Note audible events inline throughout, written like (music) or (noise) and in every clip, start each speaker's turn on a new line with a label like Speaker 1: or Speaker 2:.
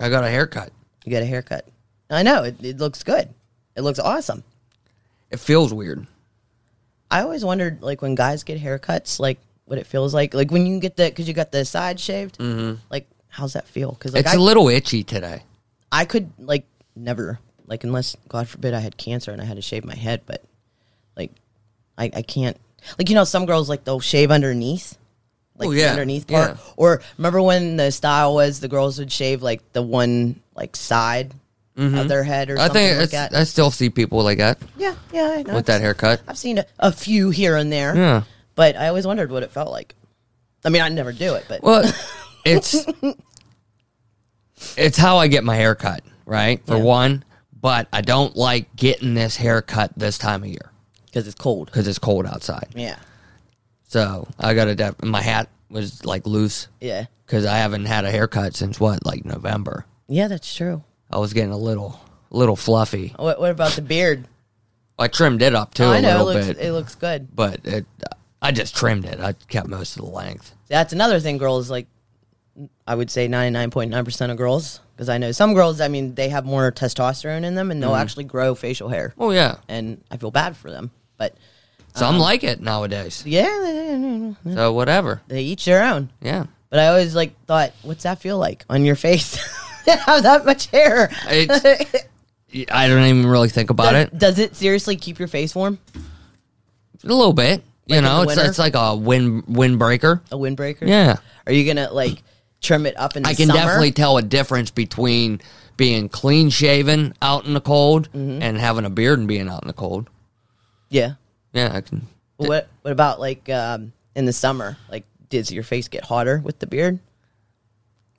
Speaker 1: I got a haircut.
Speaker 2: You got a haircut. I know it, it looks good. It looks awesome.
Speaker 1: It feels weird.
Speaker 2: I always wondered, like, when guys get haircuts, like, what it feels like. Like, when you get the, because you got the side shaved, like, how's that feel? Because, like,
Speaker 1: Mm-hmm. it's
Speaker 2: I,
Speaker 1: a little itchy today.
Speaker 2: I could, like, never, like, unless, God forbid, I had cancer and I had to shave my head, but, like, I, I can't. Like, you know, some girls, like, they'll shave underneath, like,
Speaker 1: Oh,
Speaker 2: the
Speaker 1: yeah,
Speaker 2: underneath part.
Speaker 1: yeah.
Speaker 2: Or remember when the style was the girls would shave, like, the one, like, side of their head or
Speaker 1: Mm-hmm. I
Speaker 2: something
Speaker 1: think
Speaker 2: like
Speaker 1: it's,
Speaker 2: that?
Speaker 1: I still see people like that
Speaker 2: yeah, yeah, I know.
Speaker 1: with that haircut.
Speaker 2: I've seen a, a few here and there.
Speaker 1: Yeah.
Speaker 2: But I always wondered what it felt like. I mean, I never do it, but (laughs)
Speaker 1: Well, it's it's how I get my haircut, right? For
Speaker 2: Yeah.
Speaker 1: one, but I don't like getting this haircut this time of year
Speaker 2: because it's cold.
Speaker 1: because it's cold outside.
Speaker 2: Yeah.
Speaker 1: So I got to def- my hat was like loose
Speaker 2: Yeah.
Speaker 1: because I haven't had a haircut since what like November.
Speaker 2: Yeah, that's true.
Speaker 1: I was getting a little little fluffy.
Speaker 2: What, what about the beard? I
Speaker 1: I trimmed it up too a
Speaker 2: Oh, know it
Speaker 1: little
Speaker 2: looks
Speaker 1: bit,
Speaker 2: it looks good.
Speaker 1: but it, I just trimmed it. I kept most of the length.
Speaker 2: That's another thing girls like I would say 99.9% of girls because I know some girls I mean they have more testosterone in them and
Speaker 1: Mm.
Speaker 2: they'll actually grow facial hair.
Speaker 1: Oh yeah,
Speaker 2: And I feel bad for them. But
Speaker 1: some like it nowadays.
Speaker 2: Uh-huh. yeah, they-
Speaker 1: So whatever.
Speaker 2: they each their own.
Speaker 1: Yeah.
Speaker 2: But I always like thought, what's that feel like on your face? (laughs) to have that much hair. (laughs)
Speaker 1: It's- I don't even really think about
Speaker 2: does,
Speaker 1: it.
Speaker 2: does it seriously keep your face warm?
Speaker 1: A little bit.
Speaker 2: Like
Speaker 1: you
Speaker 2: in the
Speaker 1: know, it's,
Speaker 2: winter?
Speaker 1: it's like a wind windbreaker.
Speaker 2: A windbreaker?
Speaker 1: Yeah.
Speaker 2: Are you gonna like trim it up in the
Speaker 1: I can
Speaker 2: summer?
Speaker 1: definitely tell a difference between being clean shaven out in the cold
Speaker 2: Mm-hmm.
Speaker 1: and having a beard and being out in the cold.
Speaker 2: Yeah.
Speaker 1: Yeah, I can.
Speaker 2: What What about like um, in the summer? Like, does your face get hotter with the beard?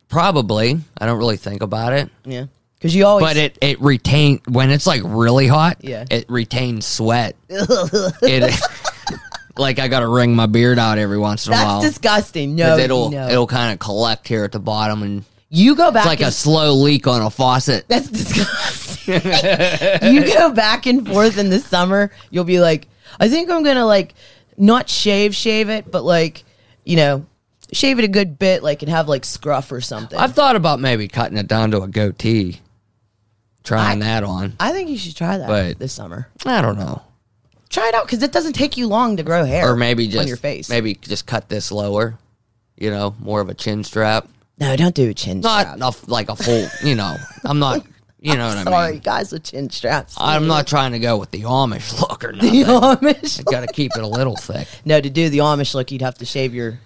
Speaker 1: Probably. I don't really think about it.
Speaker 2: Yeah. Because you always
Speaker 1: But it, it retain when it's like really hot,
Speaker 2: Yeah.
Speaker 1: it retains
Speaker 2: (laughs)
Speaker 1: sweat. it like I gotta wring my beard out every once in a
Speaker 2: that's
Speaker 1: while.
Speaker 2: disgusting. No,
Speaker 1: 'Cause it'll
Speaker 2: no.
Speaker 1: it'll kinda collect here at the bottom and
Speaker 2: you go back.
Speaker 1: It's like a
Speaker 2: and-
Speaker 1: slow leak on a faucet.
Speaker 2: That's disgusting. (laughs) you go back and forth in the summer. You'll be like, I think I'm gonna like not shave, shave it, but like, you know, shave it a good bit, like, and have like scruff or something.
Speaker 1: I've thought about maybe cutting it down to a goatee, trying
Speaker 2: I-
Speaker 1: that on.
Speaker 2: I think you should try that
Speaker 1: But-
Speaker 2: this summer.
Speaker 1: I don't know,
Speaker 2: Try it out because it doesn't take you long to grow hair,
Speaker 1: or maybe just
Speaker 2: on your face.
Speaker 1: Maybe just cut this lower, you know, more of a chin strap.
Speaker 2: No, don't do a chin
Speaker 1: Not
Speaker 2: strap.
Speaker 1: a f like a full, you know. I'm
Speaker 2: (laughs)
Speaker 1: not, you know what I
Speaker 2: Sorry,
Speaker 1: mean.
Speaker 2: guys with chin straps.
Speaker 1: I'm not trying to go with the Amish look or
Speaker 2: (laughs) the
Speaker 1: nothing.
Speaker 2: Amish.
Speaker 1: Got to keep it a little thick.
Speaker 2: No, to do the Amish look, you'd have to shave your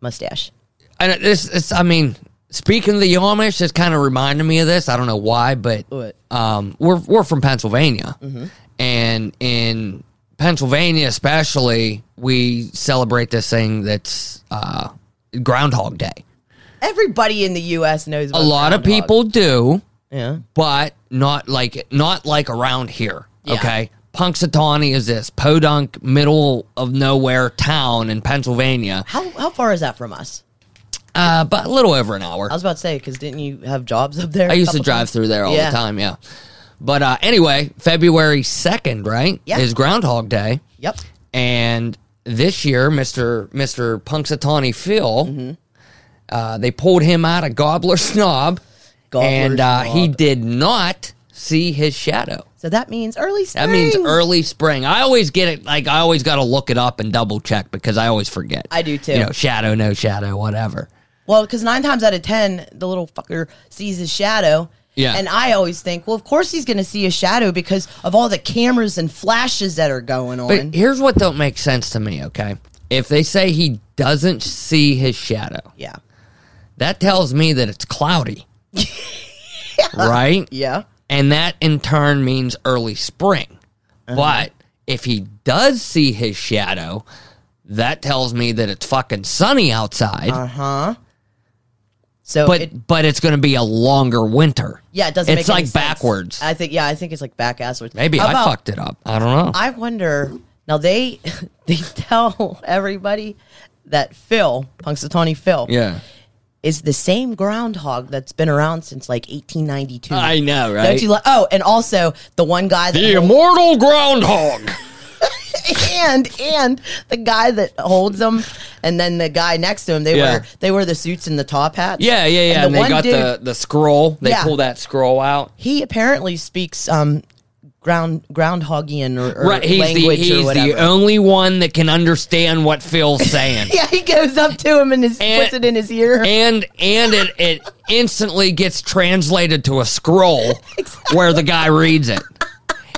Speaker 2: mustache.
Speaker 1: And it- this, it's, I mean, speaking of the Amish, it's kind of reminding me of this. I don't know why, but
Speaker 2: What?
Speaker 1: um, we're we're from Pennsylvania, and in Pennsylvania, especially, we celebrate this thing that's uh, Groundhog Day.
Speaker 2: Everybody in the U.S. knows.
Speaker 1: A lot of people do,
Speaker 2: Yeah.
Speaker 1: but not like not like around here.
Speaker 2: Yeah.
Speaker 1: Okay. Punxsutawney is this podunk middle of nowhere town in Pennsylvania,
Speaker 2: How how far is that from us?
Speaker 1: uh, but a little over an hour.
Speaker 2: I was about to say because didn't you have jobs up there?
Speaker 1: I
Speaker 2: a
Speaker 1: used to
Speaker 2: couple
Speaker 1: drive
Speaker 2: times?
Speaker 1: through there all
Speaker 2: Yeah.
Speaker 1: the time, yeah. But uh, anyway, February 2nd, right,
Speaker 2: Yeah.
Speaker 1: is Groundhog Day.
Speaker 2: Yep.
Speaker 1: And this year, Mr. Mr. Punxsutawney Phil,
Speaker 2: Mm-hmm.
Speaker 1: uh, they pulled him out of Gobbler Snob,
Speaker 2: Gobbler
Speaker 1: and uh, he
Speaker 2: Snob.
Speaker 1: did not see his shadow.
Speaker 2: So that means early spring.
Speaker 1: That means early spring. I always get it. Like I always got to look it up and double check because I always forget.
Speaker 2: I do, too.
Speaker 1: You know, shadow, no shadow, whatever.
Speaker 2: Well, because nine times out of ten, the little fucker sees his shadow.
Speaker 1: Yeah.
Speaker 2: And I always think, well, of course he's going to see a shadow because of all the cameras and flashes that are going on.
Speaker 1: But here's what don't make sense to me, okay? If they say he doesn't see his shadow,
Speaker 2: yeah.
Speaker 1: that tells me that it's
Speaker 2: (laughs)
Speaker 1: cloudy. Right?
Speaker 2: Yeah.
Speaker 1: And that in turn means early spring.
Speaker 2: Uh-huh.
Speaker 1: But if he does see his shadow, that tells me that it's fucking sunny outside.
Speaker 2: Uh huh. So,
Speaker 1: but
Speaker 2: it,
Speaker 1: but it's going to be a longer winter.
Speaker 2: yeah, it doesn't.
Speaker 1: It's
Speaker 2: make any
Speaker 1: like
Speaker 2: sense.
Speaker 1: backwards.
Speaker 2: I think. Yeah, I think it's like back asswards.
Speaker 1: Maybe
Speaker 2: How
Speaker 1: I
Speaker 2: about-
Speaker 1: fucked it up. I don't know.
Speaker 2: I wonder now they (laughs) they tell everybody that Phil Punxsutawney Phil
Speaker 1: yeah.
Speaker 2: is the same groundhog that's been around since like 1892.
Speaker 1: I know, right?
Speaker 2: Don't you? Li- oh, and also the one guy that
Speaker 1: the immortal groundhog.
Speaker 2: (laughs) and and the guy that holds them, and then the guy next to him. They
Speaker 1: Yeah.
Speaker 2: wear they wear the suits and the top hats.
Speaker 1: Yeah, yeah, yeah.
Speaker 2: And
Speaker 1: And,
Speaker 2: the
Speaker 1: they
Speaker 2: one
Speaker 1: got
Speaker 2: dude-
Speaker 1: the the scroll. They
Speaker 2: Yeah.
Speaker 1: pull that scroll out.
Speaker 2: He apparently speaks um ground groundhogian or, or
Speaker 1: Right, he's the
Speaker 2: language or
Speaker 1: he's
Speaker 2: whatever.
Speaker 1: the uh, only one that can understand what Phil's saying.
Speaker 2: (laughs) yeah, he goes up to him and, is,
Speaker 1: And-
Speaker 2: puts it in his ear.
Speaker 1: and and it, it instantly gets translated to a scroll where the guy reads it.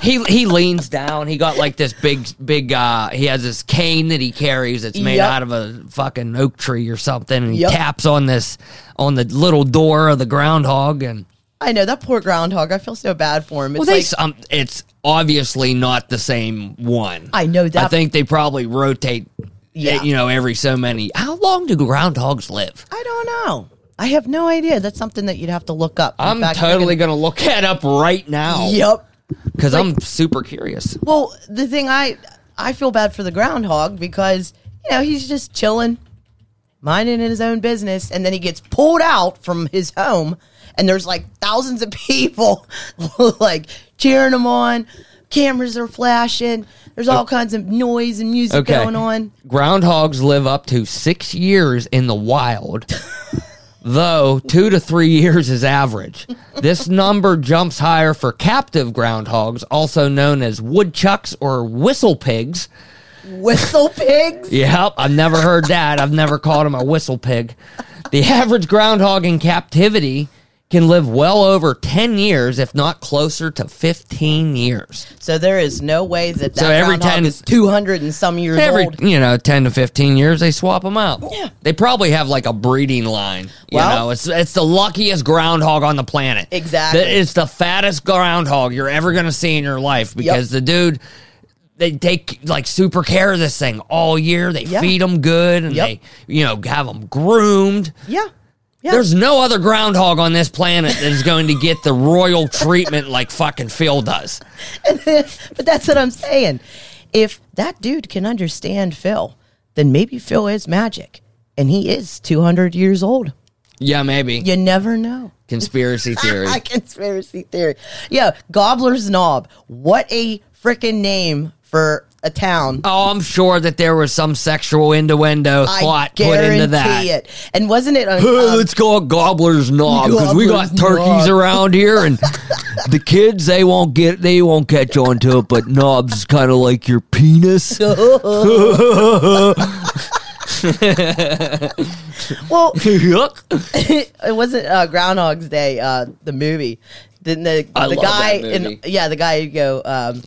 Speaker 1: He he leans down. He got like this big big uh he has this cane that he carries that's made
Speaker 2: Yep.
Speaker 1: out of a fucking oak tree or something and he
Speaker 2: Yep.
Speaker 1: taps on this on the little door of the groundhog and
Speaker 2: I know that poor groundhog. I feel so bad for him. It's
Speaker 1: well, they
Speaker 2: like
Speaker 1: s um, it's obviously not the same one.
Speaker 2: I know that.
Speaker 1: I think they probably rotate
Speaker 2: Yeah.
Speaker 1: yeah. you know every so many. How long do groundhogs live?
Speaker 2: I don't know. I have no idea. That's something that you'd have to look up. In
Speaker 1: I'm
Speaker 2: fact,
Speaker 1: totally going to look that up right now.
Speaker 2: Yep.
Speaker 1: Because I'm super curious.
Speaker 2: Well, the thing I I feel bad for the groundhog because you know he's just chilling, minding his own business, and then he gets pulled out from his home, and there's like thousands of (laughs) people like cheering him on. Cameras are flashing. There's all kinds of noise and music
Speaker 1: Oh. Okay.
Speaker 2: going on.
Speaker 1: (laughs) Groundhogs live up to six years in the
Speaker 2: (laughs)
Speaker 1: wild, though two to three years is average. This number jumps higher for captive groundhogs, also known as woodchucks or whistle pigs.
Speaker 2: Whistle pigs.
Speaker 1: Yep, I've never heard that. I've never called him a whistle pig. The average groundhog in captivity can live well over 10 years, if not closer to 15 years.
Speaker 2: So there is no way that that
Speaker 1: So every
Speaker 2: groundhog
Speaker 1: 10
Speaker 2: is two hundred and some years
Speaker 1: Every
Speaker 2: old.
Speaker 1: you know, ten to fifteen years, they swap them out.
Speaker 2: Yeah.
Speaker 1: they probably have like a breeding line. You
Speaker 2: Well-
Speaker 1: know, it's it's the luckiest groundhog on the planet.
Speaker 2: Exactly.
Speaker 1: That is the fattest groundhog you're ever gonna see in your life because the dude. They take like super care of this thing all year. They
Speaker 2: Yeah.
Speaker 1: feed them good, and
Speaker 2: Yep.
Speaker 1: they you know have them groomed.
Speaker 2: Yeah. Yeah.
Speaker 1: There's no other groundhog on this planet that is going to get the royal treatment like fucking Phil does.
Speaker 2: (laughs) but that's what I'm saying. If that dude can understand Phil, then maybe Phil is magic and he is 200 years old.
Speaker 1: Yeah, maybe
Speaker 2: You never know.
Speaker 1: conspiracy (laughs) theory.
Speaker 2: A conspiracy theory. Yeah, Gobbler's Knob. What a freaking name for a town.
Speaker 1: Oh, I'm sure that there was some sexual innuendo
Speaker 2: I
Speaker 1: thought put
Speaker 2: guarantee
Speaker 1: into that.
Speaker 2: it. And
Speaker 1: (gasps)
Speaker 2: wasn't it? on-
Speaker 1: Hey,
Speaker 2: um,
Speaker 1: let's go Gobbler's Knob because we got
Speaker 2: Gobbler's
Speaker 1: turkeys
Speaker 2: Knob.
Speaker 1: around here, and the kids they won't get they won't catch on to it. But knobs is kind of like your
Speaker 2: (laughs)
Speaker 1: penis.
Speaker 2: well,
Speaker 1: Yuck.
Speaker 2: (laughs) it wasn't uh, Groundhog's Day, uh, the movie. Then the
Speaker 1: I
Speaker 2: the
Speaker 1: love
Speaker 2: guy
Speaker 1: that
Speaker 2: and
Speaker 1: movie.
Speaker 2: yeah, the guy would go, um,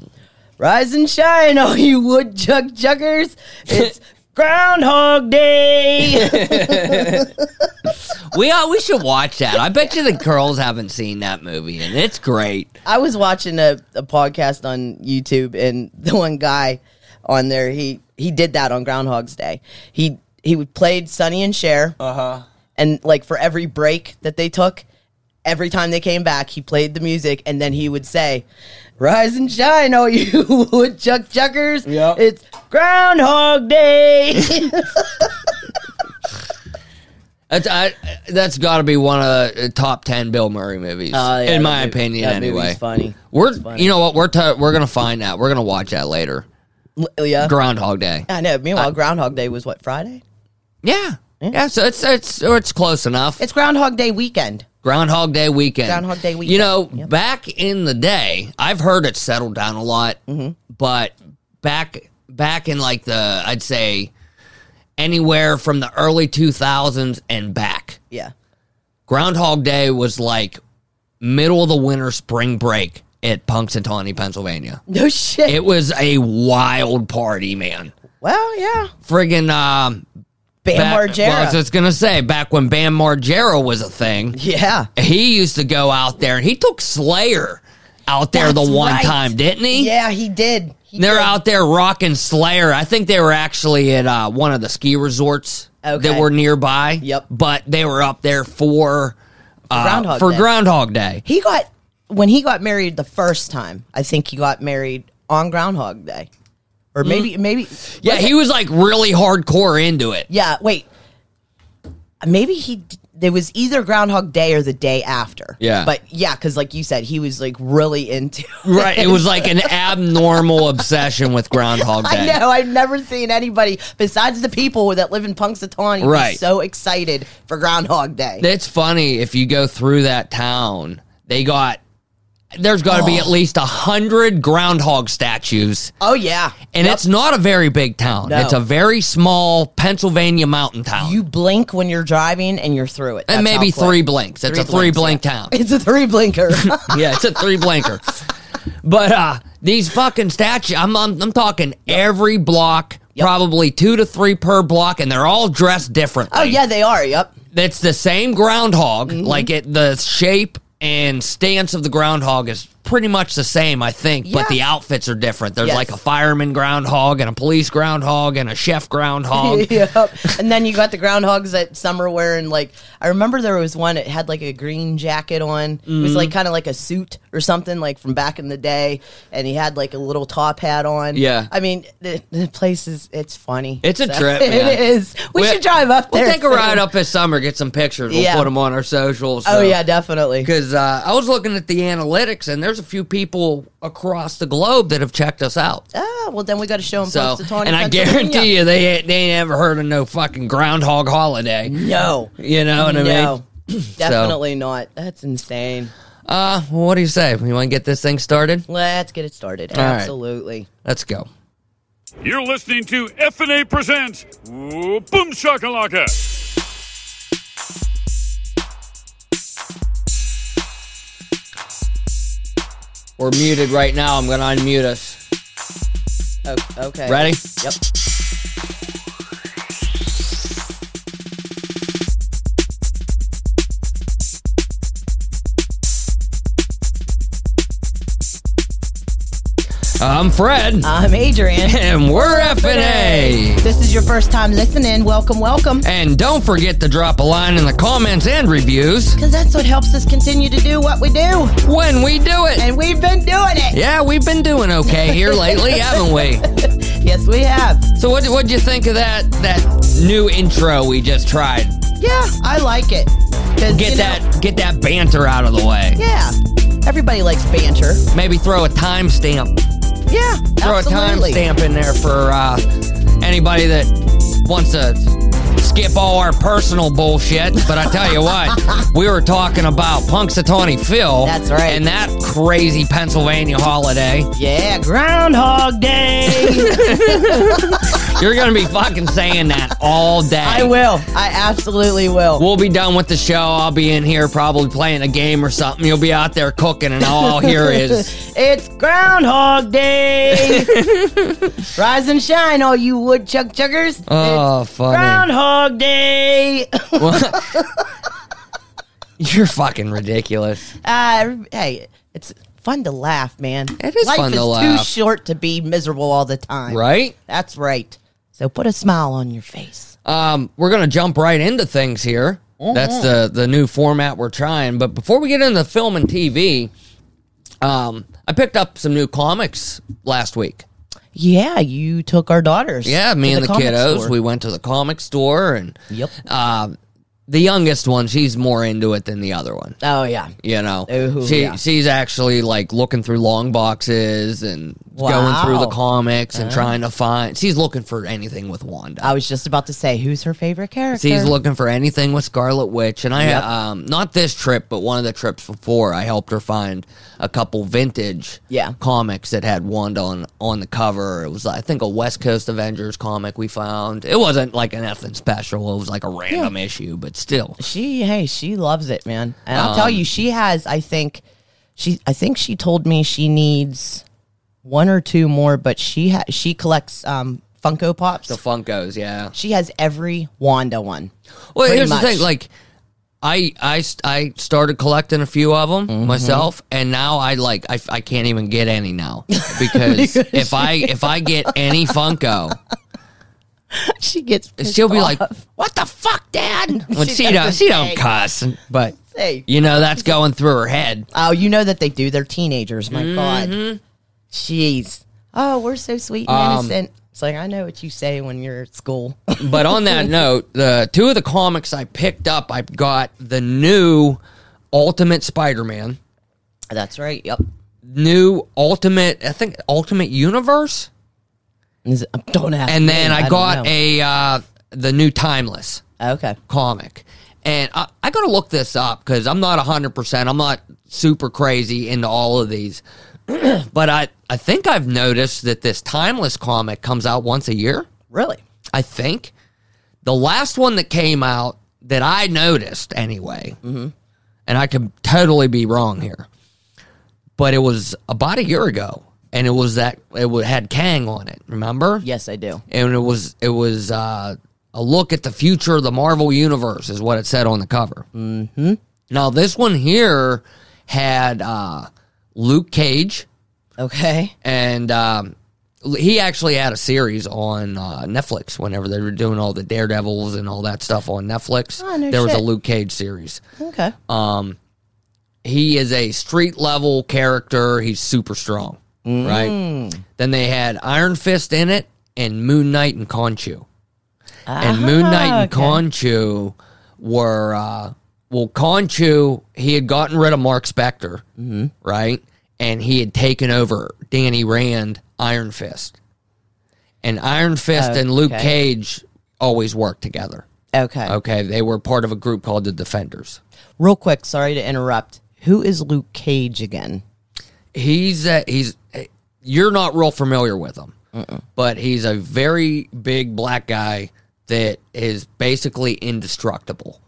Speaker 2: "Rise and shine, all you woodchuck juggers! It's (laughs) Groundhog Day."
Speaker 1: (laughs) we uh, we should watch that. I bet you the girls haven't seen that movie, and it's great.
Speaker 2: I was watching a, a podcast on YouTube, and the one guy on there he he did that on Groundhog's Day. He he would- played Sonny and Cher.
Speaker 3: Uh,
Speaker 2: and like for every break that they took, every time they came back, he played the music and then he would say, "Rise and shine, all (laughs) you woodchuck chuckers!
Speaker 1: Yep.
Speaker 2: It's Groundhog (laughs) Day."
Speaker 1: That's I, that's got to be one of the uh, top ten Bill Murray movies,
Speaker 2: Oh, yeah, that
Speaker 1: in my
Speaker 2: mov-
Speaker 1: opinion.
Speaker 2: that movie's
Speaker 1: anyway,
Speaker 2: funny.
Speaker 1: We're
Speaker 2: It's funny.
Speaker 1: you know what we're t- we're gonna find out. We're gonna watch that later.
Speaker 2: L- yeah,
Speaker 1: Groundhog Day.
Speaker 2: I know.
Speaker 1: Uh,
Speaker 2: Meanwhile, Groundhog Day was what Friday?
Speaker 1: Yeah. Yeah, so it's it's or it's close enough.
Speaker 2: It's Groundhog Day weekend.
Speaker 1: Groundhog Day weekend.
Speaker 2: Groundhog Day
Speaker 1: You
Speaker 2: weekend.
Speaker 1: know,
Speaker 2: Yep.
Speaker 1: back in the day, I've heard it settled down a lot,
Speaker 2: Mm-hmm.
Speaker 1: but back back in like the I'd say anywhere from the early 2000s and back,
Speaker 2: Yeah,
Speaker 1: Groundhog Day was like middle of the winter spring break at Punxsutawney, Pennsylvania.
Speaker 2: no shit.
Speaker 1: It was a wild party, man.
Speaker 2: well, yeah,
Speaker 1: Friggin' um,
Speaker 2: Bam
Speaker 1: back,
Speaker 2: Margera.
Speaker 1: Well, I was just gonna say back when Bam Margera was a thing,
Speaker 2: yeah,
Speaker 1: he used to go out there and he took Slayer out there
Speaker 2: That's
Speaker 1: the one
Speaker 2: right.
Speaker 1: time, didn't he?
Speaker 2: yeah, he did. He
Speaker 1: They're
Speaker 2: did.
Speaker 1: out there rocking Slayer. I think they were actually at uh, one of the ski resorts
Speaker 2: Okay.
Speaker 1: that were nearby.
Speaker 2: Yep.
Speaker 1: But they were up there for uh,
Speaker 2: Groundhog
Speaker 1: for
Speaker 2: Day.
Speaker 1: Groundhog Day.
Speaker 2: He got when he got married the first time. I think he got married on Groundhog Day, or
Speaker 1: Mm.
Speaker 2: maybe maybe (laughs)
Speaker 1: Yeah, he was like really hardcore into it.
Speaker 2: yeah. Wait, maybe he d- it was either Groundhog Day or the day after.
Speaker 1: Yeah.
Speaker 2: But yeah, because like you said, he was like really into (laughs)
Speaker 1: Right. It was like an abnormal obsession with Groundhog Day.
Speaker 2: (laughs) I know. I've never seen anybody besides the people that live in Punxsutawney be
Speaker 1: Right.
Speaker 2: so excited for Groundhog Day.
Speaker 1: It's funny if you go through that town, they got there's got to be at least a hundred groundhog statues,
Speaker 2: oh yeah.
Speaker 1: and it's not a very big town.
Speaker 2: No.
Speaker 1: It's a very small Pennsylvania mountain town,
Speaker 2: You blink when you're driving and you're through it.
Speaker 1: and
Speaker 2: That's
Speaker 1: maybe
Speaker 2: how quick.
Speaker 1: three blinks. It's
Speaker 2: Three
Speaker 1: a three blink
Speaker 2: blinks,
Speaker 1: town.
Speaker 2: (laughs)
Speaker 1: (laughs)
Speaker 2: It's a three blinker. (laughs)
Speaker 1: yeah, it's a three blinker. But uh these fucking statues, I'm, I'm I'm talking every block, probably two to three per block, and they're all dressed differently.
Speaker 2: oh yeah, they are. Yep.
Speaker 1: It's the same groundhog.
Speaker 2: Mm-hmm.
Speaker 1: Like it, the shape and stance of the groundhog is pretty much the same, I think. But
Speaker 2: Yeah.
Speaker 1: the outfits are different. There's
Speaker 2: Yes.
Speaker 1: like a fireman groundhog and a police groundhog and a chef
Speaker 2: (laughs)
Speaker 1: groundhog.
Speaker 2: yep. And then you got the groundhogs that summer wearing like I remember there was one that had like a green jacket on. It was
Speaker 1: Mm.
Speaker 2: like kind of like a suit or something like from back in the day, and he had like a little top hat on.
Speaker 1: Yeah.
Speaker 2: I mean the, the place is it's funny.
Speaker 1: It's a trip, man.
Speaker 2: (laughs) It is. We
Speaker 1: We-
Speaker 2: should drive up there.
Speaker 1: We'll take a
Speaker 2: soon.
Speaker 1: ride up this summer, get some pictures. We'll 'em
Speaker 2: Yeah.
Speaker 1: put them on our socials.
Speaker 2: Oh
Speaker 1: so-
Speaker 2: yeah, definitely.
Speaker 1: because uh, I was looking at the analytics, and there's a few people across the globe that have checked us out.
Speaker 2: Ah, well then we got to show him.
Speaker 1: So,
Speaker 2: Punxsutawney,
Speaker 1: and I
Speaker 2: Pennsylvania.
Speaker 1: guarantee you, they ain't- they ain't ever heard of no fucking Groundhog Holiday.
Speaker 2: (laughs) No.
Speaker 1: You know what I mean? (clears throat)
Speaker 2: No. Definitely not. That's insane.
Speaker 1: Uh, well, what do you say? We want to get this thing started?
Speaker 2: Let's get it started.
Speaker 1: right.
Speaker 2: Absolutely.
Speaker 1: Let's go.
Speaker 3: You're listening to FNA Presents Ooh, Boom Shakalaka.
Speaker 1: We're muted right now. I'm gonna unmute us.
Speaker 2: O- okay.
Speaker 1: Ready?
Speaker 2: Yep.
Speaker 1: I'm Fred,
Speaker 2: I'm Adrian.
Speaker 1: and we're FNA.
Speaker 2: This is your first time listening. Welcome, welcome.
Speaker 1: And don't forget to drop a line in the comments and reviews
Speaker 2: Because that's what helps us continue to do what we do.
Speaker 1: when we do it.
Speaker 2: And we've been doing it.
Speaker 1: Yeah, we've been doing okay here
Speaker 2: (laughs)
Speaker 1: lately, haven't we?
Speaker 2: Yes, we have.
Speaker 1: So what what'd you think of that that new intro we just tried?
Speaker 2: Yeah, I like it. 'Cause,
Speaker 1: Get
Speaker 2: you know,
Speaker 1: that get that banter out of the way.
Speaker 2: Yeah. Everybody likes banter.
Speaker 1: Maybe throw a timestamp.
Speaker 2: Yeah.
Speaker 1: Throw
Speaker 2: absolutely.
Speaker 1: a timestamp in there for uh, anybody that wants to skip all our personal bullshit. But I tell you
Speaker 2: (laughs)
Speaker 1: what, we were talking about Punxsutawney Phil.
Speaker 2: That's right.
Speaker 1: And that crazy Pennsylvania holiday.
Speaker 2: Yeah, Groundhog Day.
Speaker 1: (laughs) You're gonna be fucking saying that all day.
Speaker 2: I will. I absolutely will.
Speaker 1: We'll be done with the show. I'll be in here probably playing a game or something. You'll be out there cooking, and all here is
Speaker 2: (laughs) It's Groundhog
Speaker 1: (laughs)
Speaker 2: Day. Rise and shine, all you woodchuck chuggers.
Speaker 1: oh,
Speaker 2: it's
Speaker 1: funny.
Speaker 2: Groundhog Day.
Speaker 1: You're fucking ridiculous.
Speaker 2: uh, hey, it's fun to laugh, man.
Speaker 1: It is
Speaker 2: Life
Speaker 1: fun to
Speaker 2: is too
Speaker 1: laugh.
Speaker 2: short to be miserable all the time.
Speaker 1: Right?
Speaker 2: That's right. So put a smile on your face.
Speaker 1: Um, we're gonna jump right into things here. That's the the new format we're trying. But before we get into film and TV, um, I picked up some new comics last week.
Speaker 2: Yeah, you took our daughters.
Speaker 1: Yeah, me
Speaker 2: to
Speaker 1: and the,
Speaker 2: comic
Speaker 1: kiddos,
Speaker 2: store.
Speaker 1: we went to the comic store, and
Speaker 2: Yep.
Speaker 1: uh, the youngest one, she's more into it than the other one.
Speaker 2: oh yeah.
Speaker 1: You know,
Speaker 2: Ooh,
Speaker 1: she
Speaker 2: Oh, yeah.
Speaker 1: she's actually like looking through long boxes and going through the
Speaker 2: Wow. Uh-huh.
Speaker 1: comics and trying to find. She's looking for anything with Wanda.
Speaker 2: I was just about to say, who's her favorite character?
Speaker 1: She's looking for anything with Scarlet Witch, and I
Speaker 2: Yep.
Speaker 1: um not this trip, but one of the trips before, I helped her find a couple vintage
Speaker 2: Yeah.
Speaker 1: comics that had Wanda on on the cover. It was I think a West Coast Avengers comic we found. It wasn't like an nothing special. It was like a random issue, but still,
Speaker 2: she hey she loves it man and i'll
Speaker 1: Um,
Speaker 2: tell you she has i think she i think she told me she needs one or two more but she ha- she collects um funko pops
Speaker 1: the Funkos, yeah.
Speaker 2: she has every wanda one
Speaker 1: Well,
Speaker 2: pretty
Speaker 1: here's
Speaker 2: much.
Speaker 1: the thing, like. I, I, st- I started collecting a few of them
Speaker 2: Mm-hmm.
Speaker 1: myself and now I like I, f- I can't even get any
Speaker 2: (laughs)
Speaker 1: now because, if I if I get any Funko
Speaker 2: she gets pissed
Speaker 1: she'll be
Speaker 2: off.
Speaker 1: like, "What the fuck, Dad?"
Speaker 2: (laughs)
Speaker 1: When
Speaker 2: She
Speaker 1: she don't,
Speaker 2: doesn't
Speaker 1: she don't
Speaker 2: say.
Speaker 1: cuss, but
Speaker 2: Say.
Speaker 1: you know that's going through her head.
Speaker 2: oh you know that they
Speaker 1: Mm-hmm. Um,
Speaker 2: do they're teenagers my god jeez oh we're so sweet and innocent It's like I know what you say when you're at school. (coughs)
Speaker 1: But on
Speaker 2: (laughs)
Speaker 1: that note, the two of the comics I picked up, I got the new Ultimate Spider-Man,
Speaker 2: That's right. Yep.
Speaker 1: new Ultimate, I think Ultimate Universe,
Speaker 2: Is it- Don't ask.
Speaker 1: and
Speaker 2: me,
Speaker 1: then I,
Speaker 2: don't
Speaker 1: got
Speaker 2: know.
Speaker 1: a uh, the new Timeless
Speaker 2: okay.
Speaker 1: comic. And I, I got to look this up because I'm not 100%. I'm not super crazy into all of these. (clears throat) but I, I think I've noticed that this Timeless comic comes out once a year.
Speaker 2: Really?
Speaker 1: I think. The last one that came out that I noticed anyway, and I could totally be wrong here, but it was about a year ago, and it was that it wa- had Kang on it. Remember?
Speaker 2: Yes, I do.
Speaker 1: And it was it was uh, a look at the future of the Marvel universe, is what it said on the cover. Mm-hmm. Now this one here had uh, Luke Cage
Speaker 2: Okay.
Speaker 1: and um, he actually had a series on uh, Netflix. Whenever they were doing all the Daredevils and all that stuff on Netflix,
Speaker 2: Oh, no
Speaker 1: there was a
Speaker 2: shit.
Speaker 1: Luke Cage series.
Speaker 2: Okay.
Speaker 1: Um, He is a street level character. He's super strong,
Speaker 2: Mm.
Speaker 1: right? Then they had Iron Fist in it, and Moon Knight and Conchu. And Moon Knight and
Speaker 2: Ah, okay.
Speaker 1: Conchu were uh, well, Conchu he had gotten rid of Mark Spector,
Speaker 2: Mm-hmm.
Speaker 1: right? And he had taken over Danny Rand, Iron Fist, and Iron Fist and Luke
Speaker 2: Okay.
Speaker 1: Cage always worked together.
Speaker 2: okay.
Speaker 1: Okay, they were part of a group called the Defenders.
Speaker 2: Real quick. Sorry to interrupt. Who is Luke Cage again?
Speaker 1: He's a, he's you're not real familiar with him, but he's a very big black guy that is basically indestructible.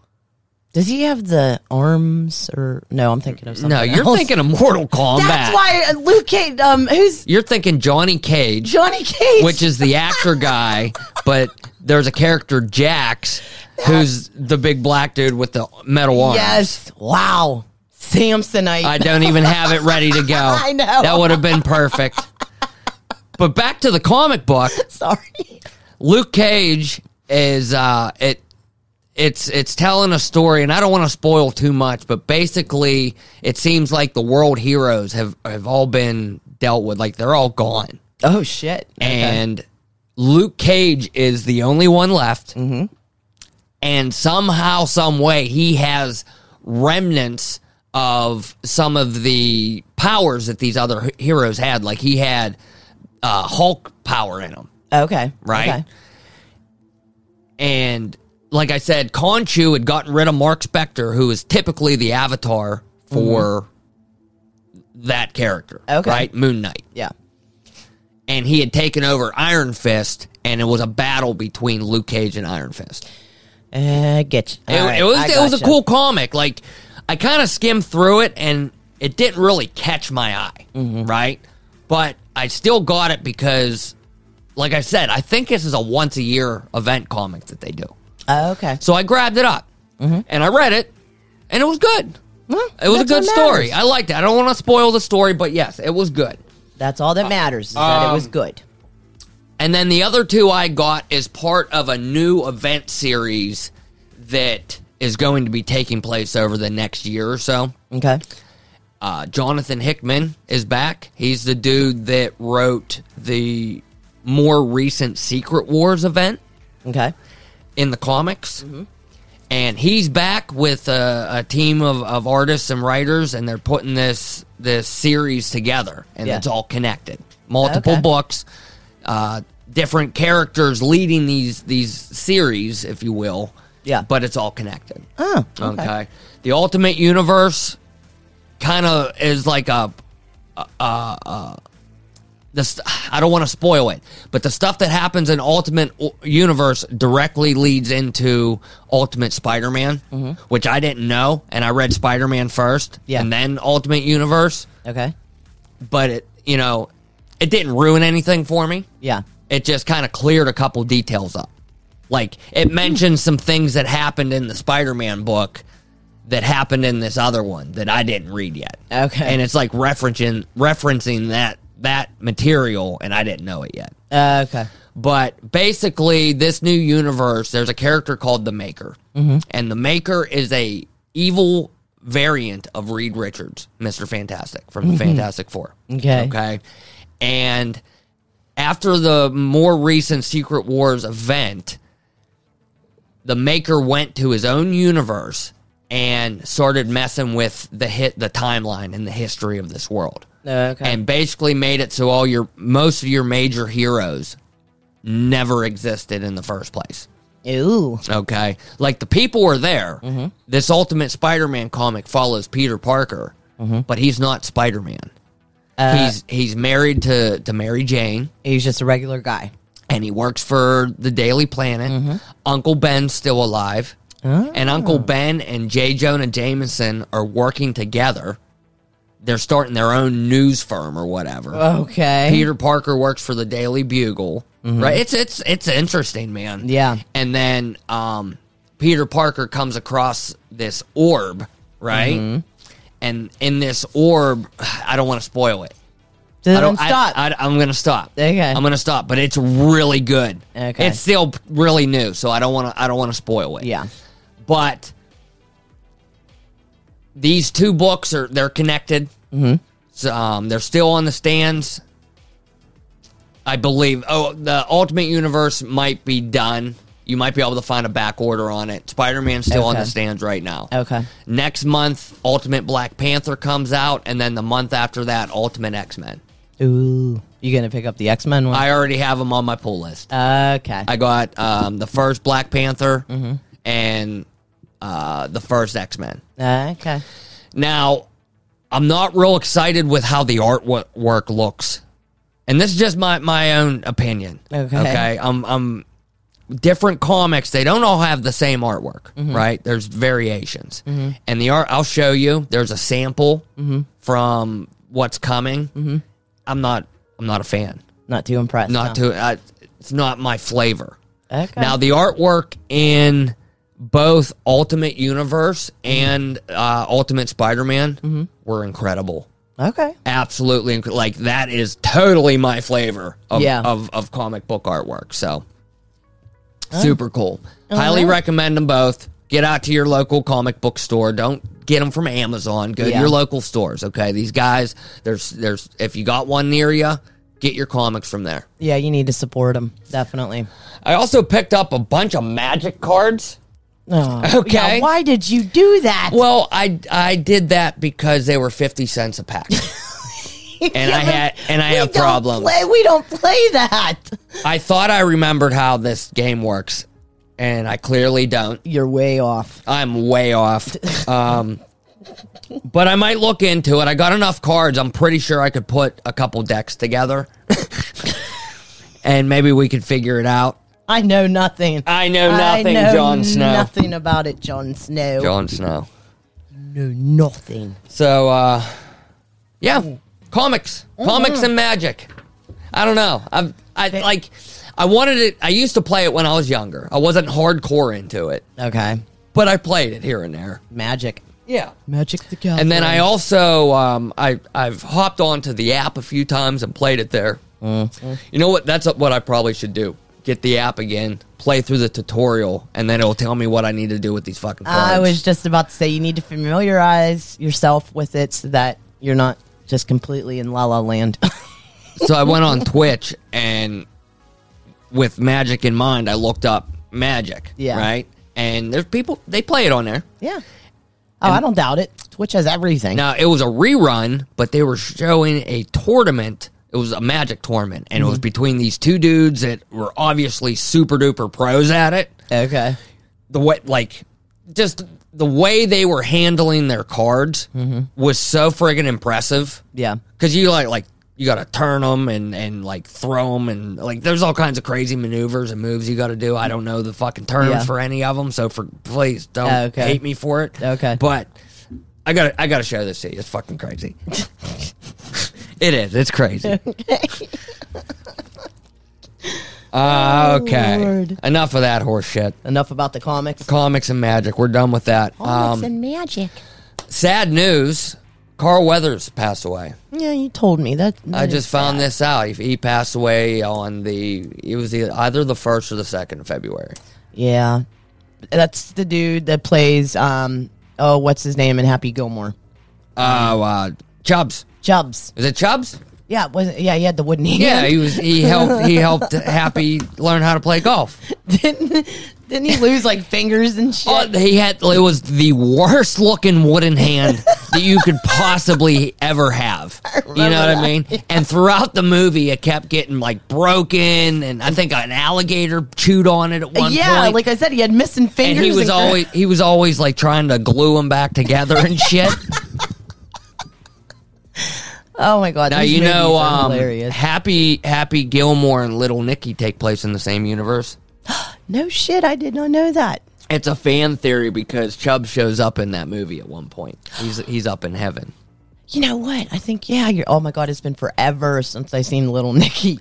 Speaker 2: Does he have the arms or no? I'm thinking of something.
Speaker 1: No, you're
Speaker 2: else.
Speaker 1: thinking of Mortal Kombat.
Speaker 2: (laughs) That's why uh, Luke Cage. Um, who's
Speaker 1: You're thinking Johnny Cage,
Speaker 2: Johnny Cage?
Speaker 1: which is the actor
Speaker 2: (laughs)
Speaker 1: guy, but there's a character Jax, who's the big black dude with the metal arms.
Speaker 2: yes. Wow. Samsonite.
Speaker 1: I don't even have it ready to go.
Speaker 2: (laughs) I know.
Speaker 1: That would have been perfect. But back to the comic book,
Speaker 2: Sorry. (laughs)
Speaker 1: Luke Cage is uh it it's it's telling a story and I don't want to spoil too much, but basically it seems like the world heroes have have all been dealt with like they're all gone.
Speaker 2: Oh shit. Okay.
Speaker 1: and Luke Cage is the only one left. And somehow, some way, he has remnants of some of the powers that these other he- heroes had. Like he had uh, Hulk power in him,
Speaker 2: okay.
Speaker 1: right?
Speaker 2: Okay.
Speaker 1: And like I said, Conchu had gotten rid of Mark Spector, who is typically the avatar for that character,
Speaker 2: Mm-hmm. Okay.
Speaker 1: right? Moon Knight
Speaker 2: Yeah.
Speaker 1: and he had taken over Iron Fist, and it was a battle between Luke Cage and Iron Fist.
Speaker 2: Uh, get you.
Speaker 1: It,
Speaker 2: All right,
Speaker 1: it was
Speaker 2: I
Speaker 1: it was a
Speaker 2: gotcha.
Speaker 1: cool comic. Like I kind of skimmed through it, and it didn't really catch my eye,
Speaker 2: Mm-hmm.
Speaker 1: right? But I still got it because, like I said, I think this is a once a year event comic that they do.
Speaker 2: Oh, okay.
Speaker 1: So I grabbed it up and I read it, and it was good.
Speaker 2: Well,
Speaker 1: It was a
Speaker 2: Mm-hmm. that's what
Speaker 1: good story.
Speaker 2: matters.
Speaker 1: I liked it. I don't want to spoil the story, but yes, it was good.
Speaker 2: That's all that matters. Is that it
Speaker 1: Um,
Speaker 2: was good.
Speaker 1: And then the other two I got is part of a new event series that is going to be taking place over the next year or so.
Speaker 2: Okay.
Speaker 1: Uh, Jonathan Hickman is back. He's the dude that wrote the more recent Secret Wars event
Speaker 2: Okay.
Speaker 1: in the comics.
Speaker 2: Mm-hmm.
Speaker 1: And he's back with a, a team of, of artists and writers, and they're putting this this series together, and
Speaker 2: Yeah.
Speaker 1: it's all connected. Multiple
Speaker 2: Okay.
Speaker 1: books, uh, different characters leading these these series, if you will.
Speaker 2: Yeah.
Speaker 1: but it's all connected.
Speaker 2: Oh.
Speaker 1: Okay. The Ultimate Universe kind of is like a. Uh, uh, the st- I don't want to spoil it, but the stuff that happens in Ultimate U- Universe directly leads into Ultimate Spider Man, which I didn't know. And I read Spider Man first
Speaker 2: Yeah.
Speaker 1: and then Ultimate Universe.
Speaker 2: Okay.
Speaker 1: But it, you know, it didn't ruin anything for me
Speaker 2: Yeah.
Speaker 1: it just kind of cleared a couple details up. Like it mentions some things that happened in the Spider-Man book that happened in this other one that I didn't read yet.
Speaker 2: Okay.
Speaker 1: and it's like referencing referencing that that material, and I didn't know it yet.
Speaker 2: Uh, okay.
Speaker 1: But basically, this new universe, there's a character called the Maker, and the Maker is a evil variant of Reed Richards, Mister Fantastic from the Fantastic Four.
Speaker 2: Okay.
Speaker 1: okay, and after the more recent Secret Wars event, the maker went to his own universe and started messing with the hit the timeline and the history of this world.
Speaker 2: No, okay.
Speaker 1: And basically made it so all your most of your major heroes never existed in the first place.
Speaker 2: Ooh.
Speaker 1: Okay. Like the people are there. This Ultimate Spider Man comic follows Peter Parker, but he's not Spider Man. he's he's married to, to Mary Jane
Speaker 2: He's just a regular guy.
Speaker 1: and he works for the Daily Planet. Uncle Ben's still alive. And Uncle Ben and J. Jonah Jameson are working together. They're starting their own news firm or whatever.
Speaker 2: Oh, Okay.
Speaker 1: Peter Parker works for the Daily Bugle. Right? It's it's it's interesting, man.
Speaker 2: Mm-hmm. Yeah.
Speaker 1: And then um Peter Parker comes across this orb, right?
Speaker 2: Mm-hmm.
Speaker 1: And in this orb, (sighs) I don't want to spoil it. I
Speaker 2: Doesn't
Speaker 1: don't I-
Speaker 2: stop.
Speaker 1: I, am gonna stop.
Speaker 2: Okay.
Speaker 1: I'm gonna stop, but it's really good.
Speaker 2: Okay.
Speaker 1: It's still really new, so I don't want to. I don't want to spoil it.
Speaker 2: yeah.
Speaker 1: But these two books are they're connected. Mm-hmm. So, um, they're still on the stands. I believe. Oh, the Ultimate Universe might be done. You might be able to find a back order on it. Spider Man's still on
Speaker 2: Okay. Oh.
Speaker 1: the stands right now.
Speaker 2: Okay.
Speaker 1: Next month, Ultimate Black Panther comes out, and then the month after that, Ultimate X Men.
Speaker 2: Ooh. You gonna pick up the X Men one?
Speaker 1: I already have them on my pull list.
Speaker 2: okay.
Speaker 1: I got um, the first Black Panther and uh, the first X Men.
Speaker 2: okay.
Speaker 1: Now, I'm not real excited with how the artwork looks, and this is just my my own opinion.
Speaker 2: Okay.
Speaker 1: okay. I'm I'm different comics. They don't all have the same artwork,
Speaker 2: Mm-hmm.
Speaker 1: right? There's variations, and the art I'll show you. There's a sample
Speaker 2: Mm-hmm.
Speaker 1: from what's coming. I'm not I'm not a fan.
Speaker 2: Not too impressed.
Speaker 1: Not
Speaker 2: no.
Speaker 1: to I, it's not my flavor.
Speaker 2: Okay.
Speaker 1: Now the artwork in both Ultimate Universe and uh, Ultimate Spider-Man
Speaker 2: Mm-hmm.
Speaker 1: were incredible.
Speaker 2: okay.
Speaker 1: Absolutely, inc- like that is totally my flavor of
Speaker 2: Yeah.
Speaker 1: of, of comic book artwork. So
Speaker 2: Oh.
Speaker 1: super cool. Highly recommend them both. Get out to your local comic book store. Don't get them from Amazon. Go to
Speaker 2: Yeah.
Speaker 1: your local stores. Okay, these guys. There's there's if you got one near you, get your comics from there.
Speaker 2: Yeah, you need to support them definitely.
Speaker 1: I also picked up a bunch of magic cards. (laughs)
Speaker 2: Oh,
Speaker 1: Okay.
Speaker 2: yeah, why did you do that?
Speaker 1: Well, I I did that because they were fifty cents a pack,
Speaker 2: (laughs)
Speaker 1: and I
Speaker 2: but
Speaker 1: had and I
Speaker 2: we
Speaker 1: have
Speaker 2: don't
Speaker 1: problems.
Speaker 2: Play, we don't play that.
Speaker 1: I thought I remembered how this game works, and I clearly don't.
Speaker 2: You're way off.
Speaker 1: I'm way off.
Speaker 2: (laughs)
Speaker 1: Um, but I might look into it. I got enough cards. I'm pretty sure I could put a couple decks together,
Speaker 2: (laughs)
Speaker 1: and maybe we could figure it out.
Speaker 2: I know nothing.
Speaker 1: I know nothing,
Speaker 2: I know
Speaker 1: Jon Snow.
Speaker 2: Nothing about it, Jon Snow.
Speaker 1: Jon Snow.
Speaker 2: No, nothing.
Speaker 1: So, uh, yeah, comics,
Speaker 2: Mm-hmm.
Speaker 1: comics and magic. I don't know. I'm, I like, I wanted it. I used to play it when I was younger. I wasn't hardcore into it,
Speaker 2: Okay.
Speaker 1: but I played it here and there.
Speaker 2: Magic.
Speaker 1: Yeah.
Speaker 2: Magic the Gathering.
Speaker 1: And then I also, um, I, I've hopped onto the app a few times and played it there.
Speaker 2: Mm-hmm.
Speaker 1: You know what? That's what I probably should do. Get the app again, play through the tutorial, and then it'll tell me what I need to do with these fucking cards.
Speaker 2: I was just about to say you need to familiarize yourself with it so that you're not just completely in la la land. (laughs)
Speaker 1: so I went on Twitch and with magic in mind, I looked up magic.
Speaker 2: Yeah.
Speaker 1: Right. And there's people they play it on there.
Speaker 2: yeah. Oh, I don't doubt it. Twitch has everything.
Speaker 1: Now it was a rerun, but they were showing a tournament. It was a magic tournament, and it was between these two dudes that were obviously super duper pros at it.
Speaker 2: Okay.
Speaker 1: The way, like, just the way they were handling their cards was so friggin' impressive.
Speaker 2: Mm-hmm. Yeah.
Speaker 1: because you like like you got to turn them and and like throw them and like there's all kinds of crazy maneuvers and moves you got to do. I don't know the fucking terms
Speaker 2: Yeah.
Speaker 1: for any of them, so for please don't
Speaker 2: Oh, okay.
Speaker 1: hate me for it.
Speaker 2: Okay.
Speaker 1: but I got to I got to show this to you. It's fucking crazy. (laughs) it is. It's
Speaker 2: (laughs)
Speaker 1: crazy. Uh, okay.
Speaker 2: Oh, Lord.
Speaker 1: Enough of that horse shit.
Speaker 2: Enough about the comics.
Speaker 1: Comics and magic. We're done with that.
Speaker 2: Oh,
Speaker 1: Um,
Speaker 2: and magic.
Speaker 1: sad news. Carl Weathers passed away.
Speaker 2: Yeah, you told me that.
Speaker 1: I just found this out. He, he passed away on the. It was the, either the first or the second of February.
Speaker 2: Yeah, that's the dude that plays. Um, oh, what's his name in Happy Gilmore?
Speaker 1: Oh, uh, Chubbs.
Speaker 2: Chubbs.
Speaker 1: Is it Chubbs?
Speaker 2: Yeah, it wasn't. Yeah, he had the wooden hand.
Speaker 1: Yeah, he was. He helped. He helped Happy learn how to play golf.
Speaker 2: didn't, (laughs) didn't he lose like fingers and shit?
Speaker 1: Oh, he had. It was the worst looking wooden
Speaker 2: (laughs)
Speaker 1: hand that you could possibly ever have. You know what I mean? And throughout the movie, it kept getting like broken, and I think an alligator chewed on it at one
Speaker 2: yeah,
Speaker 1: point.
Speaker 2: like I said, he had missing fingers.
Speaker 1: and he was
Speaker 2: crap.
Speaker 1: always he was always like trying to glue them back together
Speaker 2: (laughs)
Speaker 1: and shit.
Speaker 2: Oh my god!
Speaker 1: Now
Speaker 2: these
Speaker 1: you
Speaker 2: movies
Speaker 1: know,
Speaker 2: are
Speaker 1: um,
Speaker 2: hilarious.
Speaker 1: Happy Happy Gilmore and Little Nicky take place in the same universe.
Speaker 2: No shit, I did not know that.
Speaker 1: It's a fan theory because Chubb shows up in that movie at one point. He's he's up in heaven.
Speaker 2: You know what? I think yeah. You're, oh my god, it's been forever since I seen Little (laughs) Nicky.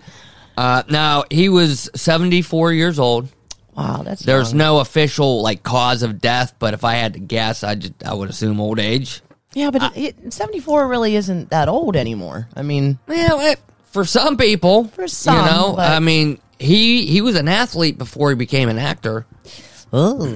Speaker 1: Uh, now he was seventy four years old.
Speaker 2: Wow, that's
Speaker 1: There's
Speaker 2: young.
Speaker 1: no official like cause of death, but if I had to guess, I just I would assume old age.
Speaker 2: yeah, but it, 74 really isn't that old anymore. I mean,
Speaker 1: Well, it, for some people,
Speaker 2: For some,
Speaker 1: you know,
Speaker 2: but-
Speaker 1: I mean, he he was an athlete before he became an actor.
Speaker 2: oh,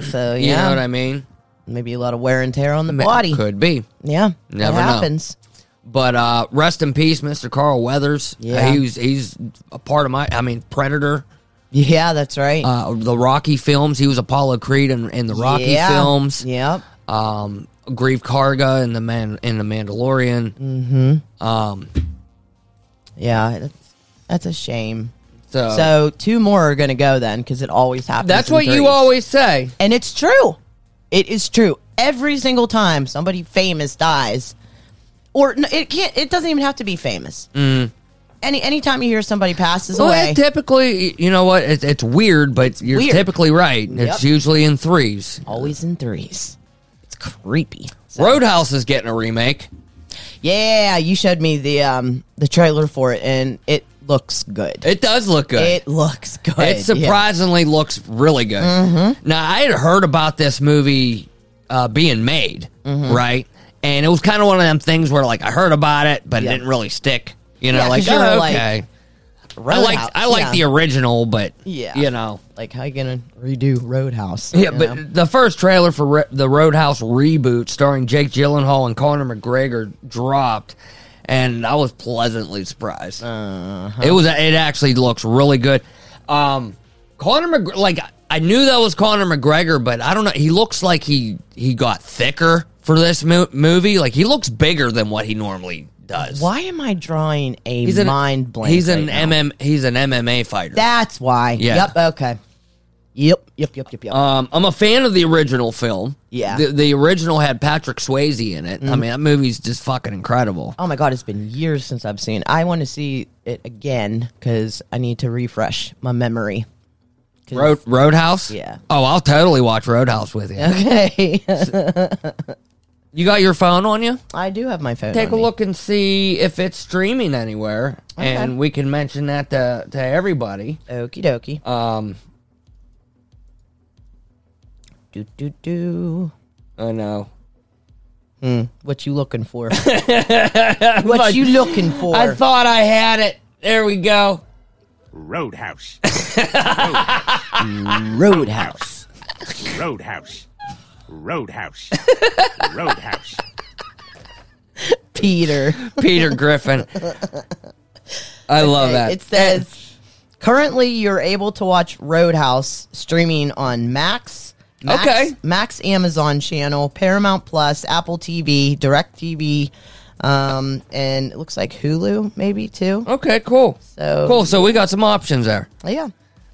Speaker 1: (clears throat)
Speaker 2: so yeah,
Speaker 1: You know what I mean?
Speaker 2: maybe a lot of wear and tear on the body.
Speaker 1: could be.
Speaker 2: Yeah,
Speaker 1: Never
Speaker 2: that
Speaker 1: know.
Speaker 2: happens.
Speaker 1: But uh, rest in peace, Mr. Carl Weathers. Uh,
Speaker 2: Yeah.
Speaker 1: he was, he's a part of my. I mean, Predator,
Speaker 2: Yeah, that's right.
Speaker 1: uh, the Rocky films. He was Apollo Creed in, in the Rocky
Speaker 2: yeah.
Speaker 1: films.
Speaker 2: Yep.
Speaker 1: Um, Grief Karga in the man in the Mandalorian.
Speaker 2: Yeah, that's, that's a shame.
Speaker 1: So,
Speaker 2: So two more are going to go then because it always happens.
Speaker 1: Uh, that's
Speaker 2: in
Speaker 1: what you
Speaker 2: threes.
Speaker 1: always say.
Speaker 2: and it's true. It is true. Every single time somebody famous dies, or no, it can't. It doesn't even have to be famous. Any anytime you hear somebody passes
Speaker 1: Mm. Well,
Speaker 2: away,
Speaker 1: it typically, you know what? It's, it's weird, but you're
Speaker 2: weird.
Speaker 1: typically right.
Speaker 2: Yep.
Speaker 1: It's usually in threes.
Speaker 2: always in threes. It's creepy.
Speaker 1: Roadhouse is getting a remake.
Speaker 2: Yeah, you showed me the um the trailer for it, and it looks good.
Speaker 1: It does look good.
Speaker 2: It looks good.
Speaker 1: It surprisingly looks really good.
Speaker 2: Mm-hmm.
Speaker 1: Now, I had heard about this movie uh, being made,
Speaker 2: Mm-hmm.
Speaker 1: right? And it was kind of one of them things where, like, I heard about it, but
Speaker 2: Yeah.
Speaker 1: it didn't really stick. You know,
Speaker 2: Yeah,
Speaker 1: like,
Speaker 2: 'cause you were
Speaker 1: oh,
Speaker 2: like,
Speaker 1: okay.
Speaker 2: Yeah.
Speaker 1: I like
Speaker 2: Roadhouse,
Speaker 1: I like
Speaker 2: yeah.
Speaker 1: the original, but
Speaker 2: Yeah.
Speaker 1: you know,
Speaker 2: like how you gonna redo Roadhouse?
Speaker 1: yeah.
Speaker 2: you
Speaker 1: But
Speaker 2: know?
Speaker 1: the first trailer for Re- the Roadhouse reboot, starring Jake Gyllenhaal and Conor McGregor, dropped, and I was pleasantly surprised.
Speaker 2: Uh-huh.
Speaker 1: It was it actually looks really good. Um, Conor McGregor, like I knew that was Conor McGregor, but I don't know. He looks like he he got thicker for this mo- movie. Like he looks bigger than what he normally does.
Speaker 2: why am I drawing a
Speaker 1: He's an
Speaker 2: mind blank?
Speaker 1: He's an
Speaker 2: right now?
Speaker 1: MM. He's an MMA fighter.
Speaker 2: That's why.
Speaker 1: Yeah.
Speaker 2: Yep. Okay. Yep. Yep. Yep. Yep. Yep.
Speaker 1: Um, I'm a fan of the original film.
Speaker 2: Yeah.
Speaker 1: the, the original had Patrick Swayze in it. I mean, that movie's just fucking incredible.
Speaker 2: oh my god, it's been years since I've seen. it. I want to see it again because I need to refresh my memory. (laughs) 'Cause-
Speaker 1: Road, Roadhouse.
Speaker 2: Yeah.
Speaker 1: Oh, I'll totally watch Roadhouse with you.
Speaker 2: Okay.
Speaker 1: You got your phone on you?
Speaker 2: I do have my phone.
Speaker 1: Take
Speaker 2: on
Speaker 1: a
Speaker 2: me.
Speaker 1: look and see if it's streaming anywhere, and we can mention that to to everybody.
Speaker 2: Okie dokie.
Speaker 1: Um,
Speaker 2: do do do.
Speaker 1: I know.
Speaker 2: What you
Speaker 1: (laughs)
Speaker 2: looking for? what you looking for?
Speaker 1: I thought I had it. There we go.
Speaker 3: (laughs) Roadhouse.
Speaker 2: Roadhouse.
Speaker 3: Roadhouse. (laughs) Roadhouse. Roadhouse.
Speaker 2: Peter.
Speaker 1: Peter (laughs) Griffin. I love that.
Speaker 2: It says currently you're able to watch Roadhouse streaming on Max, Max
Speaker 1: Okay.
Speaker 2: Max Amazon channel, Paramount Plus, Apple TV, Direct TV, um, and it looks like Hulu maybe too.
Speaker 1: Okay, cool.
Speaker 2: So-
Speaker 1: Oh. cool. So we got some options there.
Speaker 2: Yeah.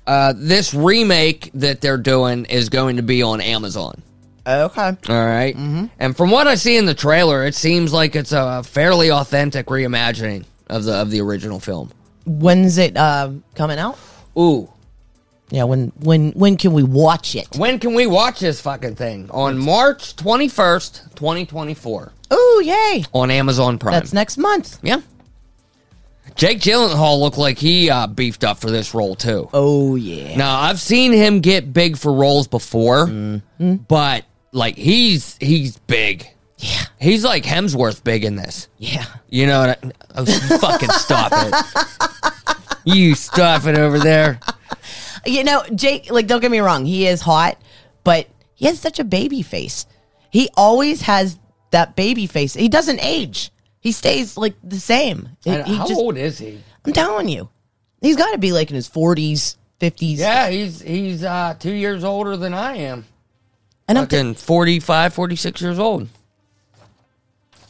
Speaker 1: Uh, this remake that they're doing is going to be on Amazon.
Speaker 2: Okay.
Speaker 1: All right? And from what I see in the trailer, it seems like it's a fairly authentic reimagining of the of the original film.
Speaker 2: When's it uh, coming out?
Speaker 1: Ooh.
Speaker 2: Yeah, when when when can we watch it?
Speaker 1: When can we watch this fucking thing? On March 21st, 2024
Speaker 2: Oh, yay.
Speaker 1: on Amazon Prime.
Speaker 2: That's next month.
Speaker 1: yeah. Jake Gyllenhaal looked like he uh, beefed up for this role too.
Speaker 2: Oh yeah.
Speaker 1: Now I've seen him get big for roles before, but like he's he's big. Yeah, he's like Hemsworth big in this.
Speaker 2: Yeah.
Speaker 1: You know what? I, oh, (laughs) you fucking stop it! You stop it over there.
Speaker 2: You know, Jake, like, don't get me wrong, he is hot, but he has such a baby face. He always has that baby face. He doesn't age. He stays like the same. He-
Speaker 1: And
Speaker 2: he
Speaker 1: how
Speaker 2: just-
Speaker 1: old is he?
Speaker 2: I'm telling you, he's got to be like in his 40s, 50s.
Speaker 1: Yeah, he's he's uh, two years older than I am.
Speaker 2: and I'm t-
Speaker 1: Fucking 45, 46 years old.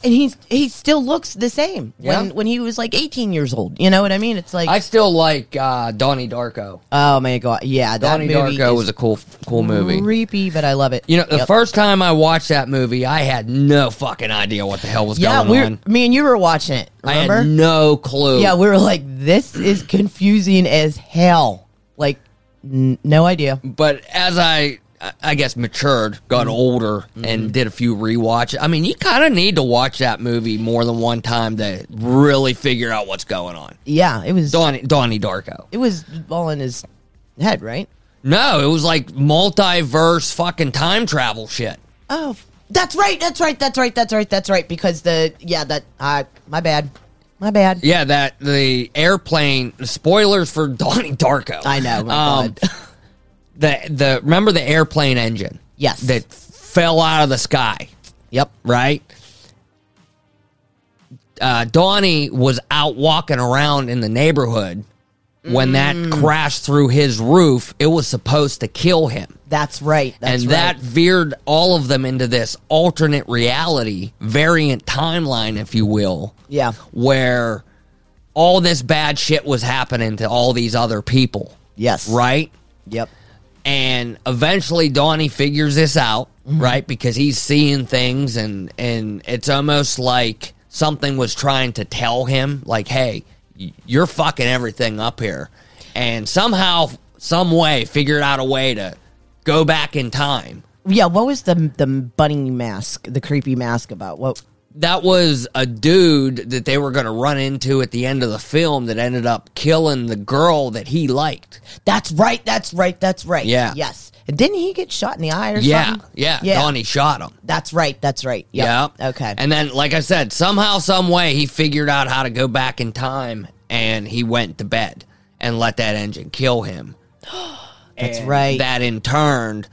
Speaker 2: and he's he still looks the same
Speaker 1: Yeah.
Speaker 2: when when he was like 18 years old. You know what I mean? It's like
Speaker 1: I still like uh, Donnie Darko.
Speaker 2: oh my god, yeah, that
Speaker 1: Donnie
Speaker 2: movie
Speaker 1: Darko
Speaker 2: is
Speaker 1: was a cool cool movie.
Speaker 2: creepy, but I love it.
Speaker 1: You know, the
Speaker 2: Yep.
Speaker 1: first time I watched that movie, I had no fucking idea what the hell was
Speaker 2: yeah,
Speaker 1: going
Speaker 2: we
Speaker 1: on.
Speaker 2: me and you were watching it. Remember?
Speaker 1: I had no clue.
Speaker 2: yeah, we were like, this is confusing as hell. Like, n- no idea.
Speaker 1: but as I, I guess, matured, got
Speaker 2: Mm-hmm.
Speaker 1: older, and did a few rewatches. I mean, you kind of need to watch that movie more than one time to really figure out what's going on.
Speaker 2: Yeah, it was
Speaker 1: Donnie, Donnie Darko.
Speaker 2: it was all in his head, right?
Speaker 1: No, it was like multiverse fucking time travel shit.
Speaker 2: Oh, f- that's right, that's right, that's right, that's right, that's right. Because the yeah, that uh, my bad, my bad.
Speaker 1: Yeah, that the airplane. Spoilers for (laughs) Donnie Darko.
Speaker 2: I know. My
Speaker 1: Um,
Speaker 2: God. (laughs)
Speaker 1: the the remember the airplane engine?
Speaker 2: Yes.
Speaker 1: That fell out of the sky,
Speaker 2: yep.
Speaker 1: right? Uh, Donnie was out walking around in the neighborhood when
Speaker 2: Mm.
Speaker 1: that crashed through his roof. It was supposed to kill him.
Speaker 2: That's right. That's
Speaker 1: and
Speaker 2: right.
Speaker 1: that veered all of them into this alternate reality, variant timeline, if you will.
Speaker 2: Yeah.
Speaker 1: Where all this bad shit was happening to all these other people.
Speaker 2: Yes.
Speaker 1: Right?
Speaker 2: Yep.
Speaker 1: And eventually Donnie figures this out, right? Because he's seeing things and and it's almost like something was trying to tell him, like, hey, y- you're fucking everything up here. And somehow, some way, figured out a way to go back in time.
Speaker 2: Yeah. What was the the bunny mask, the creepy mask about? What?
Speaker 1: that was a dude that they were going to run into at the end of the film that ended up killing the girl that he liked.
Speaker 2: That's right. That's right. That's right.
Speaker 1: Yeah.
Speaker 2: Yes. And didn't he get shot in the eye or
Speaker 1: Yeah,
Speaker 2: something?
Speaker 1: yeah,
Speaker 2: Yeah.
Speaker 1: Donnie shot him.
Speaker 2: That's right. That's right. Yep.
Speaker 1: Yeah.
Speaker 2: Okay.
Speaker 1: And then, like I said, somehow, some way, he figured out how to go back in time, and he went to bed and let that engine kill him.
Speaker 2: that's
Speaker 1: And
Speaker 2: right.
Speaker 1: That in turn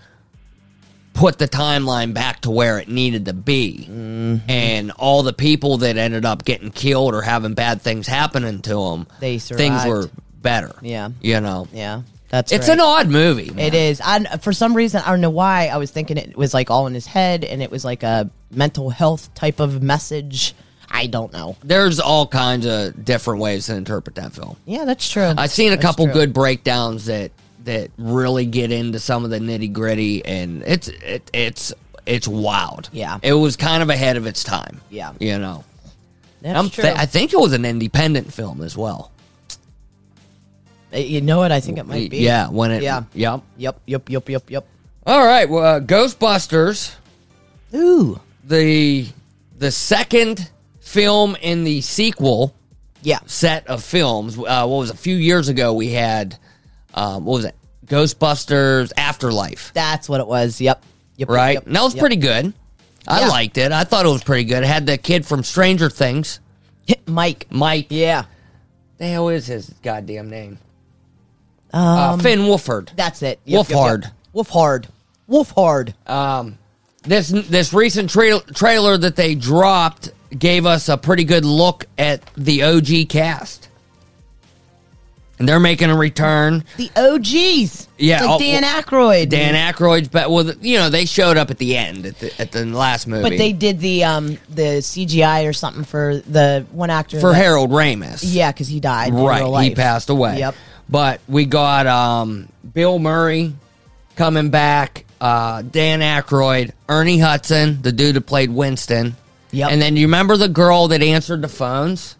Speaker 1: put the timeline back to where it needed to be.
Speaker 2: Mm-hmm.
Speaker 1: And all the people that ended up getting killed or having bad things happening to them,
Speaker 2: They
Speaker 1: things were
Speaker 2: survived.
Speaker 1: better.
Speaker 2: Yeah.
Speaker 1: You know.
Speaker 2: yeah. That's
Speaker 1: It's
Speaker 2: right.
Speaker 1: an odd movie. man.
Speaker 2: It is. I for some reason I don't know why I was thinking it was like all in his head and it was like a mental health type of message. I don't know.
Speaker 1: There's all kinds of different ways to interpret that film.
Speaker 2: Yeah, that's true.
Speaker 1: I've seen a
Speaker 2: That's
Speaker 1: couple
Speaker 2: true.
Speaker 1: good breakdowns that that really get into some of the nitty gritty, and it's it, it's it's wild.
Speaker 2: Yeah.
Speaker 1: it was kind of ahead of its time.
Speaker 2: Yeah.
Speaker 1: you know,
Speaker 2: That's
Speaker 1: I'm
Speaker 2: true.
Speaker 1: th- I think it was an independent film as well.
Speaker 2: Uh, you know what? I think it might be.
Speaker 1: Yeah, when it
Speaker 2: Yeah.
Speaker 1: yep.
Speaker 2: Yep. Yep. Yep. Yep. Yep.
Speaker 1: All right, well, uh, Ghostbusters,
Speaker 2: Ooh.
Speaker 1: the the second film in the sequel
Speaker 2: Yeah.
Speaker 1: set of films. Uh, what was it, a few years ago? We had um, what was it? Ghostbusters Afterlife.
Speaker 2: That's what it was. Yep. Yep.
Speaker 1: right?
Speaker 2: Yep,
Speaker 1: and that was
Speaker 2: yep.
Speaker 1: pretty good. I
Speaker 2: Yeah.
Speaker 1: liked it. I thought it was pretty good. It had the kid from Stranger Things,
Speaker 2: Hit Mike.
Speaker 1: Mike.
Speaker 2: Yeah.
Speaker 1: The hell is his goddamn name?
Speaker 2: Um,
Speaker 1: uh, Finn Wolford.
Speaker 2: That's it.
Speaker 1: Wolf hard.
Speaker 2: Wolf hard. Wolf hard.
Speaker 1: Um, this this recent tra- trailer that they dropped gave us a pretty good look at the OG cast, and they're making a return.
Speaker 2: the OGs.
Speaker 1: yeah,
Speaker 2: It's like
Speaker 1: oh,
Speaker 2: Dan Aykroyd.
Speaker 1: Dan Aykroyd's, but well, you know they showed up at the end at the, at the last movie,
Speaker 2: But they did the um the CGI or something for the one actor
Speaker 1: for
Speaker 2: that-
Speaker 1: Harold Ramis.
Speaker 2: Yeah, because he died. in
Speaker 1: Right,
Speaker 2: real life.
Speaker 1: he passed away.
Speaker 2: Yep.
Speaker 1: But we got um, Bill Murray coming back, uh, Dan Aykroyd, Ernie Hudson, the dude who played Winston.
Speaker 2: Yep.
Speaker 1: And then you remember the girl that answered the phones,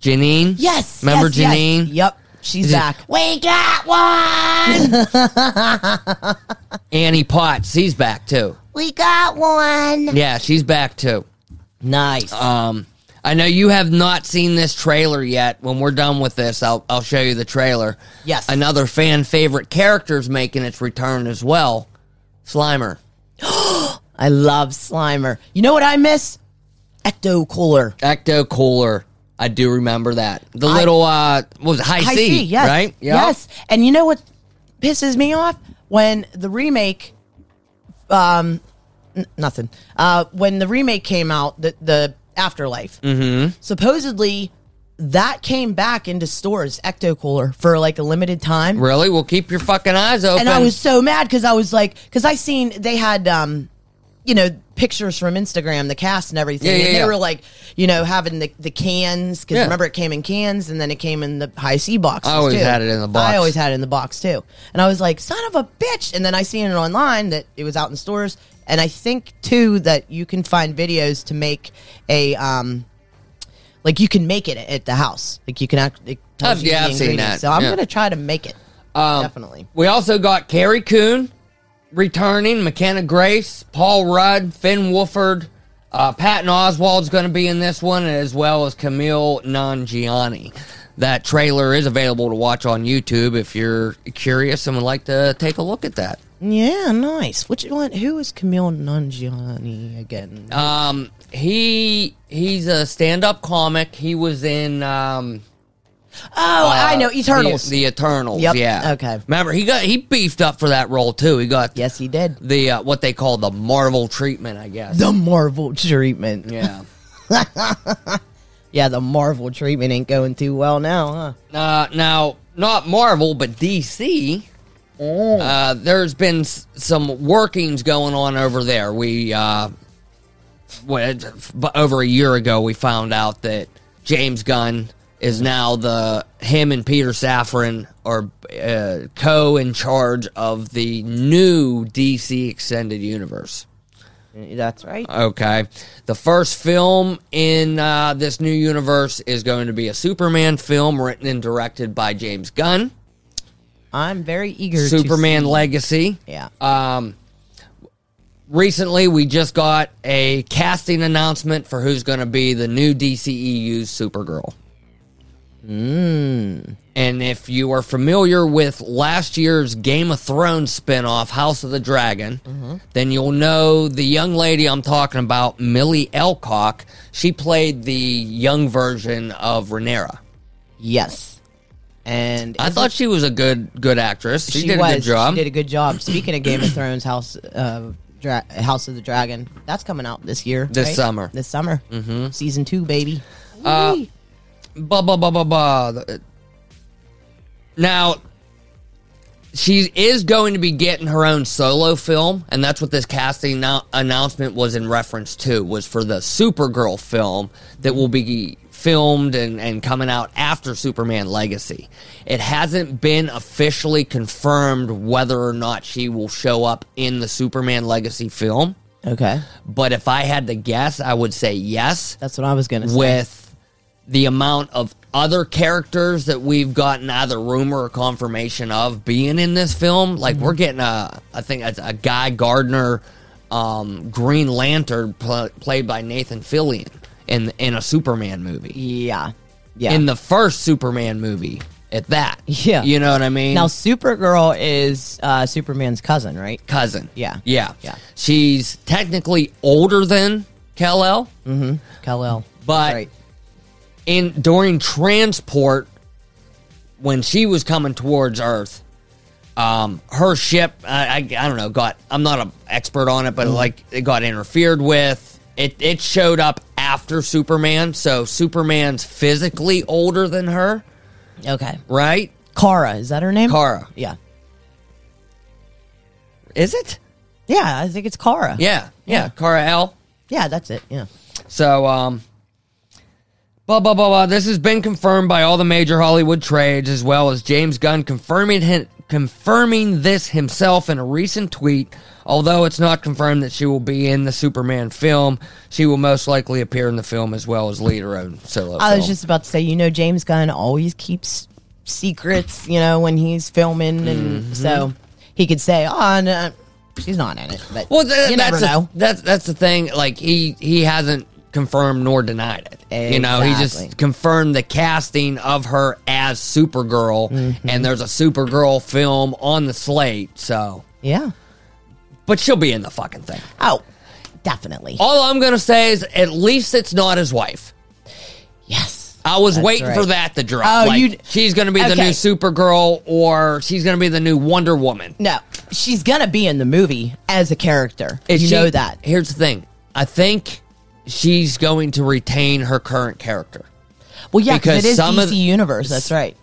Speaker 1: Janine.
Speaker 2: Yes.
Speaker 1: Remember
Speaker 2: yes, yes.
Speaker 1: Janine?
Speaker 2: Yep. She's back.
Speaker 1: We got one. Annie Potts, she's back too.
Speaker 2: We got one.
Speaker 1: Yeah, she's back too.
Speaker 2: Nice.
Speaker 1: Um, I know you have not seen this trailer yet. When we're done with this, I'll I'll show you the trailer.
Speaker 2: Yes.
Speaker 1: Another fan favorite character's making its return as well. Slimer.
Speaker 2: I love Slimer. You know what I miss? Ecto Cooler.
Speaker 1: Ecto Cooler. I do remember that. The
Speaker 2: I-
Speaker 1: little uh what was it, high,
Speaker 2: I
Speaker 1: C,
Speaker 2: see. Yes.
Speaker 1: right? Yep.
Speaker 2: Yes. And you know what pisses me off when the remake, um, n- nothing. Uh, when the remake came out, the the afterlife. Mm-hmm. Supposedly, that came back into stores, Ecto Cooler, for like a limited time.
Speaker 1: Really? Well, keep your fucking eyes open.
Speaker 2: And I was so mad because I was like, because I seen they had, um, you know, pictures from Instagram, the cast and everything.
Speaker 1: Yeah, yeah,
Speaker 2: and they
Speaker 1: yeah.
Speaker 2: were like, you know, having the, the cans because
Speaker 1: Yeah.
Speaker 2: remember it came in cans and then it came in the high C boxes.
Speaker 1: I always
Speaker 2: too.
Speaker 1: had it in the box.
Speaker 2: I always had it in the box too. And I was like, son of a bitch. And then I seen it online that it was out in stores. And I think too that you can find videos to make a, um, like you can make it at the house. Like you can act. It tells
Speaker 1: I've-
Speaker 2: you
Speaker 1: yeah,
Speaker 2: the
Speaker 1: I've seen
Speaker 2: ingredients.
Speaker 1: that.
Speaker 2: So I'm
Speaker 1: Yeah. Um,
Speaker 2: gonna try to make it. Definitely.
Speaker 1: We also got Carrie Coon returning, McKenna Grace, Paul Rudd, Finn Wolford, uh, Patton Oswald's going to be in this one, as well as Camille Nangiani. That trailer is available to watch on YouTube if you're curious and would like to take a look at that.
Speaker 2: Yeah, nice. Which one? Who is Camille Nanjiani again?
Speaker 1: Um, he he's a stand-up comic. He was in um, uh,
Speaker 2: oh, I know Eternals.
Speaker 1: the, the Eternals.
Speaker 2: Yep,
Speaker 1: Yeah.
Speaker 2: okay.
Speaker 1: Remember, he got he beefed up for that role too. He got
Speaker 2: yes, he did
Speaker 1: the uh, what they call the Marvel treatment, I guess.
Speaker 2: the Marvel treatment.
Speaker 1: Yeah.
Speaker 2: Yeah, the Marvel treatment ain't going too well now, huh?
Speaker 1: Uh, now, not Marvel, but DC. Uh, there's been s- some workings going on over there. We uh, what, b- over a year ago, we found out that James Gunn is now the him and Peter Safran are uh, co in charge of the new DC extended universe.
Speaker 2: That's right.
Speaker 1: Okay. The first film in uh, this new universe is going to be a Superman film written and directed by James Gunn.
Speaker 2: I'm very eager. to
Speaker 1: Superman
Speaker 2: see-
Speaker 1: Legacy.
Speaker 2: Yeah.
Speaker 1: Um, recently, we just got a casting announcement for who's going to be the new DCEU Supergirl. Hmm. And if you are familiar with last year's Game of Thrones spinoff, House of the Dragon,
Speaker 2: Mm-hmm.
Speaker 1: then you'll know the young lady I'm talking about, Millie Elcock. She played the young version of Renera.
Speaker 2: yes. And
Speaker 1: I thought she was a good good actress. She, did
Speaker 2: was.
Speaker 1: a good job.
Speaker 2: She did a good job. Speaking of Game of Thrones, House uh, Dra- House of the Dragon, that's coming out this year.
Speaker 1: This
Speaker 2: right?
Speaker 1: summer.
Speaker 2: This summer. Mm-hmm. Season two, baby. Whee!
Speaker 1: blah blah blah blah blah. The- Now, she is going to be getting her own solo film, and that's what this casting nou- announcement was in reference to. Was for the Supergirl film that will be filmed and, and coming out after Superman Legacy. It hasn't been officially confirmed whether or not she will show up in the Superman Legacy film,
Speaker 2: okay,
Speaker 1: but if I had to guess, I would say yes
Speaker 2: that's what I was gonna say.
Speaker 1: with the amount of other characters that we've gotten either rumor or confirmation of being in this film. Like
Speaker 2: Mm-hmm.
Speaker 1: we're getting a, I think it's a Guy Gardner, um, Green Lantern pl- played by Nathan Fillion in in a Superman movie.
Speaker 2: yeah, yeah.
Speaker 1: In the first Superman movie, at that.
Speaker 2: Yeah.
Speaker 1: you know what I mean.
Speaker 2: Now, Supergirl is uh, Superman's cousin, right?
Speaker 1: cousin.
Speaker 2: Yeah.
Speaker 1: yeah,
Speaker 2: Yeah.
Speaker 1: She's technically older than Kal El.
Speaker 2: Mm-hmm. Kal El.
Speaker 1: But- in during transport when she was coming towards Earth, um, her ship I, I, I don't know got I'm not an expert on it, but like it got interfered with. It it showed up after Superman, so Superman's physically older than her,
Speaker 2: okay,
Speaker 1: right?
Speaker 2: Kara is that her name?
Speaker 1: Kara.
Speaker 2: Yeah,
Speaker 1: Is it?
Speaker 2: yeah. I think it's Kara.
Speaker 1: Yeah, yeah.
Speaker 2: Yeah.
Speaker 1: Kara L.
Speaker 2: yeah. That's it. Yeah.
Speaker 1: So, um, blah, blah, blah, blah. This has been confirmed by all the major Hollywood trades, as well as James Gunn confirming, him, confirming this himself in a recent tweet. Although it's not confirmed that she will be in the Superman film, she will most likely appear in the film as well as lead her own solo.
Speaker 2: I was
Speaker 1: film.
Speaker 2: just about to say, you know, James Gunn always keeps secrets, you know, when he's filming, and
Speaker 1: Mm-hmm.
Speaker 2: so he could say, "Oh, no, she's not in it." But
Speaker 1: Well, th-
Speaker 2: you
Speaker 1: that's
Speaker 2: never know.
Speaker 1: The, that's that's the thing. Like he he hasn't confirmed nor denied it. You know, he
Speaker 2: Exactly.
Speaker 1: just confirmed the casting of her as Supergirl,
Speaker 2: Mm-hmm.
Speaker 1: and there's a Supergirl film on the slate. So,
Speaker 2: yeah.
Speaker 1: but she'll be in the fucking thing.
Speaker 2: Oh, definitely.
Speaker 1: All I'm gonna say is, at least it's not his wife.
Speaker 2: Yes.
Speaker 1: I was
Speaker 2: That's
Speaker 1: waiting for
Speaker 2: right.
Speaker 1: that to drop.
Speaker 2: Oh,
Speaker 1: like,
Speaker 2: you-
Speaker 1: she's gonna be the new
Speaker 2: Okay.
Speaker 1: Supergirl, or she's gonna be the new Wonder Woman.
Speaker 2: No, she's gonna be in the movie as a character.
Speaker 1: Is
Speaker 2: you
Speaker 1: she-
Speaker 2: know that.
Speaker 1: Here's the thing. I think she's going to retain her current character.
Speaker 2: Well, yeah, because
Speaker 1: Because
Speaker 2: it is
Speaker 1: some
Speaker 2: DC
Speaker 1: of the-
Speaker 2: Universe. That's right.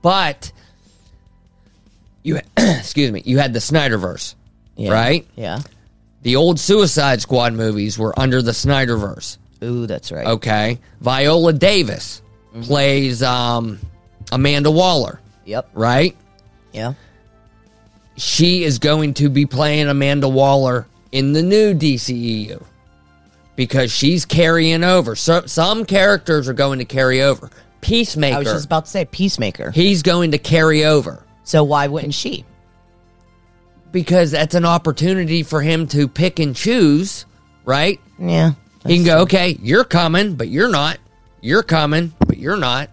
Speaker 1: But you (clears throat) excuse me, you had the Snyderverse,
Speaker 2: Yeah.
Speaker 1: right?
Speaker 2: Yeah.
Speaker 1: The old Suicide Squad movies were under the Snyderverse.
Speaker 2: Ooh, that's right.
Speaker 1: Okay. Viola Davis
Speaker 2: Mm-hmm.
Speaker 1: plays um, Amanda Waller,
Speaker 2: Yep.
Speaker 1: right?
Speaker 2: Yeah.
Speaker 1: She is going to be playing Amanda Waller in the new DCEU because she's carrying over. So, some characters are going to carry over.
Speaker 2: I was
Speaker 1: Peacemaker,
Speaker 2: just about to say Peacemaker.
Speaker 1: he's going to carry over
Speaker 2: So why wouldn't she?
Speaker 1: because that's an opportunity for him to pick and choose, right?
Speaker 2: Yeah.
Speaker 1: He can go, okay, you're coming, but you're not. You're coming, but you're not.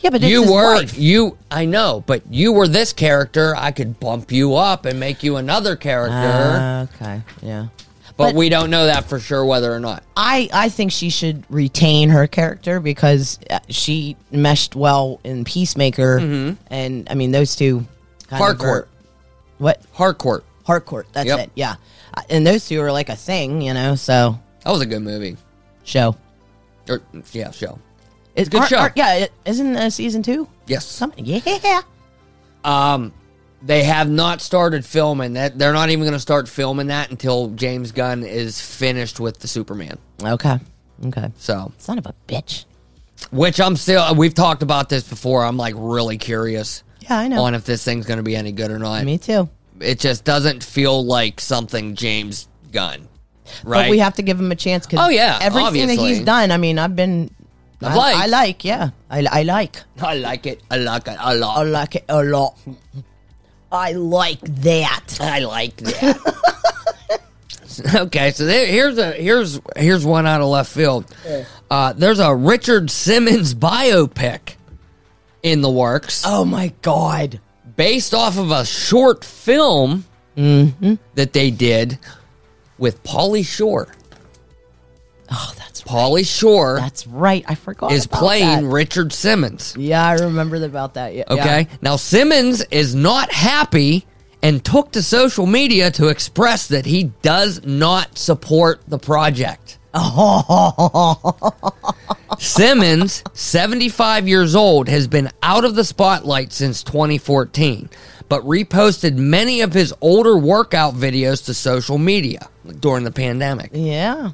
Speaker 2: Yeah, but it's
Speaker 1: you
Speaker 2: his
Speaker 1: were
Speaker 2: wife.
Speaker 1: you i know but you were this character i could bump you up and make you another character
Speaker 2: Ah, okay. Yeah.
Speaker 1: but,
Speaker 2: but-
Speaker 1: we don't know that for sure whether or not
Speaker 2: I, I think she should retain her character because uh, she meshed well in Peacemaker, and I mean those two. kind of
Speaker 1: Mm-hmm. Harcourt.
Speaker 2: are- what
Speaker 1: harcourt
Speaker 2: Harcourt? That's
Speaker 1: Yep.
Speaker 2: it. Yeah, Uh, and those two are like a thing, you know. So
Speaker 1: that was a good movie
Speaker 2: show.
Speaker 1: or, yeah show
Speaker 2: It's
Speaker 1: Good show.
Speaker 2: yeah, it, isn't uh, season two?
Speaker 1: yes
Speaker 2: Something. Yeah.
Speaker 1: um they have not started filming that they're not even going to start filming that until james gunn is finished with the superman
Speaker 2: Okay. Okay.
Speaker 1: so
Speaker 2: Son of a bitch.
Speaker 1: which i'm still we've talked about this before i'm like really curious
Speaker 2: Yeah, I know.
Speaker 1: on if this thing's going to be any good or not
Speaker 2: Me too.
Speaker 1: it just doesn't feel like something James Gunn, right?
Speaker 2: But we have to give him a chance. Cause
Speaker 1: Oh, yeah,
Speaker 2: everything that
Speaker 1: obviously.
Speaker 2: he's done. I mean, I've been.
Speaker 1: I've
Speaker 2: I,
Speaker 1: liked.
Speaker 2: I like. Yeah, I, I like.
Speaker 1: (laughs) I like it. I like it a
Speaker 2: I
Speaker 1: lot.
Speaker 2: like it a lot. I like that.
Speaker 1: I like that.
Speaker 2: (laughs)
Speaker 1: (laughs) okay, so there, here's a here's here's one out of left field. Uh, there's a Richard Simmons biopic in the works,
Speaker 2: Oh my god.
Speaker 1: based off of a short film
Speaker 2: Mm-hmm.
Speaker 1: that they did with Pauly Shore.
Speaker 2: Oh, that's
Speaker 1: Pauly Shore
Speaker 2: that's right. I forgot.
Speaker 1: is
Speaker 2: about
Speaker 1: playing
Speaker 2: that.
Speaker 1: Richard Simmons.
Speaker 2: Yeah, I remembered about that. Yeah.
Speaker 1: Okay. Now Simmons is not happy and took to social media to express that he does not support the
Speaker 2: (laughs)
Speaker 1: project. Simmons, 75 years old, has been out of the spotlight since 2014, but reposted many of his older workout videos to social media during the pandemic.
Speaker 2: Yeah. Yeah.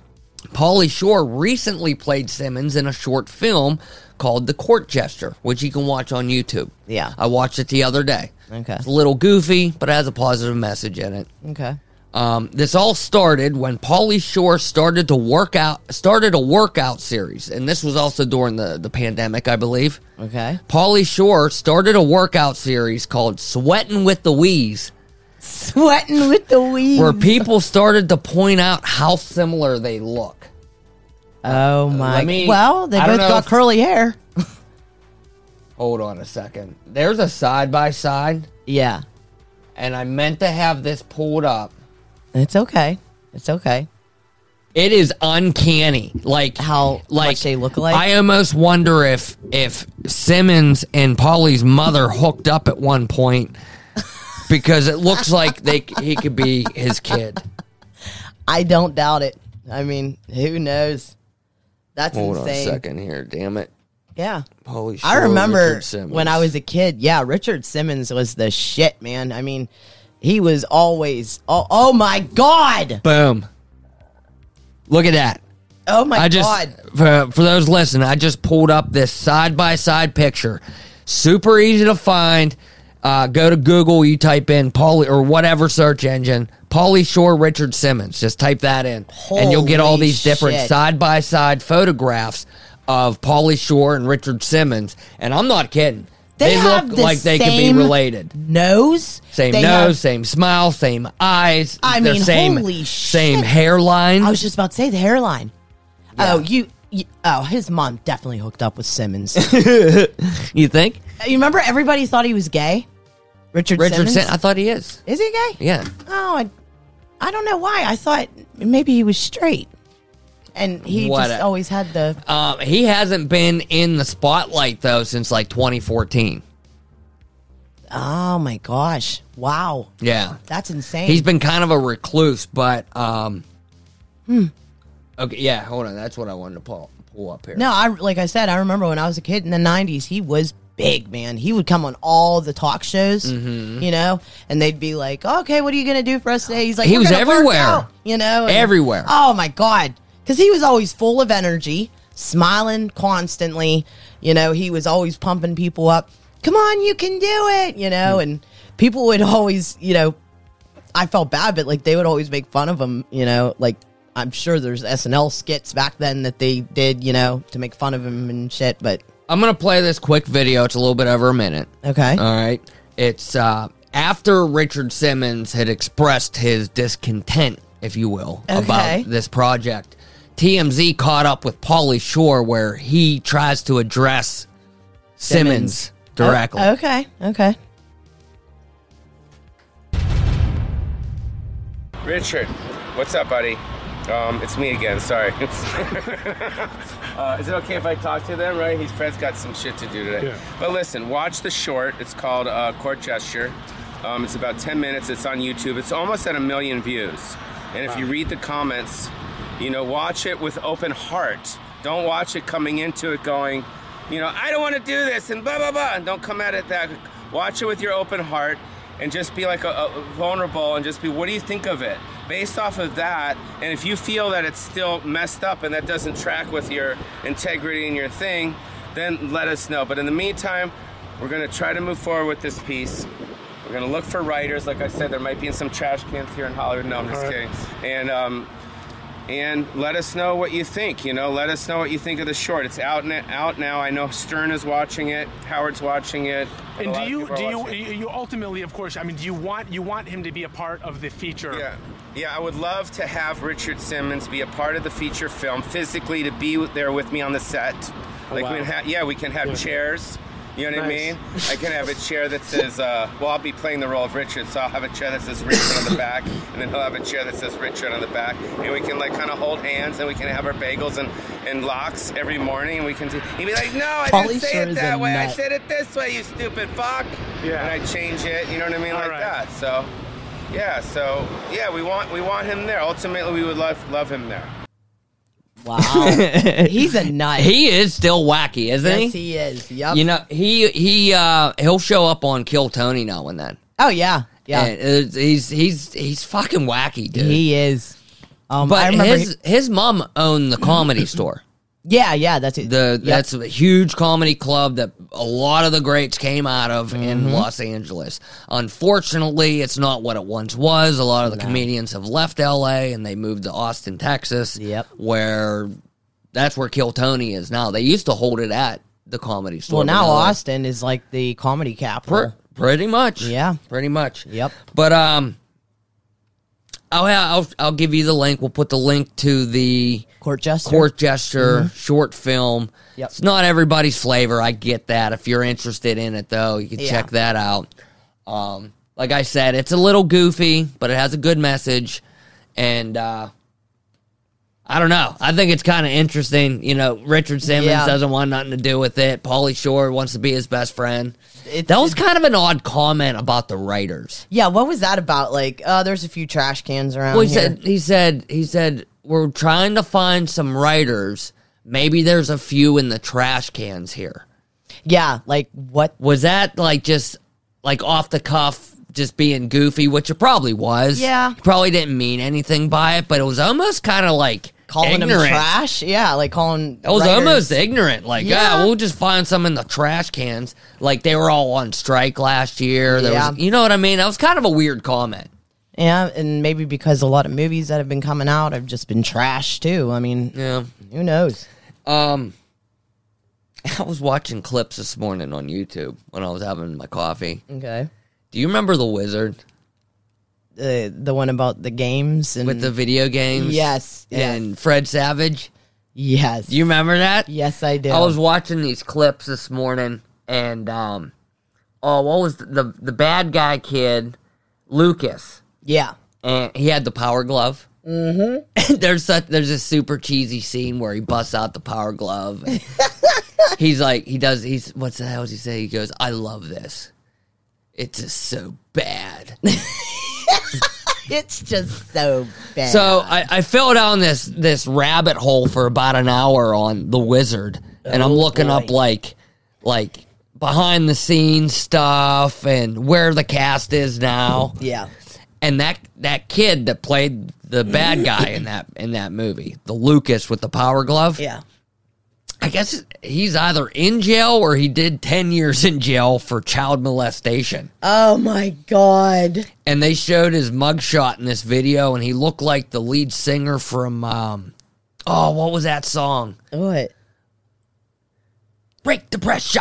Speaker 1: Pauly Shore recently played Simmons in a short film called The Court Jester, which you can watch on YouTube.
Speaker 2: Yeah.
Speaker 1: I watched it the other day.
Speaker 2: Okay.
Speaker 1: It's a little goofy, but it has a positive message in it.
Speaker 2: Okay.
Speaker 1: Um, this all started when Pauly Shore started to work out started a workout series, and this was also during the, the pandemic, I believe. (laughs)
Speaker 2: Okay.
Speaker 1: Pauly Shore started a workout series called Sweatin' with the Wheeze,
Speaker 2: Sweating with the weed.
Speaker 1: where people started to point out how similar they look.
Speaker 2: Oh my.
Speaker 1: Uh, Let me-
Speaker 2: well, they
Speaker 1: I don't
Speaker 2: both
Speaker 1: know
Speaker 2: got
Speaker 1: if-
Speaker 2: curly hair.
Speaker 1: Hold on a second. There's a side by side,
Speaker 2: yeah.
Speaker 1: and I meant to have this pulled up.
Speaker 2: It's okay. It's okay.
Speaker 1: It is uncanny, like
Speaker 2: How
Speaker 1: like
Speaker 2: much they look alike?
Speaker 1: I almost wonder if if Simmons and Polly's mother hooked up at one point (laughs) because it looks like they he could be his kid.
Speaker 2: I don't doubt it. I mean, who knows? That's
Speaker 1: Hold on a
Speaker 2: insane.
Speaker 1: second here, damn it,
Speaker 2: Yeah.
Speaker 1: Polly.
Speaker 2: I remember when I was a kid. Yeah, Richard Simmons was the shit, man. I mean, he was always. Oh, oh my god!
Speaker 1: boom. Look at that.
Speaker 2: Oh my
Speaker 1: I just
Speaker 2: god!
Speaker 1: for for those listening, I just pulled up this side by side picture. Super easy to find. Uh, go to Google, you type in Pauly or whatever search engine, Pauly Shore Richard Simmons. Just type that in, and you'll get all
Speaker 2: Holy
Speaker 1: these different
Speaker 2: shit.
Speaker 1: side by side photographs of Pauly Shore and Richard Simmons. And I'm not kidding;
Speaker 2: They
Speaker 1: they,
Speaker 2: have
Speaker 1: look
Speaker 2: the
Speaker 1: like they could be
Speaker 2: same
Speaker 1: related.
Speaker 2: Nose.
Speaker 1: Same
Speaker 2: They
Speaker 1: nose,
Speaker 2: have-
Speaker 1: same smile, same eyes.
Speaker 2: I
Speaker 1: they're
Speaker 2: mean,
Speaker 1: same,
Speaker 2: holy
Speaker 1: same
Speaker 2: shit.
Speaker 1: hairline.
Speaker 2: I was just about to say the hairline. Oh, you, you. Oh, his mom definitely hooked up with
Speaker 1: (laughs)
Speaker 2: Simmons. you
Speaker 1: you think
Speaker 2: remember everybody thought he was gay. Richard.
Speaker 1: Richard?
Speaker 2: Simmons.
Speaker 1: Sim- I thought he is.
Speaker 2: Is he gay?
Speaker 1: Yeah.
Speaker 2: Oh, I, I don't know why. I thought maybe he was straight, and he
Speaker 1: What
Speaker 2: just
Speaker 1: a-
Speaker 2: always had the.
Speaker 1: Um, he hasn't been in the spotlight though since like 2014.
Speaker 2: Oh my gosh! Wow,
Speaker 1: Yeah,
Speaker 2: Oh, that's insane. Hmm.
Speaker 1: he's been kind of a recluse, but um, Okay, yeah, hold on. That's what I wanted to pull, pull up here.
Speaker 2: No, I like I said, I remember when I was a kid in the '90s, he was big, man. He would come on all the talk shows,
Speaker 1: Mm-hmm.
Speaker 2: you know, and they'd be like, "Okay, what are you gonna do for us today?" He's like,
Speaker 1: He
Speaker 2: "We're
Speaker 1: was
Speaker 2: gonna work
Speaker 1: everywhere.
Speaker 2: out," you know, and-
Speaker 1: Everywhere.
Speaker 2: Oh my god, because he was always full of energy, smiling constantly. You know, he was always pumping people up. Come on, you can do it. You know,
Speaker 1: Mm.
Speaker 2: and people would always, you know, I felt bad, but like they would always make fun of him, you know, like I'm sure there's SNL skits back then that they did, you know, to make fun of him and shit, but
Speaker 1: I'm going to play this quick video. It's a little bit over a minute.
Speaker 2: okay.
Speaker 1: All right. It's uh, after Richard Simmons had expressed his discontent, if you will,
Speaker 2: Okay.
Speaker 1: about this project. TMZ caught up with Pauly Shore where he tries to address Simmons, directly.
Speaker 2: Oh, okay. Okay.
Speaker 4: Richard, what's up, buddy? Um, it's me again. Sorry. (laughs) uh, is it okay if I talk to them? Right? He's Fred's got some shit to do today.
Speaker 5: Yeah.
Speaker 4: But listen, watch the short. It's called uh, Court Gesture. Um, it's about 10 minutes. It's on YouTube. It's almost at a million views. And if you read the comments, you know, watch it with open heart. Don't watch it coming into it going, you know, I don't want to do this and blah blah blah. And don't come at it that. Watch it with your open heart and just be like a, a vulnerable and just be what do you think of it based off of that and if you feel that it's still messed up and that doesn't track with your integrity and your thing then let us know but in the meantime we're going to try to move forward with this piece we're going to look for writers like i said there might be in some trash cans here in hollywood no i'm just kidding and um, and let us know what you think. You know, let us know what you think of the short. It's out and out now. I know Stern is watching it. Howard's watching it. a
Speaker 5: And
Speaker 4: lot
Speaker 5: do
Speaker 4: of
Speaker 5: you
Speaker 4: people are
Speaker 5: do you
Speaker 4: watching it.
Speaker 5: you ultimately, of course, I mean, do you want you want him to be a part of the feature?
Speaker 4: Yeah, yeah. I would love to have Richard Simmons be a part of the feature film physically to be with- there with me on the set. Like
Speaker 5: wow.
Speaker 4: we ha- yeah, we can have chairs. You know what I
Speaker 5: Nice.
Speaker 4: mean? I can have a chair that says, uh, well, I'll be playing the role of Richard, so I'll have a chair that says Richard on the back, and then he'll have a chair that says Richard on the back, and we can like kind of hold hands, and we can have our bagels and, and locks every morning, and we can. do He'd be like, no, I
Speaker 2: Pauly
Speaker 4: didn't say
Speaker 2: Shore
Speaker 4: it
Speaker 2: is a
Speaker 4: that way. I
Speaker 2: nut.
Speaker 4: said it this way, you stupid fuck.
Speaker 5: Yeah.
Speaker 4: And I change it. You know what I mean?
Speaker 5: All
Speaker 4: like
Speaker 5: right.
Speaker 4: that. So, yeah. So, yeah, we want we want him there. Ultimately, we would love love him there.
Speaker 1: (laughs)
Speaker 2: Wow. He's a nut.
Speaker 1: He is still wacky, isn't
Speaker 2: yes,
Speaker 1: he?
Speaker 2: he is. Yep.
Speaker 1: You know, he he uh he'll show up on Kill Tony now and then.
Speaker 2: oh yeah. Yeah.
Speaker 1: And it's- he's he's he's fucking wacky, dude.
Speaker 2: he is. Um, I
Speaker 1: but
Speaker 2: remember
Speaker 1: his his mom owned the
Speaker 2: (clears throat)
Speaker 1: comedy store.
Speaker 2: yeah, yeah, that's it.
Speaker 1: The
Speaker 2: Yep.
Speaker 1: that's a huge comedy club that a lot of the greats came out of
Speaker 2: Mm-hmm.
Speaker 1: in Los Angeles. Unfortunately, it's not what it once was. A lot of the comedians have left LA and they moved to Austin, Texas.
Speaker 2: Yep.
Speaker 1: Where that's where Kill Tony is now. They used to hold it at the comedy store.
Speaker 2: well,
Speaker 1: but
Speaker 2: now
Speaker 1: they-
Speaker 2: Austin is like the comedy
Speaker 1: Pre-
Speaker 2: capital.
Speaker 1: pretty much.
Speaker 2: Yeah.
Speaker 1: Pretty much.
Speaker 2: Yep.
Speaker 1: But um I'll, I'll I'll give you the link. We'll put the link to the
Speaker 2: Court jester.
Speaker 1: court gesture short film.
Speaker 2: Mm-hmm. Yep.
Speaker 1: It's not everybody's flavor. I get that. If you're interested in it though, you can
Speaker 2: Yeah.
Speaker 1: check that out. Um like I said, it's a little goofy, but it has a good message and uh I don't know. I think it's kind of interesting. You know, Richard Simmons
Speaker 2: Yeah.
Speaker 1: doesn't want nothing to do with it. Paulie Shore wants to be his best friend.
Speaker 2: It's-
Speaker 1: That was kind of an odd comment about the writers.
Speaker 2: Yeah, what was that about? Like, uh, there's a few trash cans around
Speaker 1: Well, he
Speaker 2: here.
Speaker 1: said he said he said we're trying to find some writers. Maybe there's a few in the trash cans here.
Speaker 2: yeah, like what?
Speaker 1: Was that like just like off the cuff, just being goofy, which it probably was.
Speaker 2: Yeah.
Speaker 1: He probably didn't mean anything by it, but it was almost kind of like
Speaker 2: Calling them
Speaker 1: ignorant.
Speaker 2: trash? Yeah, like calling.
Speaker 1: It was
Speaker 2: writers-
Speaker 1: almost ignorant. Like, yeah.
Speaker 2: Yeah.
Speaker 1: we'll just find some in the trash cans. Like they were all on strike last year. There
Speaker 2: Yeah.
Speaker 1: was, you know what I mean? That was kind of a weird comment.
Speaker 2: Yeah, and maybe because a lot of movies that have been coming out have just been trash too. I mean,
Speaker 1: Yeah.
Speaker 2: who knows?
Speaker 1: Um, (laughs) I was watching clips this morning on YouTube when I was having my coffee.
Speaker 2: Okay.
Speaker 1: Do you remember the wizard
Speaker 2: The the one about the games and
Speaker 1: with the video games?
Speaker 2: Yes, yes.
Speaker 1: And Fred Savage.
Speaker 2: yes,
Speaker 1: Do you remember that?
Speaker 2: yes, I do.
Speaker 1: I was watching these clips this morning, and um, oh, what was the the, the bad guy kid, Lucas?
Speaker 2: yeah,
Speaker 1: and he had the power glove. Mm-hmm. (laughs) there's such there's this super cheesy scene where he busts out the power glove. and he's like he does he's what's the hell does he say? He goes, "I love this. It's just so bad."
Speaker 2: it's just so bad.
Speaker 1: So I, I fell down this this rabbit hole for about an hour on the wizard, and I'm looking up
Speaker 2: boy.
Speaker 1: like like behind the scenes stuff and where the cast is now.
Speaker 2: yeah,
Speaker 1: And that that kid that played the bad guy in that in that movie, the Lucas with the power glove.
Speaker 2: yeah.
Speaker 1: I guess he's either in jail or he did ten years in jail for child molestation.
Speaker 2: Oh my god.
Speaker 1: and they showed his mugshot in this video, and he looked like the lead singer from, um, oh, what was that song?
Speaker 2: What?
Speaker 1: Break the pressure.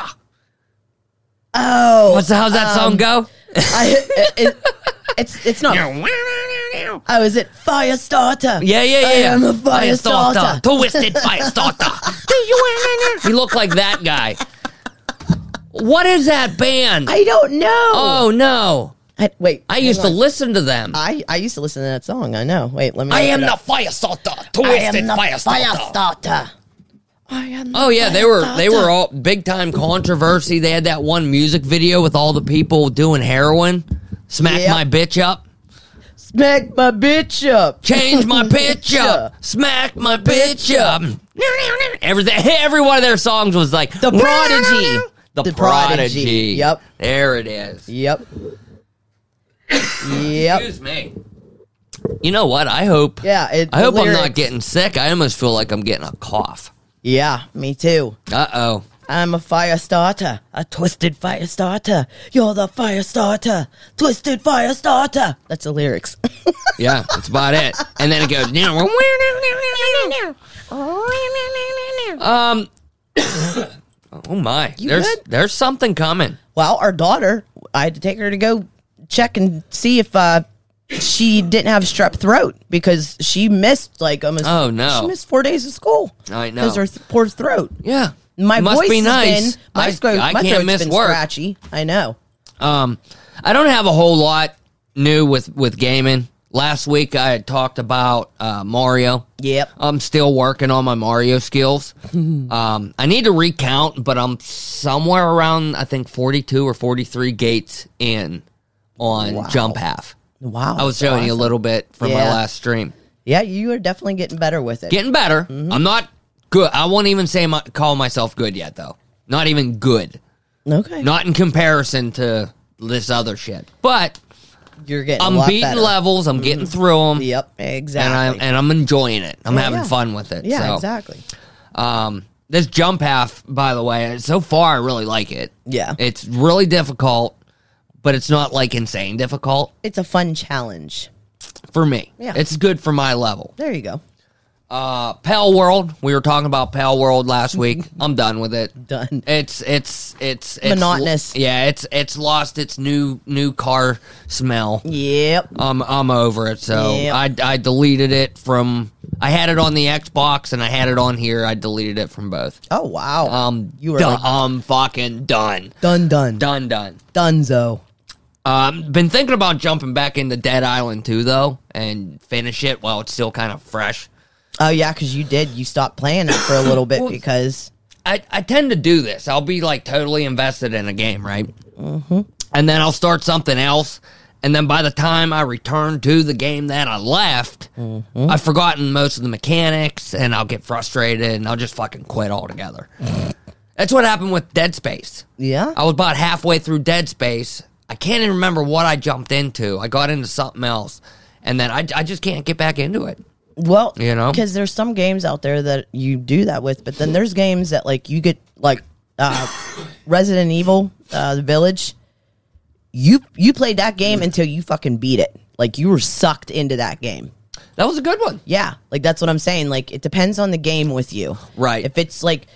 Speaker 2: Oh,
Speaker 1: What's how's that song go?
Speaker 2: I, it, it- it's it's not. Oh, is it Firestarter?
Speaker 1: Yeah, yeah, yeah.
Speaker 2: I am a
Speaker 1: Firestarter.
Speaker 2: Firestarter. (laughs)
Speaker 1: Twisted Firestarter. Do you wanna know? He looked like that guy. What is that band?
Speaker 2: I don't know.
Speaker 1: oh no!
Speaker 2: I, wait.
Speaker 1: I
Speaker 2: hang
Speaker 1: used to
Speaker 2: on.
Speaker 1: listen to them. I,
Speaker 2: I I used to listen to that song. I know. Wait, let me. look
Speaker 1: am
Speaker 2: it
Speaker 1: the
Speaker 2: up.
Speaker 1: Firestarter.
Speaker 2: I am
Speaker 1: Twisted
Speaker 2: the
Speaker 1: Firestarter.
Speaker 2: Firestarter. I am. The
Speaker 1: Oh yeah, they were they
Speaker 2: Firestarter.
Speaker 1: were all big time controversy. They had that one music video with all the people doing heroin. Smack
Speaker 2: Yep.
Speaker 1: my bitch up.
Speaker 2: Smack my bitch up.
Speaker 1: Change
Speaker 2: (laughs)
Speaker 1: my bitch up.
Speaker 2: Bitch
Speaker 1: Smack my bitch up. Everything every one of their songs was like
Speaker 2: The Prodigy.
Speaker 1: The,
Speaker 2: The Prodigy.
Speaker 1: prodigy.
Speaker 2: Yep.
Speaker 1: There it is.
Speaker 2: Yep. yep.
Speaker 1: (laughs) Excuse me. You know what? I hope
Speaker 2: Yeah. It,
Speaker 1: I hope
Speaker 2: the
Speaker 1: I'm
Speaker 2: lyrics-
Speaker 1: not getting sick. I almost feel like I'm getting a cough.
Speaker 2: Yeah, me too.
Speaker 1: Uh oh.
Speaker 2: I'm a fire starter, a twisted fire starter. You're the fire starter, twisted fire starter. That's the lyrics. (laughs)
Speaker 1: Yeah, that's about it. And then it goes. um. (coughs) Oh my! there's
Speaker 2: good?
Speaker 1: there's something coming.
Speaker 2: well, our daughter, I had to take her to go check and see if uh, she didn't have strep throat because she missed like almost.
Speaker 1: Oh, no.
Speaker 2: she missed four days of school.
Speaker 1: I know.
Speaker 2: because her th- poor throat.
Speaker 1: Yeah.
Speaker 2: My
Speaker 1: Must
Speaker 2: voice
Speaker 1: be
Speaker 2: has
Speaker 1: nice.
Speaker 2: been my,
Speaker 1: I-
Speaker 2: throat,
Speaker 1: I
Speaker 2: my
Speaker 1: can't
Speaker 2: throat's
Speaker 1: miss
Speaker 2: been
Speaker 1: work.
Speaker 2: scratchy. I know.
Speaker 1: Um, I don't have a whole lot new with with gaming. Last week I had talked about uh, Mario.
Speaker 2: Yep.
Speaker 1: I'm still working on my Mario
Speaker 2: (laughs)
Speaker 1: skills. um, I need to recount, but I'm somewhere around I think 42 or 43 gates in on jump half.
Speaker 2: Wow.
Speaker 1: I was showing you a little bit from my
Speaker 2: Yeah.
Speaker 1: last stream.
Speaker 2: Yeah, you are definitely getting better with it.
Speaker 1: Getting better.
Speaker 2: Mm-hmm.
Speaker 1: I'm not good. I won't even say my, call myself good yet, though. Not even good.
Speaker 2: okay.
Speaker 1: Not in comparison to this other shit. But
Speaker 2: You're getting. a
Speaker 1: I'm
Speaker 2: lot
Speaker 1: beating
Speaker 2: better. Mm-hmm.
Speaker 1: levels. I'm getting through them.
Speaker 2: Yep.
Speaker 1: And
Speaker 2: Exactly.
Speaker 1: I'm and I'm enjoying it. I'm
Speaker 2: Yeah,
Speaker 1: having
Speaker 2: Oh, yeah.
Speaker 1: fun with it.
Speaker 2: Yeah,
Speaker 1: so,
Speaker 2: exactly.
Speaker 1: Um, this jump half, by the way, so far I really like it.
Speaker 2: Yeah.
Speaker 1: it's really difficult, but it's not like insane difficult
Speaker 2: It's a fun challenge.
Speaker 1: for me.
Speaker 2: Yeah.
Speaker 1: it's good for my level.
Speaker 2: There you go.
Speaker 1: Uh, Pal World. We were talking about Pal World last
Speaker 2: (laughs)
Speaker 1: week. I'm done with it.
Speaker 2: Done.
Speaker 1: It's it's it's, it's
Speaker 2: Monotonous.
Speaker 1: yeah, it's it's lost its new new car smell.
Speaker 2: Yep.
Speaker 1: I'm I'm over it. So
Speaker 2: Yep.
Speaker 1: I I deleted it from. I had it on the Xbox and I had it on here. I deleted it from both.
Speaker 2: Oh wow.
Speaker 1: Um,
Speaker 2: you were
Speaker 1: done,
Speaker 2: like,
Speaker 1: I'm fucking done,
Speaker 2: done, done,
Speaker 1: done, done.
Speaker 2: dunzo.
Speaker 1: Um, been thinking about jumping back into Dead Island too, though, and finish it while it's still kind of fresh.
Speaker 2: Oh yeah, because you did. You stopped playing it for a little
Speaker 1: (laughs)
Speaker 2: bit because
Speaker 1: I, I tend to do this. I'll be like totally invested in a game, right? Mm-hmm. And then I'll start something else. And then by the time I return to the game that I left, I've forgotten most of the mechanics and I'll get frustrated and I'll just fucking quit altogether. That's what happened with Dead Space.
Speaker 2: yeah.
Speaker 1: I was about halfway through Dead Space. I can't even remember what I jumped into. I got into something else. And then I, I just can't get back into it.
Speaker 2: Well,
Speaker 1: You know?
Speaker 2: because there's some games out there that you do that with, but then there's games that like you get like uh, Resident Evil, uh, The Village. You you played that game until you fucking beat it. Like you were sucked into that game.
Speaker 1: That was a good one.
Speaker 2: Yeah, like that's what I'm saying. Like it depends on the game with you,
Speaker 1: Right.
Speaker 2: If it's like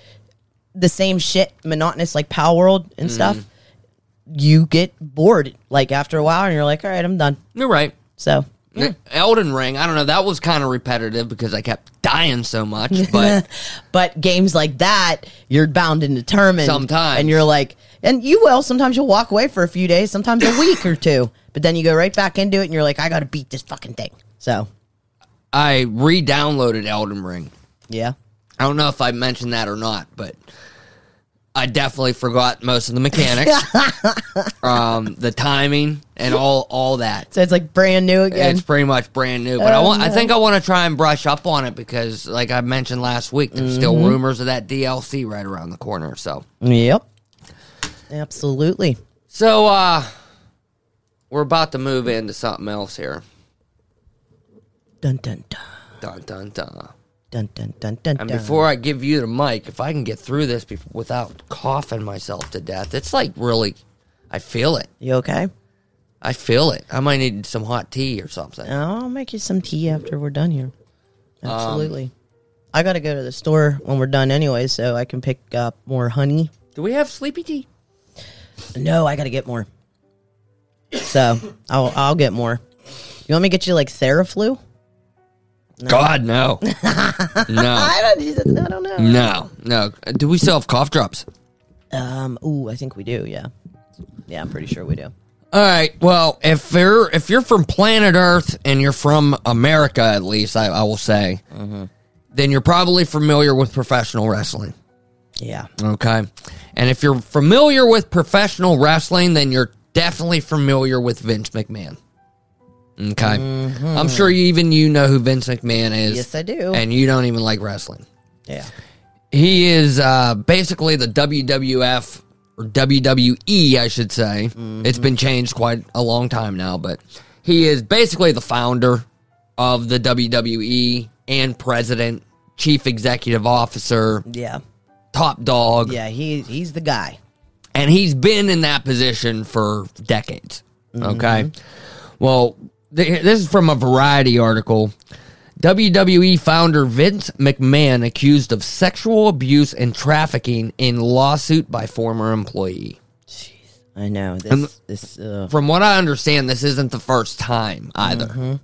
Speaker 2: the same shit, monotonous, like Power World
Speaker 1: Mm.
Speaker 2: and stuff, you get bored like after a while, and you're like, all right, I'm done.
Speaker 1: You're right. E-
Speaker 2: So
Speaker 1: Elden Ring, I don't know, that was kind of repetitive because I kept dying so much, (laughs) but
Speaker 2: But games like that, you're bound and determined.
Speaker 1: Sometimes.
Speaker 2: And you're like, and you will. Sometimes you'll walk away for a few days,
Speaker 1: (coughs)
Speaker 2: sometimes a week or two. But then you go right back into it and you're like, I got to beat this fucking thing. So,
Speaker 1: I re downloaded Elden Ring.
Speaker 2: yeah.
Speaker 1: I don't know if I mentioned that or not, but I definitely forgot most of the (laughs) mechanics, um, the timing, and all all that.
Speaker 2: So it's like brand new again.
Speaker 1: It's pretty much brand new, but I
Speaker 2: Oh,
Speaker 1: want. I
Speaker 2: no.
Speaker 1: think I want to try and brush up on it because, like I mentioned last week, there's still rumors of that DLC right around the corner. So,
Speaker 2: yep. Absolutely.
Speaker 1: so uh, we're about to move into something else here.
Speaker 2: Dun dun dun.
Speaker 1: Dun dun dun.
Speaker 2: Dun dun dun dun.
Speaker 1: And
Speaker 2: dun.
Speaker 1: before I give you the mic, if I can get through this bef without coughing myself to death, it's like really, I feel it.
Speaker 2: you okay?
Speaker 1: I feel it. I might need some hot tea or something.
Speaker 2: I'll make you some tea after we're done here.
Speaker 1: Um,
Speaker 2: Absolutely. I gotta go to the store when we're done anyway, so I can pick up more honey.
Speaker 1: Do we have sleepy tea?
Speaker 2: No, I gotta get more. So I'll I'll get more. You want me to get you like Theraflu?
Speaker 1: God, (laughs) no. no.
Speaker 2: I don't. I don't know.
Speaker 1: No. No. Do we still have cough drops?
Speaker 2: Um. Ooh, I think we do. Yeah. Yeah, I'm pretty sure we do.
Speaker 1: All right. Well, if you're if you're from planet Earth and you're from America, at least I, I will say,
Speaker 2: Mm-hmm.
Speaker 1: then you're probably familiar with professional wrestling.
Speaker 2: Yeah.
Speaker 1: Okay. And if you're familiar with professional wrestling, then you're definitely familiar with Vince McMahon. Okay. I'm sure you, even you know who Vince McMahon is.
Speaker 2: Mm-hmm. Yes, I do.
Speaker 1: And you don't even like wrestling.
Speaker 2: Yeah.
Speaker 1: He is uh, basically the WWF or WWE, I should say. It's been changed quite a long time now, but he is basically the founder of the WWE and president, chief executive officer,
Speaker 2: Yeah.
Speaker 1: top dog.
Speaker 2: Yeah. He he's the guy.
Speaker 1: and he's been in that position for decades. Okay. Well, th- this is from a Variety article. WWE founder Vince McMahon accused of sexual abuse and trafficking in lawsuit by former employee.
Speaker 2: I know this.
Speaker 1: And-
Speaker 2: this. Uh,
Speaker 1: From what I understand, this isn't the first time either.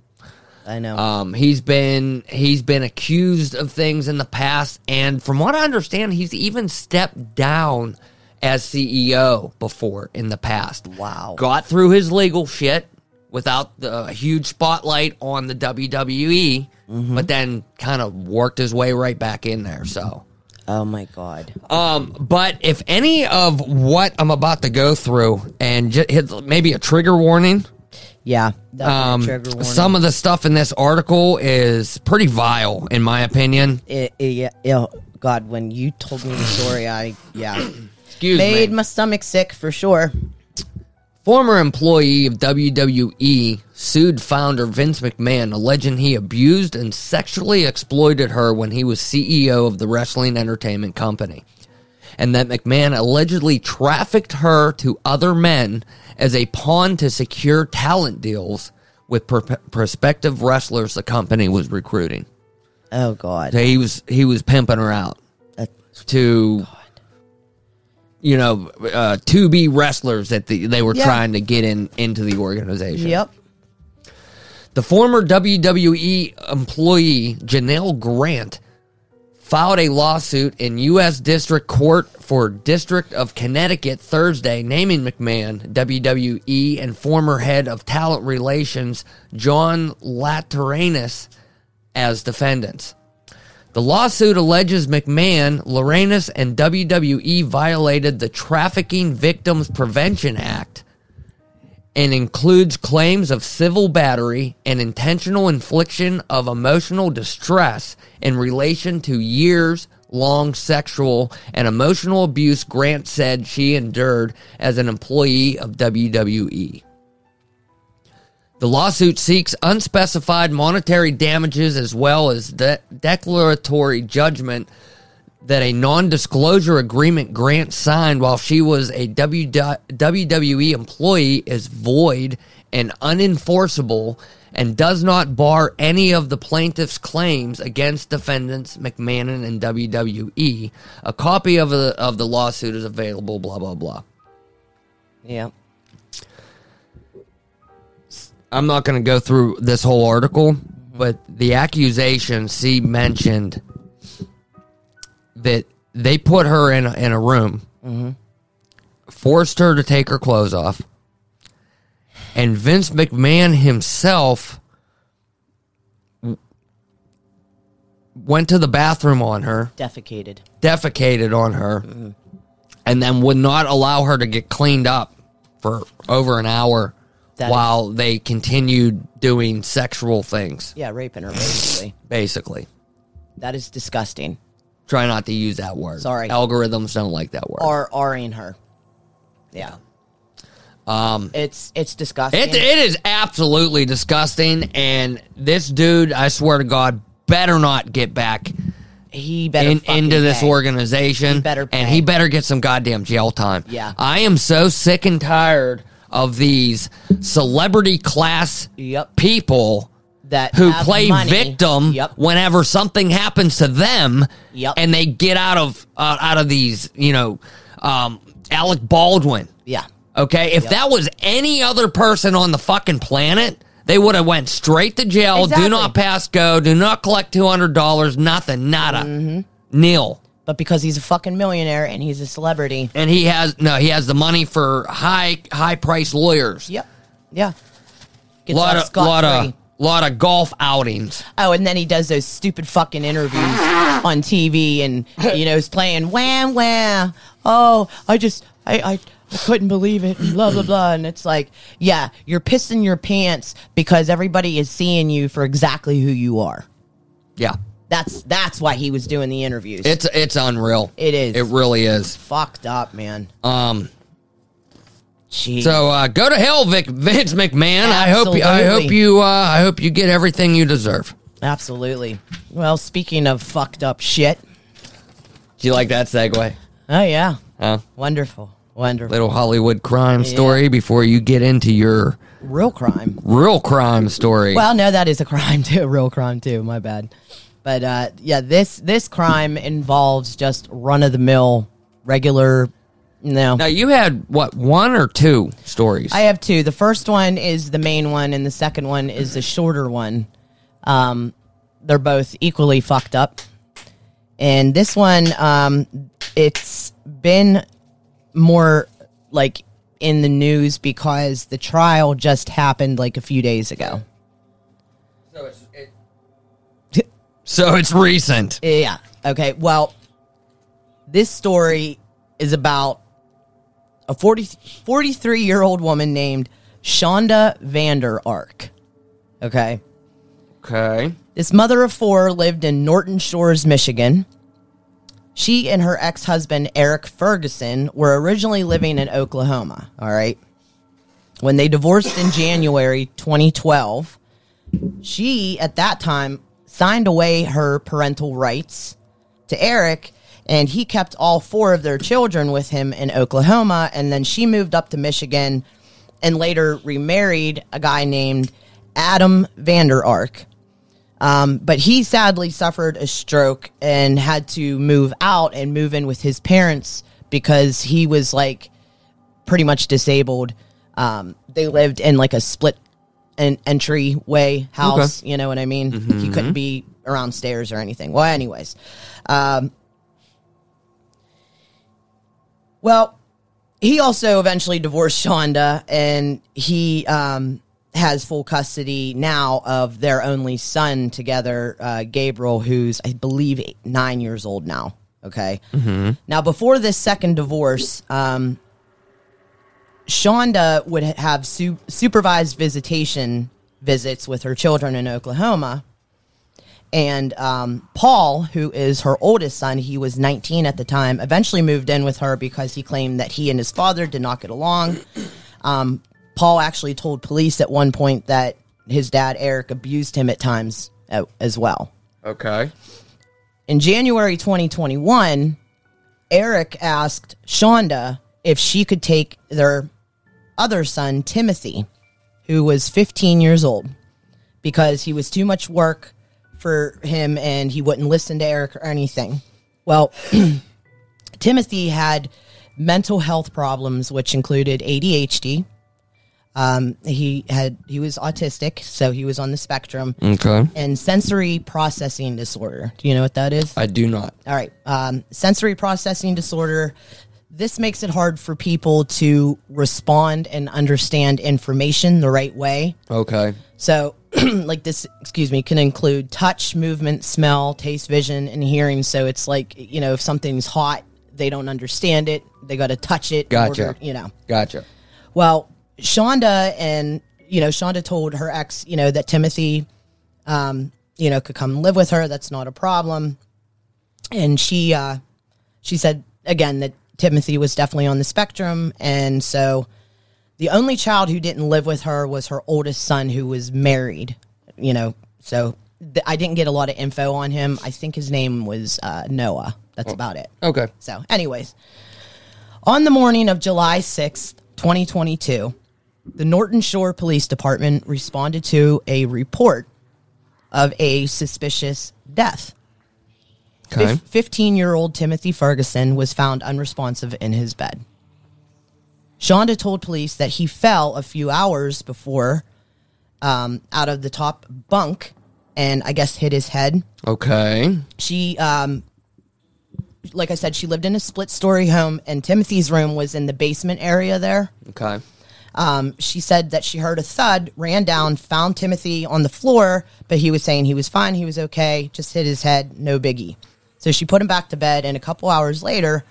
Speaker 2: I know.
Speaker 1: Um, he's been he's been accused of things in the past, and from what I understand, he's even stepped down as CEO before in the past.
Speaker 2: Wow.
Speaker 1: Got through his legal shit without the huge spotlight on the WWE, but then kind of worked his way right back in there. So.
Speaker 2: oh my god.
Speaker 1: Um, but if any of what I'm about to go through and ju- hit maybe a trigger warning,
Speaker 2: Yeah. definitely
Speaker 1: um,
Speaker 2: trigger warning.
Speaker 1: some of the stuff in this article is pretty vile, in my opinion.
Speaker 2: It, it, yeah, oh God, when you told me the story, I yeah,
Speaker 1: (coughs) Excuse
Speaker 2: made
Speaker 1: me.
Speaker 2: my stomach sick for sure.
Speaker 1: Former employee of WWE sued founder Vince McMahon, alleging he abused and sexually exploited her when he was CEO of the wrestling entertainment company, and that McMahon allegedly trafficked her to other men as a pawn to secure talent deals with per- prospective wrestlers the company was recruiting.
Speaker 2: Oh God,
Speaker 1: So he was he was pimping her out
Speaker 2: That-
Speaker 1: to you know uh, to be wrestlers that the, they were
Speaker 2: Yeah.
Speaker 1: trying to get in into the organization.
Speaker 2: yep.
Speaker 1: The former WWE employee Janelle Grant filed a lawsuit in U.S. District Court for District of Connecticut Thursday, naming McMahon, WWE, and former head of talent relations John Lateranis as defendants. The lawsuit alleges McMahon, Lorenas, and WWE violated the Trafficking Victims Prevention Act and includes claims of civil battery and intentional infliction of emotional distress in relation to years long sexual and emotional abuse Grant said she endured as an employee of WWE. The lawsuit seeks unspecified monetary damages as well as de- declaratory judgment that a non disclosure agreement Grant signed while she was a W- WWE employee is void and unenforceable and does not bar any of the plaintiff's claims against defendants McMahon and WWE. A copy of the, of the lawsuit is available, blah, blah, blah.
Speaker 2: Yeah.
Speaker 1: I'm not going to go through this whole article, but the accusation she mentioned that they put her in a, in a room, forced her to take her clothes off, and Vince McMahon himself w- went to the bathroom on her,
Speaker 2: Defecated.
Speaker 1: defecated on her, and then would not allow her to get cleaned up for over an hour
Speaker 2: That is-
Speaker 1: while they continued doing sexual things,
Speaker 2: Yeah, raping her basically.
Speaker 1: basically.
Speaker 2: that is disgusting.
Speaker 1: Try not to use that word.
Speaker 2: Sorry.
Speaker 1: Algorithms don't like that word.
Speaker 2: Or R'ing her. Yeah. Um it's it's disgusting.
Speaker 1: It, it is absolutely disgusting. And this dude, I swear to God, better not get back
Speaker 2: he better
Speaker 1: in,
Speaker 2: fucking
Speaker 1: into this
Speaker 2: pay.
Speaker 1: organization.
Speaker 2: He better
Speaker 1: and
Speaker 2: pay.
Speaker 1: he better get some goddamn jail time.
Speaker 2: Yeah.
Speaker 1: I am so sick and tired of these celebrity class
Speaker 2: Yep.
Speaker 1: people
Speaker 2: that
Speaker 1: who
Speaker 2: have
Speaker 1: play
Speaker 2: money.
Speaker 1: victim
Speaker 2: Yep.
Speaker 1: whenever something happens to them
Speaker 2: Yep.
Speaker 1: and they get out of uh, out of these, you know, um, Alec Baldwin.
Speaker 2: yeah.
Speaker 1: Okay, if that was any other person on the fucking planet, they would have went straight to jail.
Speaker 2: Exactly.
Speaker 1: Do not pass go. Do not collect two hundred dollars. Nothing. Nada.
Speaker 2: Mm-hmm.
Speaker 1: Nil.
Speaker 2: But because he's a fucking millionaire and he's a celebrity.
Speaker 1: And he has no. He has the money for high high price lawyers.
Speaker 2: Yep. Yeah. Gets
Speaker 1: Lot
Speaker 2: off
Speaker 1: of lot of
Speaker 2: scot-free.
Speaker 1: lot of golf outings.
Speaker 2: Oh, and then he does those stupid fucking interviews on TV, and you know he's playing wham wham. Oh, I just I I, I couldn't believe it. and Blah blah blah, and it's like, yeah, you're pissing your pants because everybody is seeing you for exactly who you are.
Speaker 1: Yeah,
Speaker 2: That's that's why he was doing the interviews.
Speaker 1: it's it's unreal.
Speaker 2: It is.
Speaker 1: It really is.
Speaker 2: fucked up, man.
Speaker 1: Um.
Speaker 2: Jeez.
Speaker 1: So uh, go to hell, Vic, Vince McMahon. I hope you, I hope
Speaker 2: Absolutely.
Speaker 1: you uh, I hope you get everything you deserve.
Speaker 2: absolutely. Well, speaking of fucked up shit,
Speaker 1: Do you like that segue?
Speaker 2: oh yeah,
Speaker 1: Huh?
Speaker 2: wonderful, wonderful,
Speaker 1: little Hollywood crime story before you get into your
Speaker 2: real crime.
Speaker 1: real crime story.
Speaker 2: Well, no, that is a crime (laughs) too, a real crime too. My bad. But uh, yeah, this this crime involves just run of the mill, regular. No,
Speaker 1: now you had what one or two stories?
Speaker 2: I have two. The first one is the main one, and the second one is the shorter one. Um, they're both equally fucked up. And this one, um, it's been more like in the news because the trial just happened like a few days ago.
Speaker 1: so, it's, recent.
Speaker 2: Yeah. Okay. Well, this story is about a 40, 43 year old woman named Shonda Vander Ark. Okay.
Speaker 1: Okay.
Speaker 2: This mother of four lived in Norton Shores, Michigan. She and her ex husband, Eric Ferguson, were originally living in Oklahoma. All right. When they divorced in January 2012, she, at that time, signed away her parental rights to Eric, and he kept all four of their children with him in Oklahoma. And then she moved up to Michigan and later remarried a guy named Adam Vander Ark. Um, but he sadly suffered a stroke and had to move out and move in with his parents because he was like pretty much disabled. Um, they lived in like a split an entry way house, you know what I mean? He couldn't be around stairs or anything. Well, anyways, um, well, he also eventually divorced Shonda, and he um, has full custody now of their only son together, uh, Gabriel, who's, I believe, eight- nine years old now. Okay. Now, before this second divorce, um, Shonda would ha- have su- supervised visitation visits with her children in Oklahoma. And um, Paul, who is her oldest son, he was 19 at the time, eventually moved in with her because he claimed that he and his father did not get along. Um, Paul actually told police at one point that his dad, Eric, abused him at times uh, as well.
Speaker 1: Okay.
Speaker 2: In January 2021, Eric asked Shonda if she could take their other son, Timothy, who was 15 years old, because he was too much work for him and he wouldn't listen to Eric or anything. Well, (clears throat) Timothy had mental health problems, which included ADHD. Um, he had he was autistic, so he was on the spectrum,
Speaker 1: Okay.
Speaker 2: and sensory processing disorder. Do you know what that is?
Speaker 1: I do not.
Speaker 2: All right. Um, sensory processing disorder. This makes it hard for people to respond and understand information the right way.
Speaker 1: Okay.
Speaker 2: So, (clears throat) like this, excuse me, can include touch, movement, smell, taste, vision, and hearing. So it's like, you know, if something's hot, They don't understand it. They got to touch it. in
Speaker 1: Gotcha.
Speaker 2: order- you know.
Speaker 1: Gotcha.
Speaker 2: Well, Shonda and you know Shonda told her ex, you know, that Timothy, um, you know, could come live with her. That's not a problem. And she, uh, she said again that Timothy was definitely on the spectrum, and so the only child who didn't live with her was her oldest son, who was married. You know, so th- I didn't get a lot of info on him. I think his name was uh, Noah. That's about it.
Speaker 1: Okay.
Speaker 2: So, anyways, on the morning of July 6th, 2022, the Norton Shore Police Department responded to a report of a suspicious death.
Speaker 1: Okay.
Speaker 2: 15 year old Timothy Ferguson was found unresponsive in his bed. Shonda told police that he fell a few hours before um, out of the top bunk and I guess hit his head
Speaker 1: Okay.
Speaker 2: she um like I said, she lived in a split story home and Timothy's room was in the basement area there.
Speaker 1: Okay.
Speaker 2: Um, she said that she heard a thud, ran down, found Timothy on the floor, but he was saying he was fine, he was okay, just hit his head, no biggie. So she put him back to bed and a couple hours later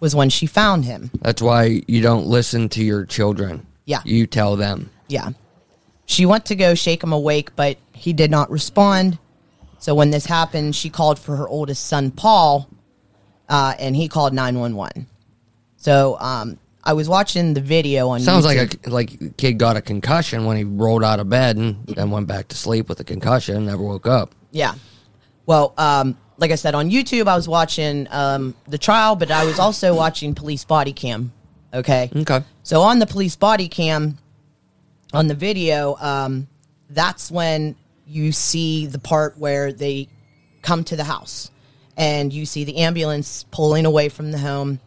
Speaker 2: was when she found him.
Speaker 1: That's why you don't listen to your children.
Speaker 2: Yeah.
Speaker 1: You tell them.
Speaker 2: Yeah. She went to go shake him awake, but he did not respond. So when this happened, she called for her oldest son, Paul, uh, and he called 911. So um, I was watching the video on
Speaker 1: Sounds
Speaker 2: YouTube.
Speaker 1: like a like a kid got a concussion when he rolled out of bed and then went back to sleep with a concussion, never woke up.
Speaker 2: Yeah. Well, um, like I said, on YouTube, I was watching um, the trial, but I was also watching police body cam. Okay.
Speaker 1: Okay.
Speaker 2: So on the police body cam, on the video, um, that's when you see the part where they come to the house and you see the ambulance pulling away from the home.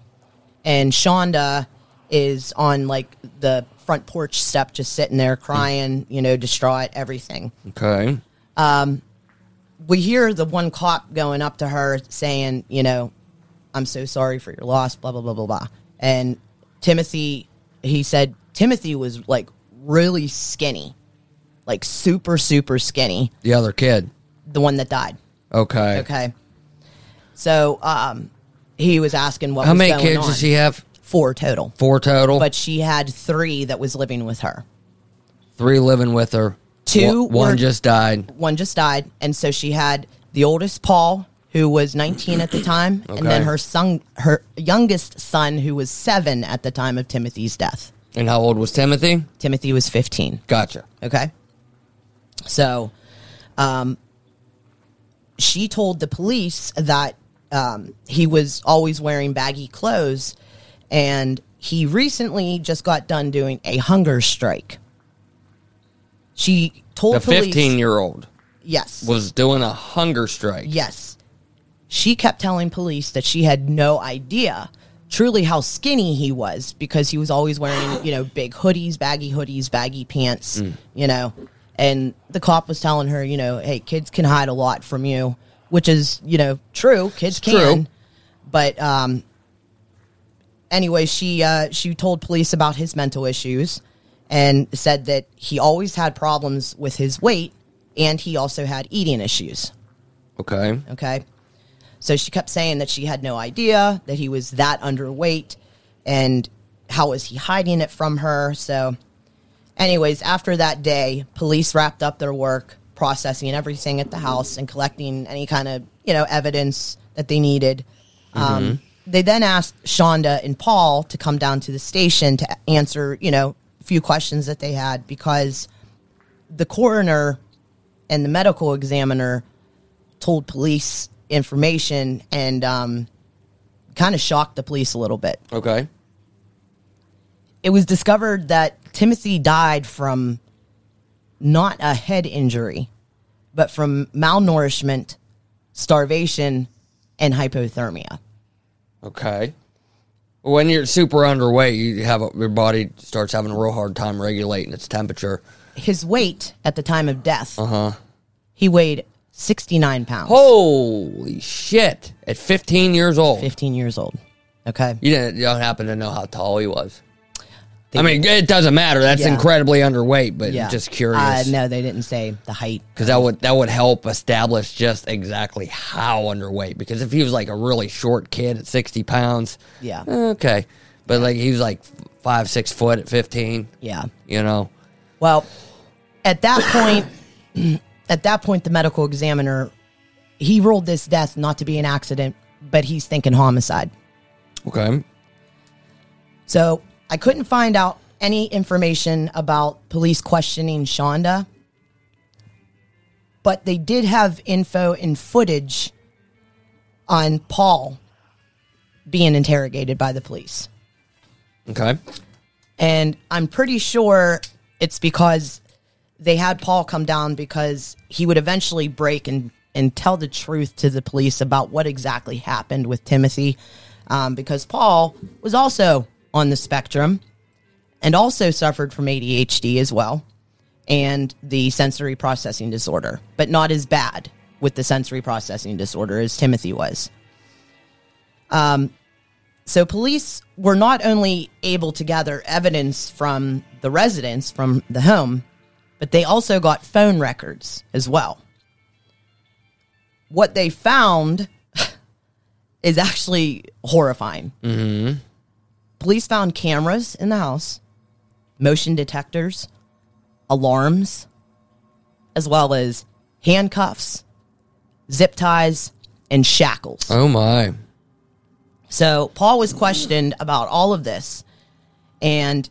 Speaker 2: And Shonda is on like the front porch step, just sitting there crying, you know, distraught, everything
Speaker 1: Okay.
Speaker 2: we hear the one cop going up to her saying, you know, I'm so sorry for your loss, blah, blah, blah, blah, blah. And Timothy, he said, Timothy was like really skinny, like super, super skinny,
Speaker 1: The other kid.
Speaker 2: the one that died.
Speaker 1: Okay.
Speaker 2: Okay. So um, he was asking what
Speaker 1: How
Speaker 2: was
Speaker 1: many
Speaker 2: going
Speaker 1: kids
Speaker 2: on.
Speaker 1: does she have?
Speaker 2: Four total.
Speaker 1: Four total.
Speaker 2: But she had three that was living with her.
Speaker 1: Three living with her.
Speaker 2: Two
Speaker 1: One, one
Speaker 2: were-
Speaker 1: just died.
Speaker 2: one just died, and so she had the oldest Paul, who was 19 at the time, and then
Speaker 1: Okay.
Speaker 2: her son, her youngest son, who was seven at the time of Timothy's death.
Speaker 1: And how old was Timothy?
Speaker 2: Timothy was 15.
Speaker 1: Gotcha.
Speaker 2: Okay, so, um, she told the police that um, he was always wearing baggy clothes, and he recently just got done doing a hunger strike. She told
Speaker 1: The
Speaker 2: police,
Speaker 1: fifteen year old
Speaker 2: yes,
Speaker 1: was doing a hunger strike.
Speaker 2: Yes. She kept telling police that she had no idea truly how skinny he was because he was
Speaker 1: (gasps)
Speaker 2: always wearing, you know, big hoodies, baggy hoodies, baggy pants,
Speaker 1: Mm.
Speaker 2: you know. And the cop was telling her, you know, hey, kids can hide a lot from you, which is, you know, true. Kids
Speaker 1: It's true.
Speaker 2: can. But um anyway, she uh she told police about his mental issues and said that he always had problems with his weight and he also had eating issues.
Speaker 1: Okay.
Speaker 2: Okay. So she kept saying that she had no idea that he was that underweight and how was he hiding it from her. So, anyways, after that day, police wrapped up their work processing everything at the house and collecting any kind of, you know, evidence that they needed. Um, they then asked Shonda and Paul to come down to the station to answer, you know, a few questions that they had because the coroner and the medical examiner told police information and um, kind of shocked the police a little bit.
Speaker 1: Okay.
Speaker 2: It was discovered that Timothy died from not a head injury, but from malnourishment, starvation, and hypothermia.
Speaker 1: Okay. When you're super underweight, you have a, your body starts having a real hard time regulating its temperature.
Speaker 2: His weight at the time of death, uh-huh. he weighed 69 pounds,
Speaker 1: Holy shit! At 15 years old,
Speaker 2: 15 years old. Okay.
Speaker 1: you didn't you don't happen to know how tall he was. I mean, it doesn't matter. That's
Speaker 2: Yeah.
Speaker 1: incredibly underweight, but just curious.
Speaker 2: Uh, no, they didn't say the height.
Speaker 1: Because that would that would help establish just exactly how underweight. Because if he was like a really short kid at sixty pounds,
Speaker 2: Yeah.
Speaker 1: okay. But like he was like five six foot at fifteen,
Speaker 2: Yeah.
Speaker 1: you know.
Speaker 2: Well, at that point, (clears throat) at that point, the medical examiner he ruled this death not to be an accident, but he's thinking homicide.
Speaker 1: Okay.
Speaker 2: So I couldn't find out any information about police questioning Shonda, but they did have info and footage on Paul being interrogated by the police.
Speaker 1: Okay.
Speaker 2: And I'm pretty sure it's because they had Paul come down because he would eventually break and, and tell the truth to the police about what exactly happened with Timothy. Um, because Paul was also on the spectrum and also suffered from ADHD as well and the sensory processing disorder, but not as bad with the sensory processing disorder as Timothy was. So police were not only able to gather evidence from the residents from the home, but they also got phone records as well. What they found (laughs) is actually horrifying. Mm-hmm. Police found cameras in the house, motion detectors, alarms, as well as handcuffs, zip ties, and shackles.
Speaker 1: Oh my.
Speaker 2: So Paul was questioned about all of this, and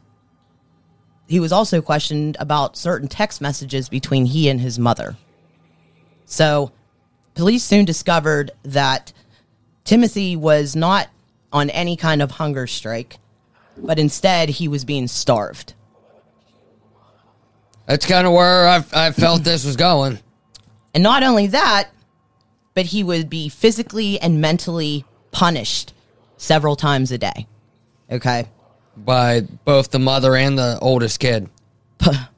Speaker 2: he was also questioned about certain text messages between he and his mother. So police soon discovered that Timothy was not on any kind of hunger strike, but instead he was being starved.
Speaker 1: That's kind of where I, I felt this was going.
Speaker 2: And not only that, but he would be physically and mentally punished several times a day. Okay.
Speaker 1: by both the mother and the oldest kid.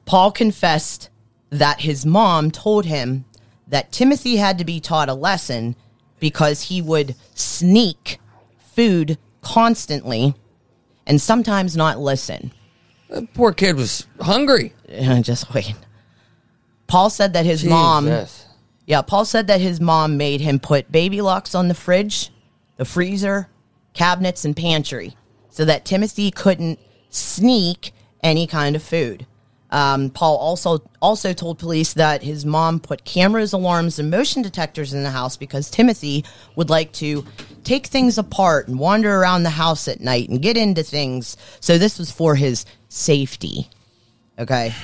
Speaker 2: Paul confessed that his mom told him that Timothy had to be taught a lesson because he would sneak food constantly and sometimes not listen. (laughs)
Speaker 1: That poor kid was hungry.
Speaker 2: Just wait. Paul said that his mom,
Speaker 1: Jesus.
Speaker 2: yeah, Paul said that his mom made him put baby locks on the fridge, the freezer, cabinets, and pantry so that Timothy couldn't sneak any kind of food. Um, Paul also also told police that his mom put cameras, alarms, and motion detectors in the house because Timothy would like to take things apart and wander around the house at night and get into things. So this was for his safety. Okay.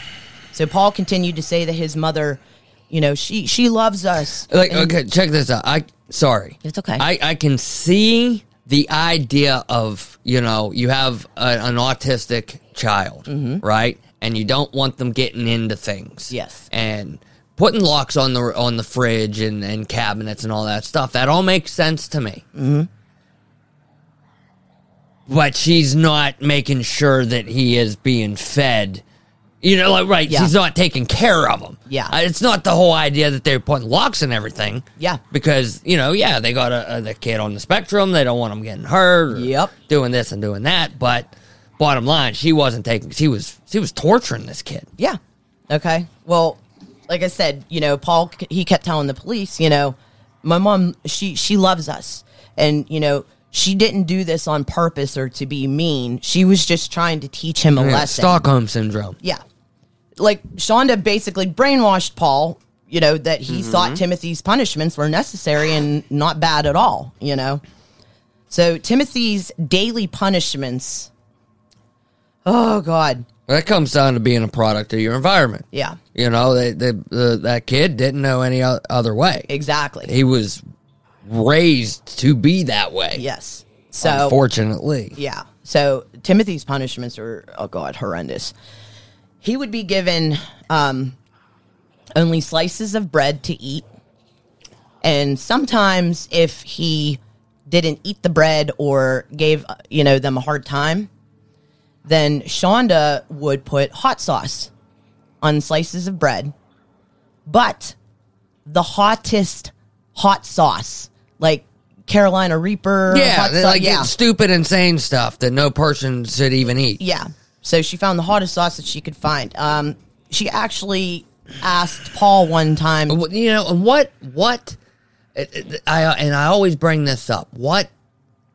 Speaker 2: So Paul continued to say that his mother, you know, she she loves us.
Speaker 1: Like,
Speaker 2: And-
Speaker 1: okay, check this out. I sorry.
Speaker 2: It's okay.
Speaker 1: I, I can see the idea of you know you have a, an autistic child,
Speaker 2: Mm-hmm.
Speaker 1: right? And you don't want them getting into things.
Speaker 2: Yes.
Speaker 1: And putting locks on the on the fridge and, and cabinets and all that stuff. That all makes sense to me.
Speaker 2: Mm-hmm.
Speaker 1: but she's not making sure that he is being fed. You know, like right,
Speaker 2: Yeah.
Speaker 1: she's not taking care of him.
Speaker 2: Yeah.
Speaker 1: Uh, it's not the whole idea that they're putting locks and everything.
Speaker 2: Yeah.
Speaker 1: because you know, yeah, they got a, a the kid on the spectrum. They don't want him getting hurt. or
Speaker 2: Yep.
Speaker 1: doing this and doing that. But bottom line, she wasn't taking. She was she was torturing this kid.
Speaker 2: Yeah. Okay. Well, like I said, you know, Paul he kept telling the police, you know, my mom she she loves us, and you know she didn't do this on purpose or to be mean. She was just trying to teach him a
Speaker 1: Yeah,
Speaker 2: lesson.
Speaker 1: Stockholm syndrome.
Speaker 2: Yeah. Like Shonda basically brainwashed Paul, you know, that he thought Timothy's punishments were necessary and not bad at all, you know. So Timothy's daily punishments Oh god.
Speaker 1: That comes down to being a product of your environment.
Speaker 2: Yeah.
Speaker 1: You know, they, they, the, that kid didn't know any o- other way.
Speaker 2: Exactly.
Speaker 1: he was raised to be that way.
Speaker 2: Yes. So
Speaker 1: Unfortunately.
Speaker 2: Yeah. So Timothy's punishments are oh god horrendous. He would be given um, only slices of bread to eat, and sometimes if he didn't eat the bread or gave uh, you know them a hard time, then Shonda would put hot sauce on slices of bread, but the hottest hot sauce like. Carolina Reaper,
Speaker 1: Yeah,
Speaker 2: hot
Speaker 1: they
Speaker 2: sau-
Speaker 1: like it's stupid, insane stuff that no person should even eat.
Speaker 2: yeah. So she found the hottest sauce that she could find. Um, she actually asked Paul one time.
Speaker 1: Well, you know and what what it- it- I and I always bring this up. What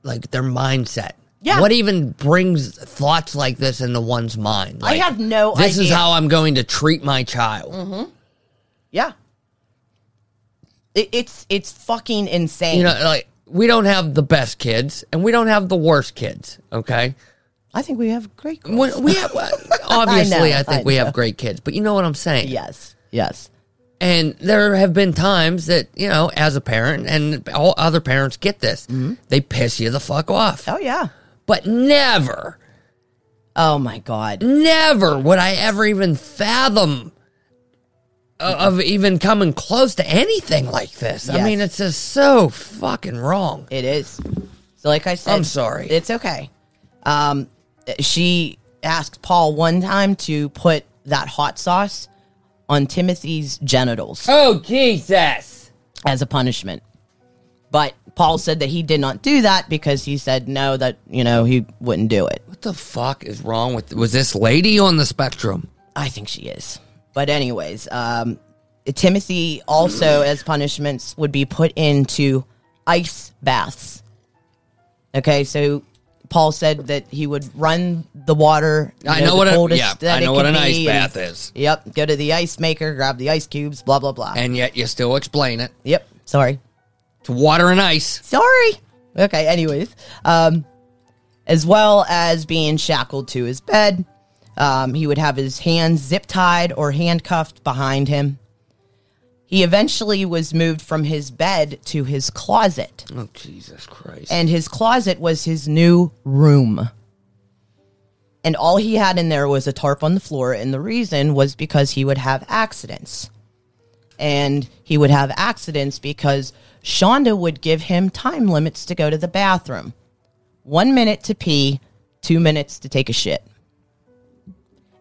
Speaker 1: like their mindset.
Speaker 2: Yeah.
Speaker 1: What even brings thoughts like this into one's mind? Like,
Speaker 2: have no
Speaker 1: This is
Speaker 2: idea. Mm-hmm.
Speaker 1: how I'm going to treat my child.
Speaker 2: Yeah. It, it's it's fucking insane.
Speaker 1: You know, like we don't have the best kids and we don't have the worst kids. Okay.
Speaker 2: I think we have great girls.
Speaker 1: We, we have, (laughs) obviously,
Speaker 2: know,
Speaker 1: I, think
Speaker 2: I
Speaker 1: we
Speaker 2: know.
Speaker 1: have great kids, but you know what I'm saying?
Speaker 2: yes. Yes.
Speaker 1: And there have been times that, you know, as a parent, and all other parents get this,
Speaker 2: Mm-hmm.
Speaker 1: they piss you the fuck off.
Speaker 2: Oh yeah.
Speaker 1: But never,
Speaker 2: Oh my god.
Speaker 1: never would I ever even fathom o- of even coming close to anything like this. I
Speaker 2: Yes.
Speaker 1: mean, it's just so fucking wrong.
Speaker 2: It is. So, like I said,
Speaker 1: I'm sorry.
Speaker 2: It's okay. Um, she asked Paul one time to put that hot sauce on Timothy's genitals
Speaker 1: Oh, Jesus.
Speaker 2: as a punishment. But Paul said that he did not do that because he said no, that, you know, he wouldn't do it.
Speaker 1: What the fuck is wrong with was this lady on the spectrum?
Speaker 2: I think she is. But, anyways, um, Timothy also, as punishments, would be put into ice baths. Okay, so Paul said that he would run the water. you
Speaker 1: I know what
Speaker 2: the
Speaker 1: a-
Speaker 2: coldest
Speaker 1: yeah, I
Speaker 2: that it
Speaker 1: know what
Speaker 2: could
Speaker 1: an ice
Speaker 2: be,
Speaker 1: bath is.
Speaker 2: Yep, go to the ice maker, grab the ice cubes, blah, blah, blah.
Speaker 1: And yet you still explain it.
Speaker 2: yep, sorry.
Speaker 1: It's water and ice.
Speaker 2: Sorry. Okay, anyways. Um, as well as being shackled to his bed, um, he would have his hands zip tied or handcuffed behind him. He eventually was moved from his bed to his closet,
Speaker 1: Oh Jesus Christ.
Speaker 2: and his closet was his new room. And all he had in there was a tarp on the floor, and the reason was because he would have accidents. And he would have accidents because Shonda would give him time limits to go to the bathroom one minute to pee, two minutes to take a shit.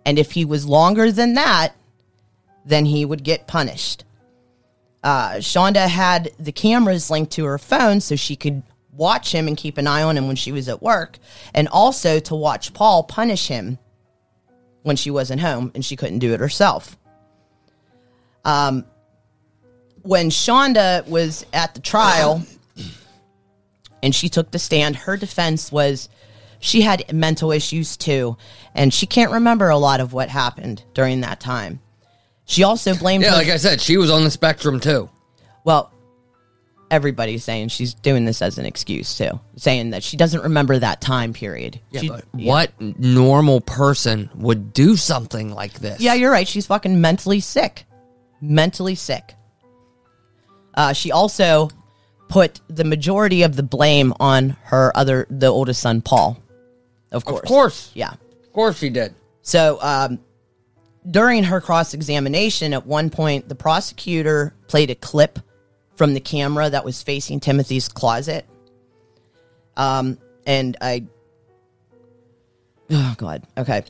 Speaker 2: And if he was longer than that, then he would get punished. Uh, Shonda had the cameras linked to her phone so she could watch him and keep an eye on him when she was at work, and also to watch Paul punish him when she wasn't home and she couldn't do it herself. Um, when Shonda was at the trial (coughs) and she took the stand, her defense was she had mental issues too, and she can't remember a lot of what happened during that time. She also blamed
Speaker 1: yeah,
Speaker 2: her
Speaker 1: like I said, she was on the spectrum too.
Speaker 2: well, everybody's saying she's doing this as an excuse too, saying that she doesn't remember that time period. She-
Speaker 1: What normal person would do something like this?
Speaker 2: Yeah, you're right. She's fucking mentally sick. Mentally sick. Uh, she also put the majority of the blame on her other, the oldest son, Paul. Of course.
Speaker 1: Of course.
Speaker 2: Yeah.
Speaker 1: Of course she did.
Speaker 2: So um, during her cross examination, at one point, the prosecutor played a clip from the camera that was facing Timothy's closet. Um, and I. Oh, God. Okay.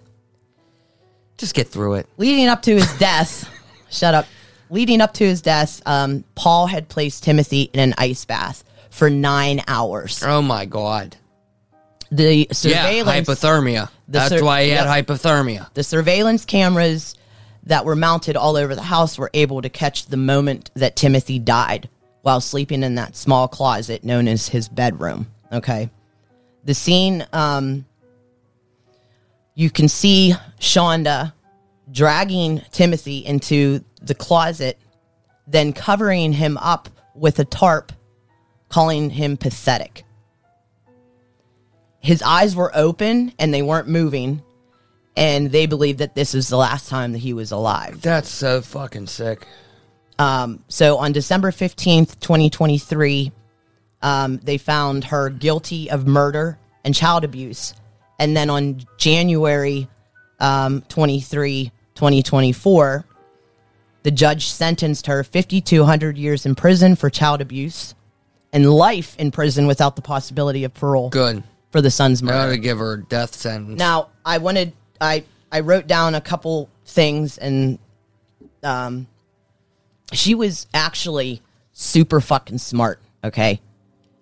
Speaker 1: Just get through it.
Speaker 2: Leading up to his death, shut up. Leading up to his death, um, Paul had placed Timothy in an ice bath for nine hours.
Speaker 1: Oh my god.
Speaker 2: The
Speaker 1: Yeah,
Speaker 2: surveillance.
Speaker 1: hypothermia.
Speaker 2: The
Speaker 1: That's
Speaker 2: sur-
Speaker 1: why he had
Speaker 2: yep.
Speaker 1: hypothermia.
Speaker 2: The surveillance cameras that were mounted all over the house were able to catch the moment that Timothy died while sleeping in that small closet known as his bedroom. Okay. The scene, um, you can see Shonda dragging Timothy into the closet, then covering him up with a tarp, calling him pathetic. His eyes were open and they weren't moving, and they believed that this was the last time that he was alive.
Speaker 1: That's so fucking sick.
Speaker 2: Um, so on December 15th, 2023, um, they found her guilty of murder and child abuse. And then on January um, 23, 2024, the judge sentenced her 5,200 years in prison for child abuse and life in prison without the possibility of parole
Speaker 1: Good.
Speaker 2: for the son's
Speaker 1: I
Speaker 2: murder.
Speaker 1: ought to give her a death sentence.
Speaker 2: Now, I wanted I I wrote down a couple things and um she was actually super fucking smart, okay?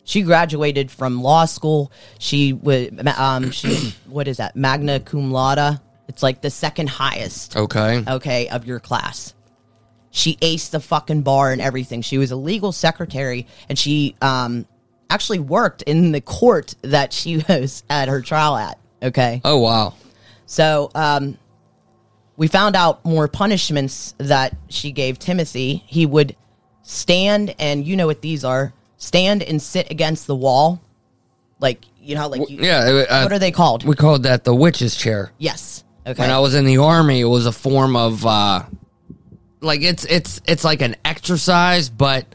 Speaker 2: She (clears throat) graduated from law school. She was um she what is that? Magna cum laude. It's like the second highest,
Speaker 1: Okay.
Speaker 2: okay, of your class. She aced the fucking bar and everything. She was a legal secretary and she um actually worked in the court that she (laughs) was at her trial at, okay?
Speaker 1: Oh wow.
Speaker 2: So um, we found out more punishments that she gave Timothy. He would stand, and you know what these are stand and sit against the wall. Like, you know, like, you,
Speaker 1: Yeah. it- uh,
Speaker 2: what are they called?
Speaker 1: We called that the witch's chair.
Speaker 2: yes. Okay.
Speaker 1: When I was in the army, it was a form of uh, like it's it's it's like an exercise, but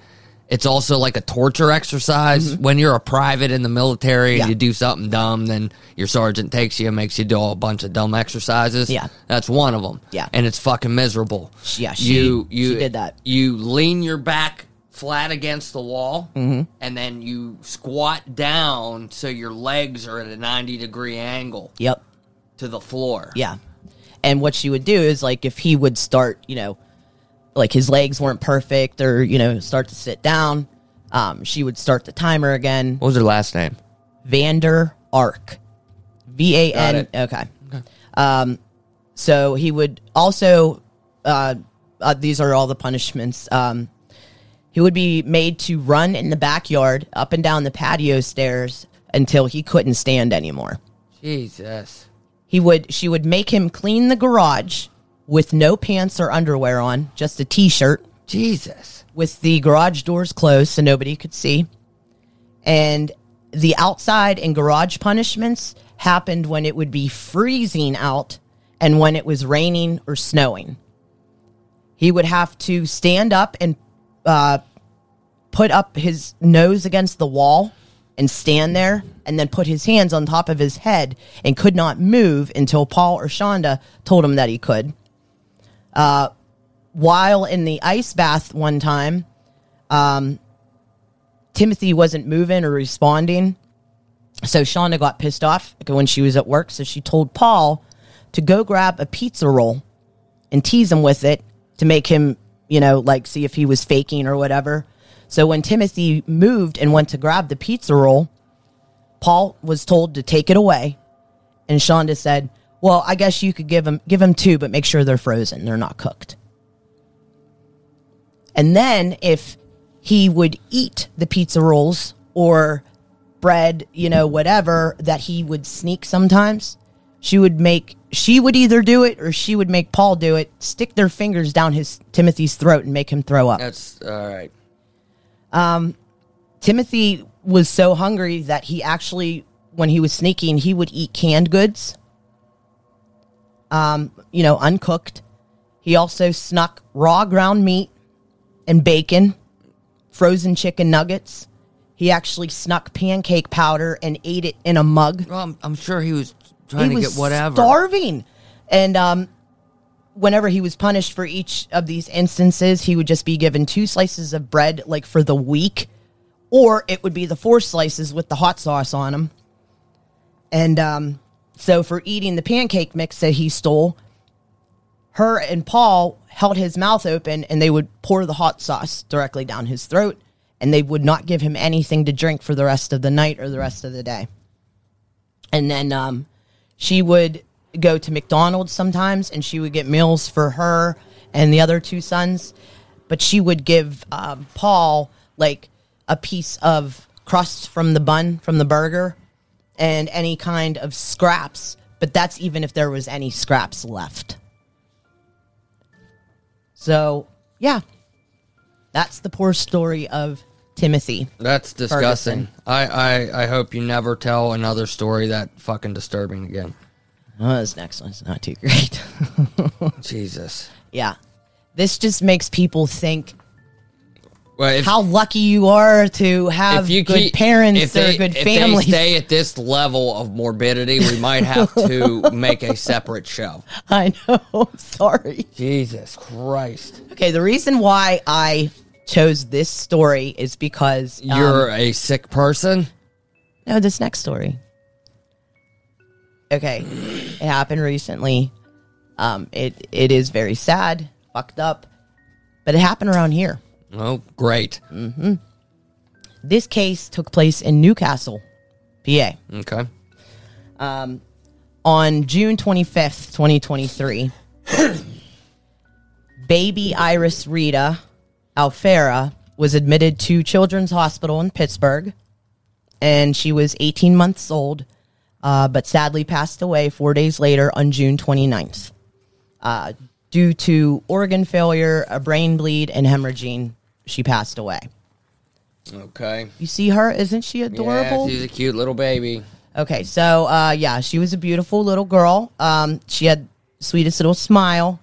Speaker 1: it's also like a torture exercise. When you're a private in the military
Speaker 2: Mm-hmm. Yeah.
Speaker 1: and you do something dumb, then your sergeant takes you and makes you do a bunch of dumb exercises.
Speaker 2: Yeah.
Speaker 1: that's one of them.
Speaker 2: Yeah.
Speaker 1: and it's fucking miserable.
Speaker 2: Yeah, she-
Speaker 1: you you
Speaker 2: she did that.
Speaker 1: You lean your back flat against the wall,
Speaker 2: Mm-hmm.
Speaker 1: and then you squat down so your legs are at a ninety degree angle
Speaker 2: yep.
Speaker 1: to the floor.
Speaker 2: Yeah. And what she would do is, like, if he would start, you know, like his legs weren't perfect or, you know, start to sit down, um, she would start the timer again.
Speaker 1: What was her last name?
Speaker 2: Vander Ark. V A N. Okay. Um, so he would also, uh, uh, these are all the punishments. Um, he would be made to run in the backyard up and down the patio stairs until he couldn't stand anymore.
Speaker 1: Jesus.
Speaker 2: He would, she would make him clean the garage with no pants or underwear on, just a t shirt
Speaker 1: Jesus.
Speaker 2: with the garage doors closed so nobody could see. And the outside and garage punishments happened when it would be freezing out and when it was raining or snowing. He would have to stand up and uh, put up his nose against the wall and stand there and then put his hands on top of his head and could not move until Paul or Shonda told him that he could while in the ice bath one time, um, Timothy wasn't moving or responding. So Shauna got pissed off when she was at work. So she told Paul to go grab a pizza roll and tease him with it to make him, you know, like see if he was faking or whatever. So when Timothy moved and went to grab the pizza roll, Paul was told to take it away. And Shonda said, Well, I guess you could give him give him two, but make sure they're frozen. They're not cooked. And then if he would eat the pizza rolls or bread, you know, whatever that he would sneak sometimes, she would make she would either do it or she would make Paul do it, stick their fingers down his Timothy's throat and make him throw up.
Speaker 1: That's all right.
Speaker 2: Timothy was so hungry that he actually, when he was sneaking, he would eat canned goods, um, you know, uncooked. He also snuck raw ground meat and bacon, frozen chicken nuggets. He actually snuck pancake powder and ate it in a mug.
Speaker 1: Well, I'm, I'm sure he was
Speaker 2: He
Speaker 1: trying to
Speaker 2: was
Speaker 1: get whatever.
Speaker 2: starving, and um, whenever he was punished for each of these instances, he would just be given two slices of bread, like for the week, or it would be the four slices with the hot sauce on them. And um, so, for eating the pancake mix that he stole, her and Paul held his mouth open and they would pour the hot sauce directly down his throat, and they would not give him anything to drink for the rest of the night or the rest of the day. And then um, she would go to McDonald's sometimes and she would get meals for her and the other two sons. But she would give um, Paul like a piece of crust from the bun, from the burger, and any kind of scraps. But that's even if there was any scraps left. So, yeah, that's the poor story of Timothy.
Speaker 1: That's disgusting.
Speaker 2: Ferguson.
Speaker 1: I, I I hope you never tell another story that fucking disturbing again.
Speaker 2: Oh, this next one's not too great. (laughs)
Speaker 1: Jesus.
Speaker 2: Yeah. This just makes people think
Speaker 1: Well, if,
Speaker 2: how lucky you are to have
Speaker 1: if you
Speaker 2: good
Speaker 1: keep-
Speaker 2: parents
Speaker 1: if they,
Speaker 2: or good
Speaker 1: if
Speaker 2: families.
Speaker 1: they stay at this level of morbidity, we might have to make a separate show.
Speaker 2: (laughs) I know. I'm sorry.
Speaker 1: Jesus Christ!
Speaker 2: Okay, the reason why I chose this story is because um,
Speaker 1: You're a sick person.
Speaker 2: No, this next story. Okay, it happened recently. Um, it it is very sad, fucked up, but it happened around here.
Speaker 1: Oh, great.
Speaker 2: This case took place in Newcastle, PA.
Speaker 1: Okay.
Speaker 2: on June 25th, 2023, (coughs) baby Iris Rita Alfera was admitted to Children's Hospital in Pittsburgh, and she was 18 months old, uh, but sadly passed away four days later on June 29th uh, due to organ failure, a brain bleed, and hemorrhaging. She passed away.
Speaker 1: Okay.
Speaker 2: You see her? Isn't she adorable?
Speaker 1: Yeah, she's a cute little baby.
Speaker 2: Okay, so uh, yeah, she was a beautiful little girl. Um, she had sweetest little smile.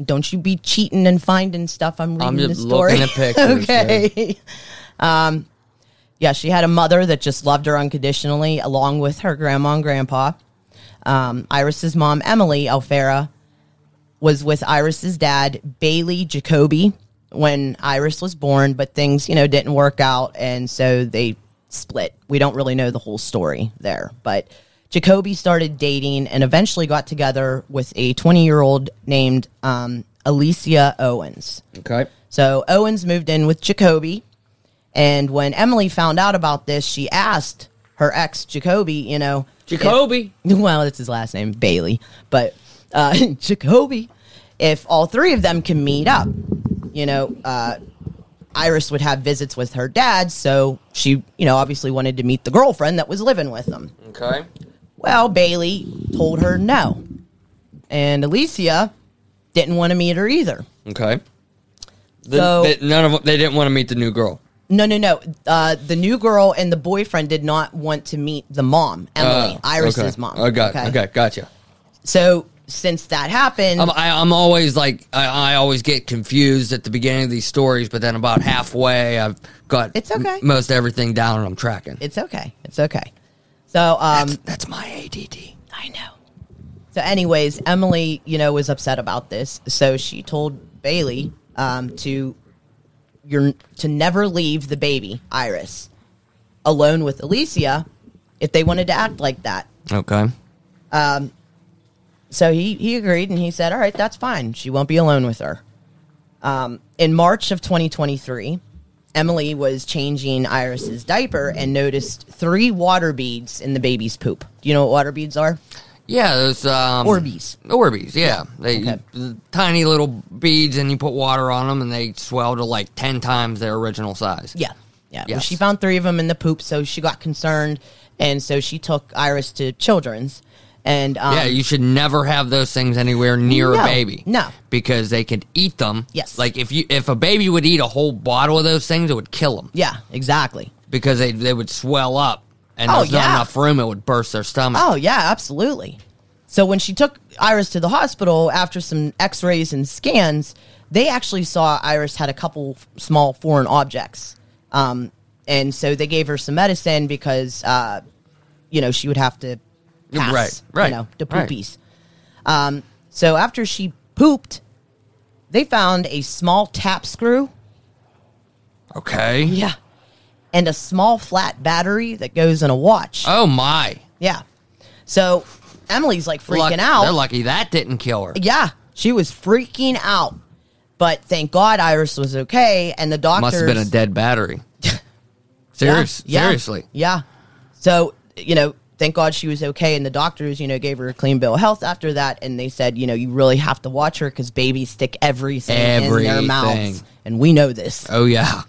Speaker 2: Don't you be cheating and finding stuff. I'm reading
Speaker 1: I'm
Speaker 2: the
Speaker 1: just
Speaker 2: story. (laughs)
Speaker 1: looking at pictures.
Speaker 2: okay. Um, yeah, she had a mother that just loved her unconditionally, along with her grandma and grandpa. Um, Iris's mom, Emily Alfera, was with Iris's dad, Bailey Jacoby, when Iris was born, but things, you know, didn't work out. And so they split. We don't really know the whole story there. But Jacoby started dating and eventually got together with a 20 year old named um, Alicia Owens.
Speaker 1: yeah. Okay.
Speaker 2: So Owens moved in with Jacoby. And when Emily found out about this, she asked her ex Jacoby, you know,
Speaker 1: Jacoby.
Speaker 2: (laughs) well, that's his last name, Bailey, but uh, (laughs) Jacoby, if all three of them can meet up, you know, uh, Iris would have visits with her dad, so she, you know, obviously wanted to meet the girlfriend that was living with them.
Speaker 1: Okay.
Speaker 2: Well, Bailey told her no, and Alicia didn't want to meet her either.
Speaker 1: Okay. The,
Speaker 2: So-
Speaker 1: they- none of they didn't want to meet the new girl.
Speaker 2: No, no, no. Uh, the new girl and the boyfriend did not want to meet the mom, Emily,
Speaker 1: Oh,
Speaker 2: Iris's
Speaker 1: okay.
Speaker 2: mom.
Speaker 1: Oh, got, okay. Gotcha.
Speaker 2: So since that happened,
Speaker 1: I'm, I, I'm always like I, I always get confused at the beginning of these stories, but then about halfway, I've got
Speaker 2: It's okay.
Speaker 1: m- most everything down and I'm tracking.
Speaker 2: It's okay. It's okay. So, um,
Speaker 1: That's my ADD.
Speaker 2: I know. So, anyways, Emily, you know, was upset about this, so she told Bailey um, to you're to never leave the baby Iris alone with Alicia if they wanted to act like that.
Speaker 1: Okay.
Speaker 2: So he he agreed and he said, "All right, that's fine. She won't be alone with her." Um, in March of 2023, Emily was changing Iris's diaper and noticed three water beads in the baby's poop. Do you know what water beads are?
Speaker 1: Yeah, those um,
Speaker 2: Orbeez.
Speaker 1: Orbeez, yeah. They
Speaker 2: Okay.
Speaker 1: the tiny little beads, and you put water on them, and they swell to like ten times their original size.
Speaker 2: Yeah. Yeah. Well,
Speaker 1: Yes.
Speaker 2: she found three of them in the poop, so she got concerned. And so she took Iris to children's. And um,
Speaker 1: yeah. You should never have those things anywhere near
Speaker 2: No,
Speaker 1: a baby.
Speaker 2: no.
Speaker 1: because they could eat them.
Speaker 2: Yes.
Speaker 1: like if you if a baby would eat a whole bottle of those things, it would kill them
Speaker 2: yeah, exactly.
Speaker 1: because they they would swell up, and
Speaker 2: Oh,
Speaker 1: there's not
Speaker 2: yeah.
Speaker 1: enough room. It would burst their stomach.
Speaker 2: Oh, yeah, absolutely. So when she took Iris to the hospital after some x rays and scans, they actually saw Iris had a couple f- small foreign objects. Um, and so they gave her some medicine because, uh, you know, she would have to
Speaker 1: Yeah,
Speaker 2: pass,
Speaker 1: right, right,
Speaker 2: you know, the
Speaker 1: right.
Speaker 2: poopies. Um, so after she pooped, they found a small tap screw.
Speaker 1: Okay.
Speaker 2: Yeah. And a small flat battery that goes in a watch.
Speaker 1: Oh my.
Speaker 2: Yeah. So Emily's like freaking
Speaker 1: Luck-
Speaker 2: out.
Speaker 1: They're lucky that didn't kill her.
Speaker 2: yeah, she was freaking out. But thank God Iris was okay, and the doctors
Speaker 1: Must have been a dead
Speaker 2: (laughs)
Speaker 1: battery. Serious,
Speaker 2: Yeah, yeah,
Speaker 1: seriously.
Speaker 2: yeah. So you know, thank God she was okay, and the doctors, you know, gave her a clean bill of health after that, and they said, you know, you really have to watch her because babies stick everything in their
Speaker 1: Everything.
Speaker 2: mouths, and we know this.
Speaker 1: Oh yeah.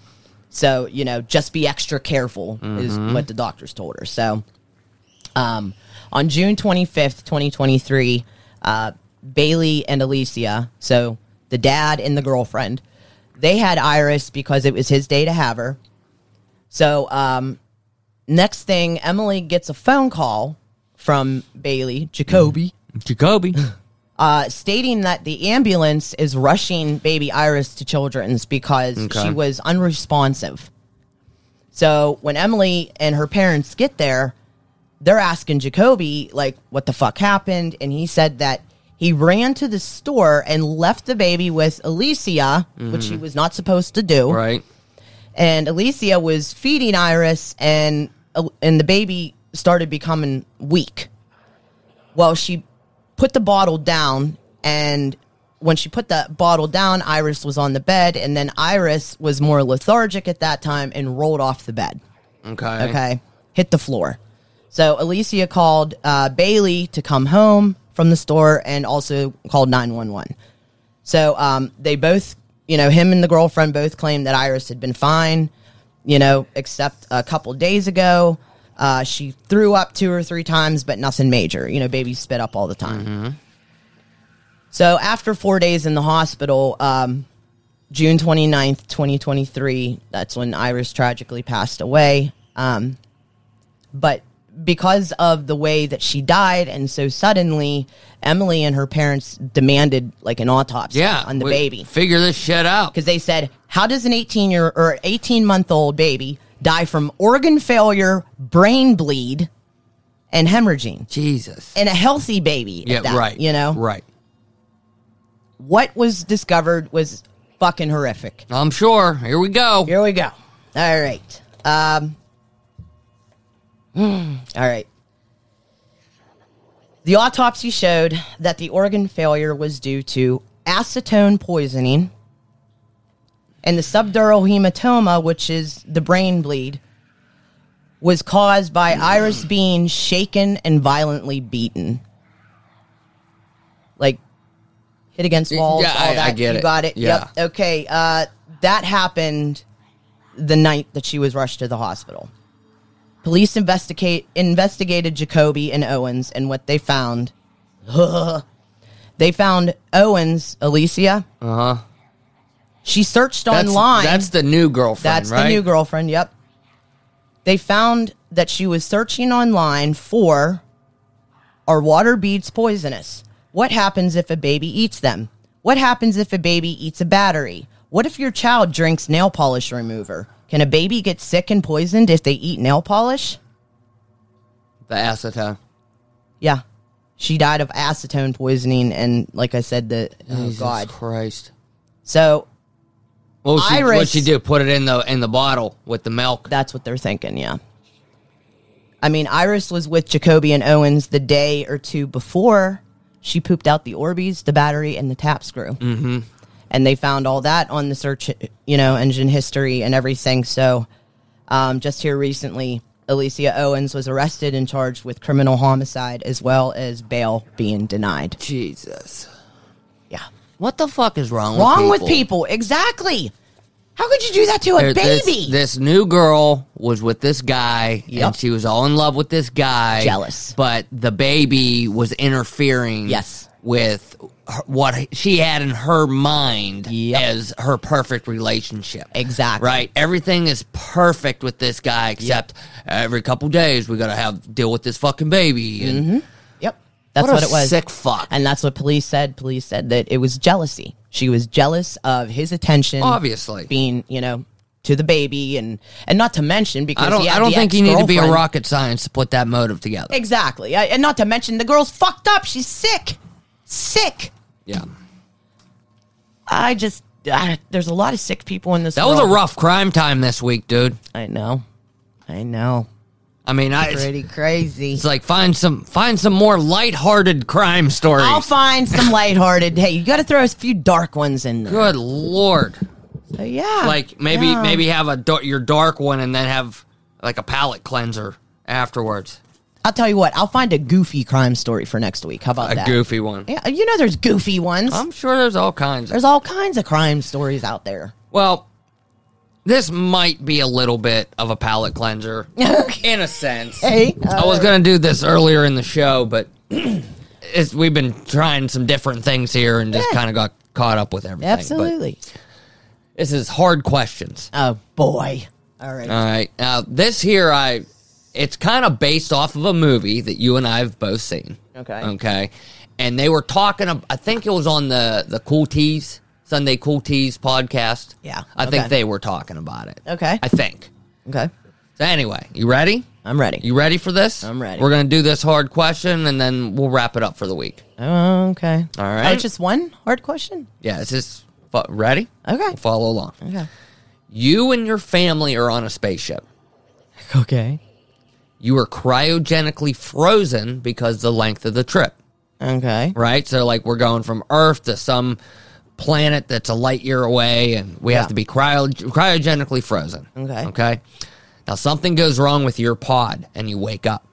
Speaker 2: So, you know, just be extra careful is what the doctors told her. So, um, on June 25th, 2023, uh, Bailey and Alicia, so the dad and the girlfriend, they had Iris because it was his day to have her. So, um, next thing, Emily gets a phone call from Bailey, Jacoby, (laughs)
Speaker 1: Jacoby.
Speaker 2: uh, stating that the ambulance is rushing baby Iris to children's because
Speaker 1: Okay.
Speaker 2: she was unresponsive. So when Emily and her parents get there, they're asking Jacoby, like, what the fuck happened? And he said that he ran to the store and left the baby with Alicia, which he was not supposed to do
Speaker 1: right.
Speaker 2: and Alicia was feeding Iris, and uh, and the baby started becoming weak. Well, she put the bottle down, and when she put the bottle down, Iris was on the bed, and then Iris was more lethargic at that time and rolled off the bed.
Speaker 1: Okay.
Speaker 2: Okay, hit the floor. So Alicia called uh, Bailey to come home from the store and also called 911. So um, they both, you know, him and the girlfriend both claimed that Iris had been fine, you know, except a couple days ago. Uh, she threw up two or three times, but nothing major. You know, babies spit up all the time. So after four days in the hospital, um, June 29th, 2023, that's when Iris tragically passed away. Um, but because of the way that she died and so suddenly, Emily and her parents demanded like an autopsy
Speaker 1: Yeah.
Speaker 2: on the
Speaker 1: we-
Speaker 2: baby.
Speaker 1: Figure this shit out.
Speaker 2: Because they said, how does an 18 year or 18 month old baby die from organ failure, brain bleed, and hemorrhaging?
Speaker 1: Jesus.
Speaker 2: And a healthy baby. at
Speaker 1: yeah,
Speaker 2: that,
Speaker 1: right.
Speaker 2: You know?
Speaker 1: Right.
Speaker 2: what was discovered was fucking horrific.
Speaker 1: I'm sure. Here we go.
Speaker 2: Here we go. All right. Um, hmm, all right. The autopsy showed that the organ failure was due to acetone poisoning and the subdural hematoma, which is the brain bleed, was caused by Iris being shaken and violently beaten. Like hit against walls,
Speaker 1: Yeah,
Speaker 2: all
Speaker 1: I- I
Speaker 2: that.
Speaker 1: get
Speaker 2: you
Speaker 1: it.
Speaker 2: got it.
Speaker 1: Yeah.
Speaker 2: Yep. Okay. Uh, that happened the night that she was rushed to the hospital. Police investigate investigated Jacoby and Owens, and what they found, (laughs) they found Owens, Alicia. Uh huh. She searched
Speaker 1: Uh-huh. That's,
Speaker 2: online.
Speaker 1: That's the new girlfriend,
Speaker 2: That's
Speaker 1: right?
Speaker 2: the new girlfriend. Yep. They found that she was searching online for are water beads poisonous? What happens if a baby eats them? What happens if a baby eats a battery? What if your child drinks nail polish remover? Can a baby get sick and poisoned if they eat nail polish?
Speaker 1: The acetone.
Speaker 2: Yeah. She died of acetone poisoning and like I said the oh
Speaker 1: Jesus
Speaker 2: god.
Speaker 1: Christ.
Speaker 2: So
Speaker 1: What would she,
Speaker 2: Iris-
Speaker 1: what'd she do? Put it in the in the bottle with the milk.
Speaker 2: That's what they're thinking, yeah. I mean, Iris was with Jacoby and Owens the day or two before she pooped out the Orbeez, the battery, and the tap screw. Mm-hmm. And they found all that on the search, you know, engine history and everything. So, um, just here recently, Alicia Owens was arrested and charged with criminal homicide as well as bail being denied.
Speaker 1: Jesus.
Speaker 2: Yeah.
Speaker 1: What the fuck is wrong,
Speaker 2: Wrong
Speaker 1: with people?
Speaker 2: with people. Exactly. How could you do that to a
Speaker 1: There-
Speaker 2: baby?
Speaker 1: this- This, new girl was with this guy,
Speaker 2: Yep.
Speaker 1: and she was all in love with this guy.
Speaker 2: Jealous.
Speaker 1: but the baby was interfering.
Speaker 2: Yes.
Speaker 1: with her, what she had in her mind
Speaker 2: Yep.
Speaker 1: as her perfect relationship.
Speaker 2: Exactly.
Speaker 1: Right. Everything is perfect with this guy, except every couple days we gotta have deal with this fucking baby. And
Speaker 2: Yep. Mm-hmm. That's
Speaker 1: what,
Speaker 2: what,
Speaker 1: a
Speaker 2: it was.
Speaker 1: Sick fuck.
Speaker 2: And that's what police said. Police said that it was jealousy. She was jealous of his attention.
Speaker 1: Obviously.
Speaker 2: Being, you know, to the baby and and not to mention because
Speaker 1: I don't.
Speaker 2: he had
Speaker 1: I don't
Speaker 2: the
Speaker 1: think you need to be a
Speaker 2: ex-girlfriend.
Speaker 1: rocket science to put that motive together.
Speaker 2: Exactly. I, and not to mention the girl's fucked up. She's sick. Sick.
Speaker 1: Yeah.
Speaker 2: I just I, there's a lot of sick people in this
Speaker 1: That was a
Speaker 2: world.
Speaker 1: rough crime time this week, dude.
Speaker 2: I know. I know.
Speaker 1: I mean, I
Speaker 2: Pretty crazy.
Speaker 1: It's like find some find some more lighthearted crime stories.
Speaker 2: I'll find some lighthearted. Hey, you got to throw a few dark ones in there.
Speaker 1: Good lord!
Speaker 2: So, yeah.
Speaker 1: Like maybe
Speaker 2: Yeah.
Speaker 1: maybe have a dar- your dark one and then have like a palate cleanser afterwards.
Speaker 2: I'll tell you what. I'll find a goofy crime story for next week. How about
Speaker 1: A
Speaker 2: that?
Speaker 1: goofy one.
Speaker 2: Yeah, you know there's goofy ones.
Speaker 1: I'm sure there's all kinds. Of-
Speaker 2: there's all kinds of crime stories out there.
Speaker 1: well, this might be a little bit of a palate
Speaker 2: (laughs)
Speaker 1: cleanser in a sense.
Speaker 2: Hey,
Speaker 1: I was gonna do this earlier in the show, but (clears throat) it's, we've been trying some different things here and just
Speaker 2: Yeah.
Speaker 1: kind of got caught up with everything. but
Speaker 2: absolutely.
Speaker 1: this is hard questions.
Speaker 2: Oh boy. All right.
Speaker 1: All right. Now this here, I it's kind of based off of a movie that you and I have both seen.
Speaker 2: Okay.
Speaker 1: Okay. And they were talking. ab- I think it was on the the Cool Teas Sunday Cool Teas podcast.
Speaker 2: Yeah,
Speaker 1: I think
Speaker 2: okay.
Speaker 1: they were talking about it.
Speaker 2: Okay.
Speaker 1: I think.
Speaker 2: okay.
Speaker 1: So anyway, you ready?
Speaker 2: I'm ready.
Speaker 1: You ready for this?
Speaker 2: I'm ready.
Speaker 1: We're gonna do this hard question, and then we'll wrap it up for the week.
Speaker 2: Oh, okay.
Speaker 1: All
Speaker 2: Oh,
Speaker 1: right.
Speaker 2: it's just one hard question.
Speaker 1: Yeah. Is this fo- ready?
Speaker 2: Okay.
Speaker 1: Follow along.
Speaker 2: Okay.
Speaker 1: You and your family are on a spaceship.
Speaker 2: Okay.
Speaker 1: you were cryogenically frozen because the length of the trip,
Speaker 2: Okay.
Speaker 1: right? So like we're going from Earth to some planet that's a light year away and we have
Speaker 2: Yeah.
Speaker 1: to be cryo- cryogenically frozen.
Speaker 2: Okay.
Speaker 1: Okay. Now something goes wrong with your pod and you wake up.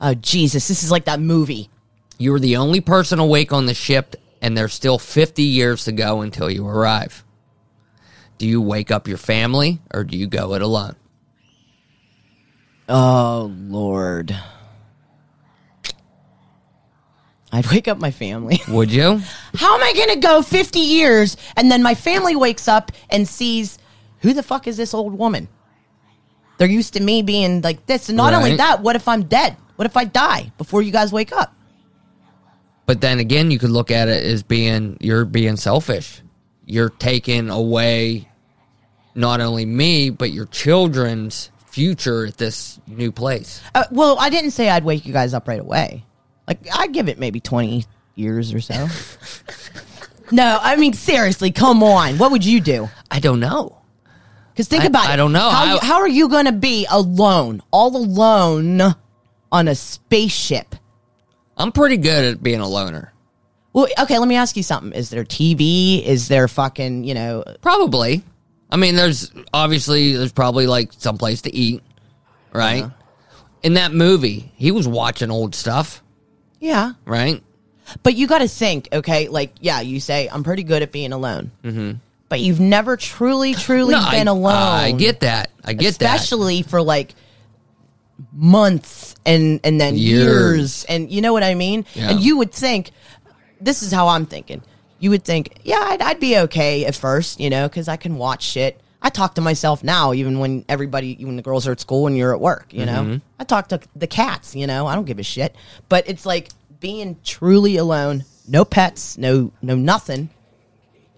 Speaker 2: oh Jesus, this is like that movie.
Speaker 1: You were the only person awake on the ship, and there's still 50 years to go until you arrive. Do you wake up your family, or do you go it alone?
Speaker 2: Oh Lord. I'd wake up my family.
Speaker 1: Would you?
Speaker 2: How am I going to go 50 years and then my family wakes up and sees who the fuck is this old woman? They're used to me being like this. And not only
Speaker 1: Right.
Speaker 2: that, what if I'm dead? What if I die before you guys wake up?
Speaker 1: But then again, you could look at it as being you're being selfish. You're taking away not only me, but your children's future at this new place.
Speaker 2: Uh, well, I didn't say I'd wake you guys up right away. Like, I give it maybe 20 years
Speaker 1: (laughs)
Speaker 2: or so. no, I mean, seriously, come on. What would you do?
Speaker 1: I don't know.
Speaker 2: Because think
Speaker 1: I-
Speaker 2: about it.
Speaker 1: I don't know.
Speaker 2: How,
Speaker 1: I-
Speaker 2: how are you going to be alone, all alone on a spaceship?
Speaker 1: I'm pretty good at being a loner.
Speaker 2: Well, okay, let me ask you something. Is there TV? Is there fucking, you know,
Speaker 1: Probably. I mean, there's obviously there's probably like someplace to eat, right? In that movie, he was watching old stuff,
Speaker 2: yeah.
Speaker 1: right?
Speaker 2: But you got to think, okay, like, yeah, you say, I'm pretty good at being alone. Mm-hmm. But you've never truly, truly
Speaker 1: No,
Speaker 2: been
Speaker 1: I,
Speaker 2: alone.
Speaker 1: I get that. I get
Speaker 2: Especially for like months and, and then years.
Speaker 1: Years.
Speaker 2: And you know what I mean?
Speaker 1: Yeah.
Speaker 2: And you would think, this is how I'm thinking. You would think, yeah, I'd, I'd be okay at first, you know, because I can watch shit. I talk to myself now, even when everybody, even the girls are at school and you're at work, you
Speaker 1: Mm-hmm.
Speaker 2: know. I talk to the cats, you know. I don't give a shit. But it's like being truly alone, no pets, no, no nothing.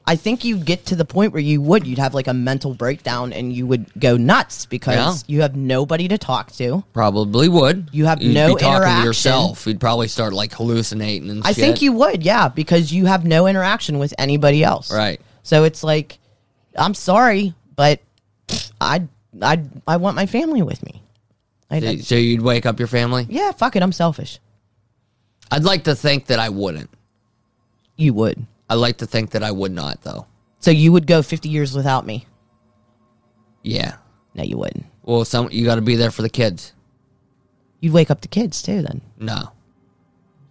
Speaker 2: I think you get to the point where you would, you'd have like a mental breakdown and you would go nuts because
Speaker 1: Yeah.
Speaker 2: you have nobody to talk to.
Speaker 1: that. Probably would.
Speaker 2: You have
Speaker 1: You'd
Speaker 2: no
Speaker 1: be talking
Speaker 2: interaction.
Speaker 1: to yourself. You'd probably start like hallucinating and
Speaker 2: I
Speaker 1: shit.
Speaker 2: think you would, yeah, because you have no interaction with anybody else.
Speaker 1: Right.
Speaker 2: So it's like, I'm sorry, but I I I want my family with me. I,
Speaker 1: So- So you'd wake up your family.
Speaker 2: yeah, fuck it, I'm selfish.
Speaker 1: I'd like to think that I wouldn't.
Speaker 2: You would.
Speaker 1: I like to think that I would not, though.
Speaker 2: So you would go 50 years without me?
Speaker 1: Yeah.
Speaker 2: No, you wouldn't.
Speaker 1: Well, some you got to be there for the kids.
Speaker 2: You'd wake up the kids too. Then
Speaker 1: No.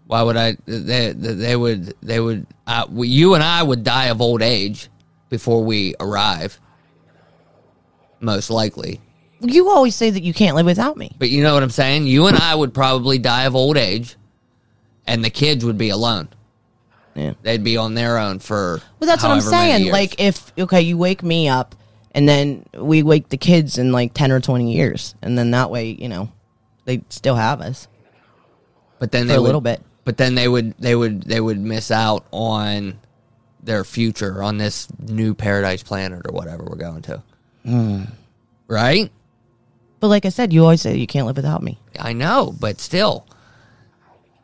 Speaker 1: Why would I? They, they- they would. They would. Uh, we, you and I would die of old age before we arrive, most likely.
Speaker 2: you always say that you can't live without me.
Speaker 1: But you know what I'm saying. You and I would probably die of old age, and the kids would be alone.
Speaker 2: Yeah.
Speaker 1: They'd be on their own for.
Speaker 2: Well, that's what I'm
Speaker 1: however many
Speaker 2: saying.
Speaker 1: years.
Speaker 2: Like, if okay, you wake me up, and then we wake the kids in like 10 or 20 years, and then that way, you know, they still have us.
Speaker 1: but then
Speaker 2: for
Speaker 1: they
Speaker 2: a
Speaker 1: would-
Speaker 2: little bit.
Speaker 1: But then they would. They would. They would miss out on their future on this new paradise planet or whatever we're going to. Hmm. Right.
Speaker 2: But like I said, you always say you can't live without me.
Speaker 1: I know, but still.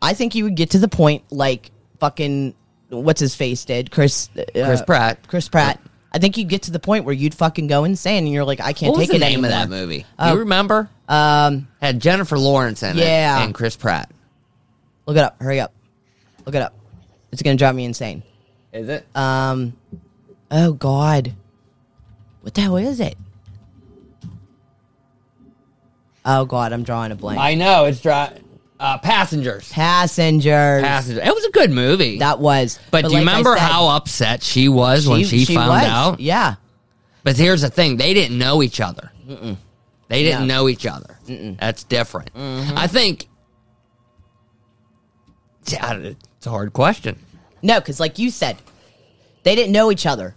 Speaker 2: I think you would get to the point like fucking what's his face did Chris uh,
Speaker 1: Chris Pratt.
Speaker 2: Chris Pratt. I think you'd get to the point where you'd fucking go insane, and you're like, I can't
Speaker 1: What was
Speaker 2: take
Speaker 1: the
Speaker 2: it
Speaker 1: name
Speaker 2: anymore.
Speaker 1: of that movie?
Speaker 2: Oh.
Speaker 1: you remember? Um, had Jennifer Lawrence in
Speaker 2: Yeah.
Speaker 1: it and Chris Pratt.
Speaker 2: Look it up. Hurry up. Look it up. It's gonna drive me insane.
Speaker 1: Is it?
Speaker 2: Um, oh God, what the hell is it? Oh God, I'm drawing a blank.
Speaker 1: I know it's dry, uh, Passengers.
Speaker 2: Passengers.
Speaker 1: Passengers. It was a good movie.
Speaker 2: That was.
Speaker 1: but, do you
Speaker 2: like I
Speaker 1: remember
Speaker 2: said,
Speaker 1: how upset she was when she, found
Speaker 2: was.
Speaker 1: out?
Speaker 2: Yeah.
Speaker 1: But here's the thing: they didn't know each other. They didn't
Speaker 2: No. Mm-hmm.
Speaker 1: know each other. That's different. I think. See, I- It's a hard question.
Speaker 2: No, because like you said, they didn't know each other.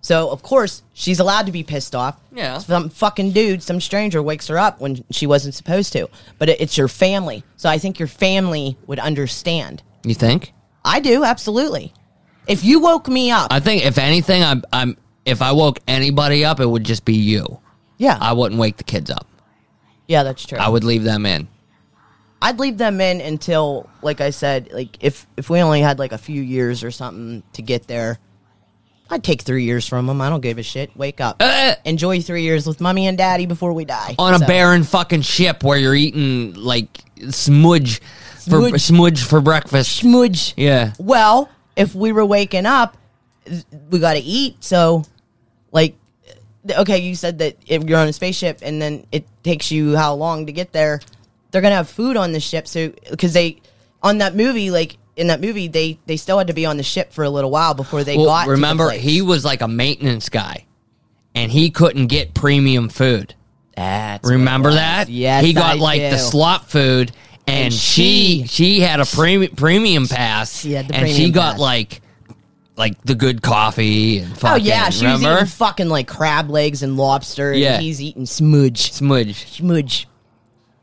Speaker 2: So of course she's allowed to be pissed off.
Speaker 1: Yeah.
Speaker 2: Some fucking dude, some stranger wakes her up when she wasn't supposed to. But it, it's your family, so I think your family would understand.
Speaker 1: You think?
Speaker 2: I do absolutely. If you woke me up,
Speaker 1: I think if anything, I'm, I'm. If I woke anybody up, it would just be you.
Speaker 2: yeah,
Speaker 1: I wouldn't wake the kids up.
Speaker 2: yeah, that's true.
Speaker 1: I would leave them in.
Speaker 2: I'd leave them in until, like I said, like if if we only had like a few years or something to get there, I'd take three years from them. I don't give a shit. Wake up,
Speaker 1: Uh,
Speaker 2: enjoy three years with mommy and daddy before we die
Speaker 1: on a
Speaker 2: So-
Speaker 1: barren fucking ship where you're eating like smudge for
Speaker 2: Smudge.
Speaker 1: smudge, for breakfast.
Speaker 2: smudge.
Speaker 1: Yeah.
Speaker 2: Well, if we were waking up, we got to eat. So, like, okay, you said that if you're on a spaceship and then it takes you how long to get there? they're gonna have food on the ship. So because they on that movie, like in that movie, they they still had to be on the ship for a little while before they
Speaker 1: Well,
Speaker 2: got. to the
Speaker 1: remember,
Speaker 2: place.
Speaker 1: he was like a maintenance guy, and he couldn't get premium food.
Speaker 2: That's what it
Speaker 1: Remember
Speaker 2: was.
Speaker 1: that?
Speaker 2: Yes,
Speaker 1: he got
Speaker 2: I
Speaker 1: like the
Speaker 2: do.
Speaker 1: slot food, and,
Speaker 2: And
Speaker 1: she
Speaker 2: she-
Speaker 1: she had a premium premium pass,
Speaker 2: She had the
Speaker 1: and she
Speaker 2: premium
Speaker 1: got
Speaker 2: pass.
Speaker 1: like like the good coffee and
Speaker 2: Oh
Speaker 1: fucking.
Speaker 2: yeah, she was
Speaker 1: remember
Speaker 2: eating fucking like crab legs and lobster, and
Speaker 1: Yeah.
Speaker 2: he's eating smudge,
Speaker 1: smudge.
Speaker 2: smudge,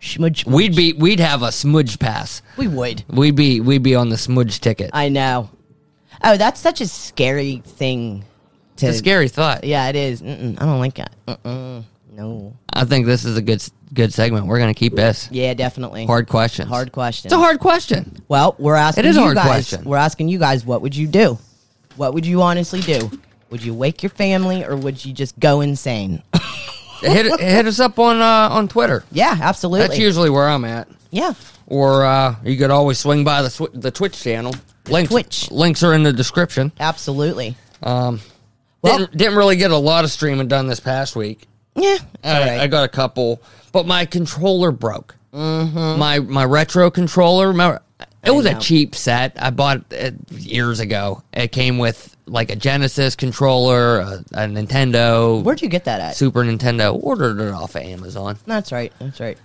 Speaker 2: smudge.
Speaker 1: We'd be we'd have a smudge pass.
Speaker 2: we would.
Speaker 1: We'd be we'd be on the smudge ticket.
Speaker 2: I know. Oh, that's such a scary thing. To
Speaker 1: It's a scary thought.
Speaker 2: Yeah, it is. Mm-mm, I don't like that. Mm-mm, no.
Speaker 1: I think this is a good good segment. We're gonna keep this
Speaker 2: Yeah, definitely.
Speaker 1: hard questions.
Speaker 2: Hard question.
Speaker 1: It's a hard question.
Speaker 2: Well, we're asking
Speaker 1: It is a
Speaker 2: you
Speaker 1: hard
Speaker 2: guys.
Speaker 1: question.
Speaker 2: We're asking you guys, what would you do? What would you honestly do? Would you wake your family or would you just
Speaker 1: (laughs)
Speaker 2: go insane?
Speaker 1: hit hit us up on uh, on Twitter.
Speaker 2: yeah, absolutely.
Speaker 1: That's usually where I'm at.
Speaker 2: Yeah.
Speaker 1: Or uh, you could always swing by the sw- the Twitch channel. Links,
Speaker 2: Twitch.
Speaker 1: links are in the description.
Speaker 2: Absolutely. Well-
Speaker 1: Didn't, didn't really get a lot of streaming done this past week.
Speaker 2: Yeah.
Speaker 1: I,
Speaker 2: All
Speaker 1: Uh, I
Speaker 2: right.
Speaker 1: got a couple, but my controller broke. Mm-hmm. My my retro controller. Remember, it was a
Speaker 2: know.
Speaker 1: cheap set. I bought it uh, years ago. It came with like a Genesis controller, a, a Nintendo,
Speaker 2: Where'd you get that at?
Speaker 1: Super Nintendo. Ordered it off of Amazon.
Speaker 2: That's right. That's right.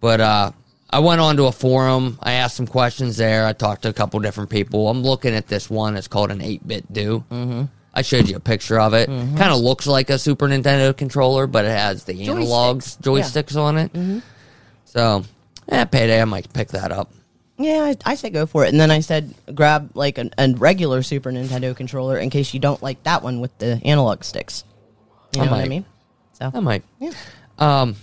Speaker 1: But uh, I went on to a forum. I asked some questions there. I talked to a couple different people. I'm looking at this one. It's called an 8 bit do. Mm-hmm. I showed you a picture of it. Kind of looks like a Super Nintendo controller, but it has the analogs, joysticks on it. So, eh, payday, I might pick that up.
Speaker 2: Yeah, I, I said go for it. And then I said grab like an, a regular Super Nintendo controller in case you don't like that one with the analog sticks. You
Speaker 1: I
Speaker 2: know what I
Speaker 1: might.
Speaker 2: mean?
Speaker 1: I
Speaker 2: So
Speaker 1: might. Um,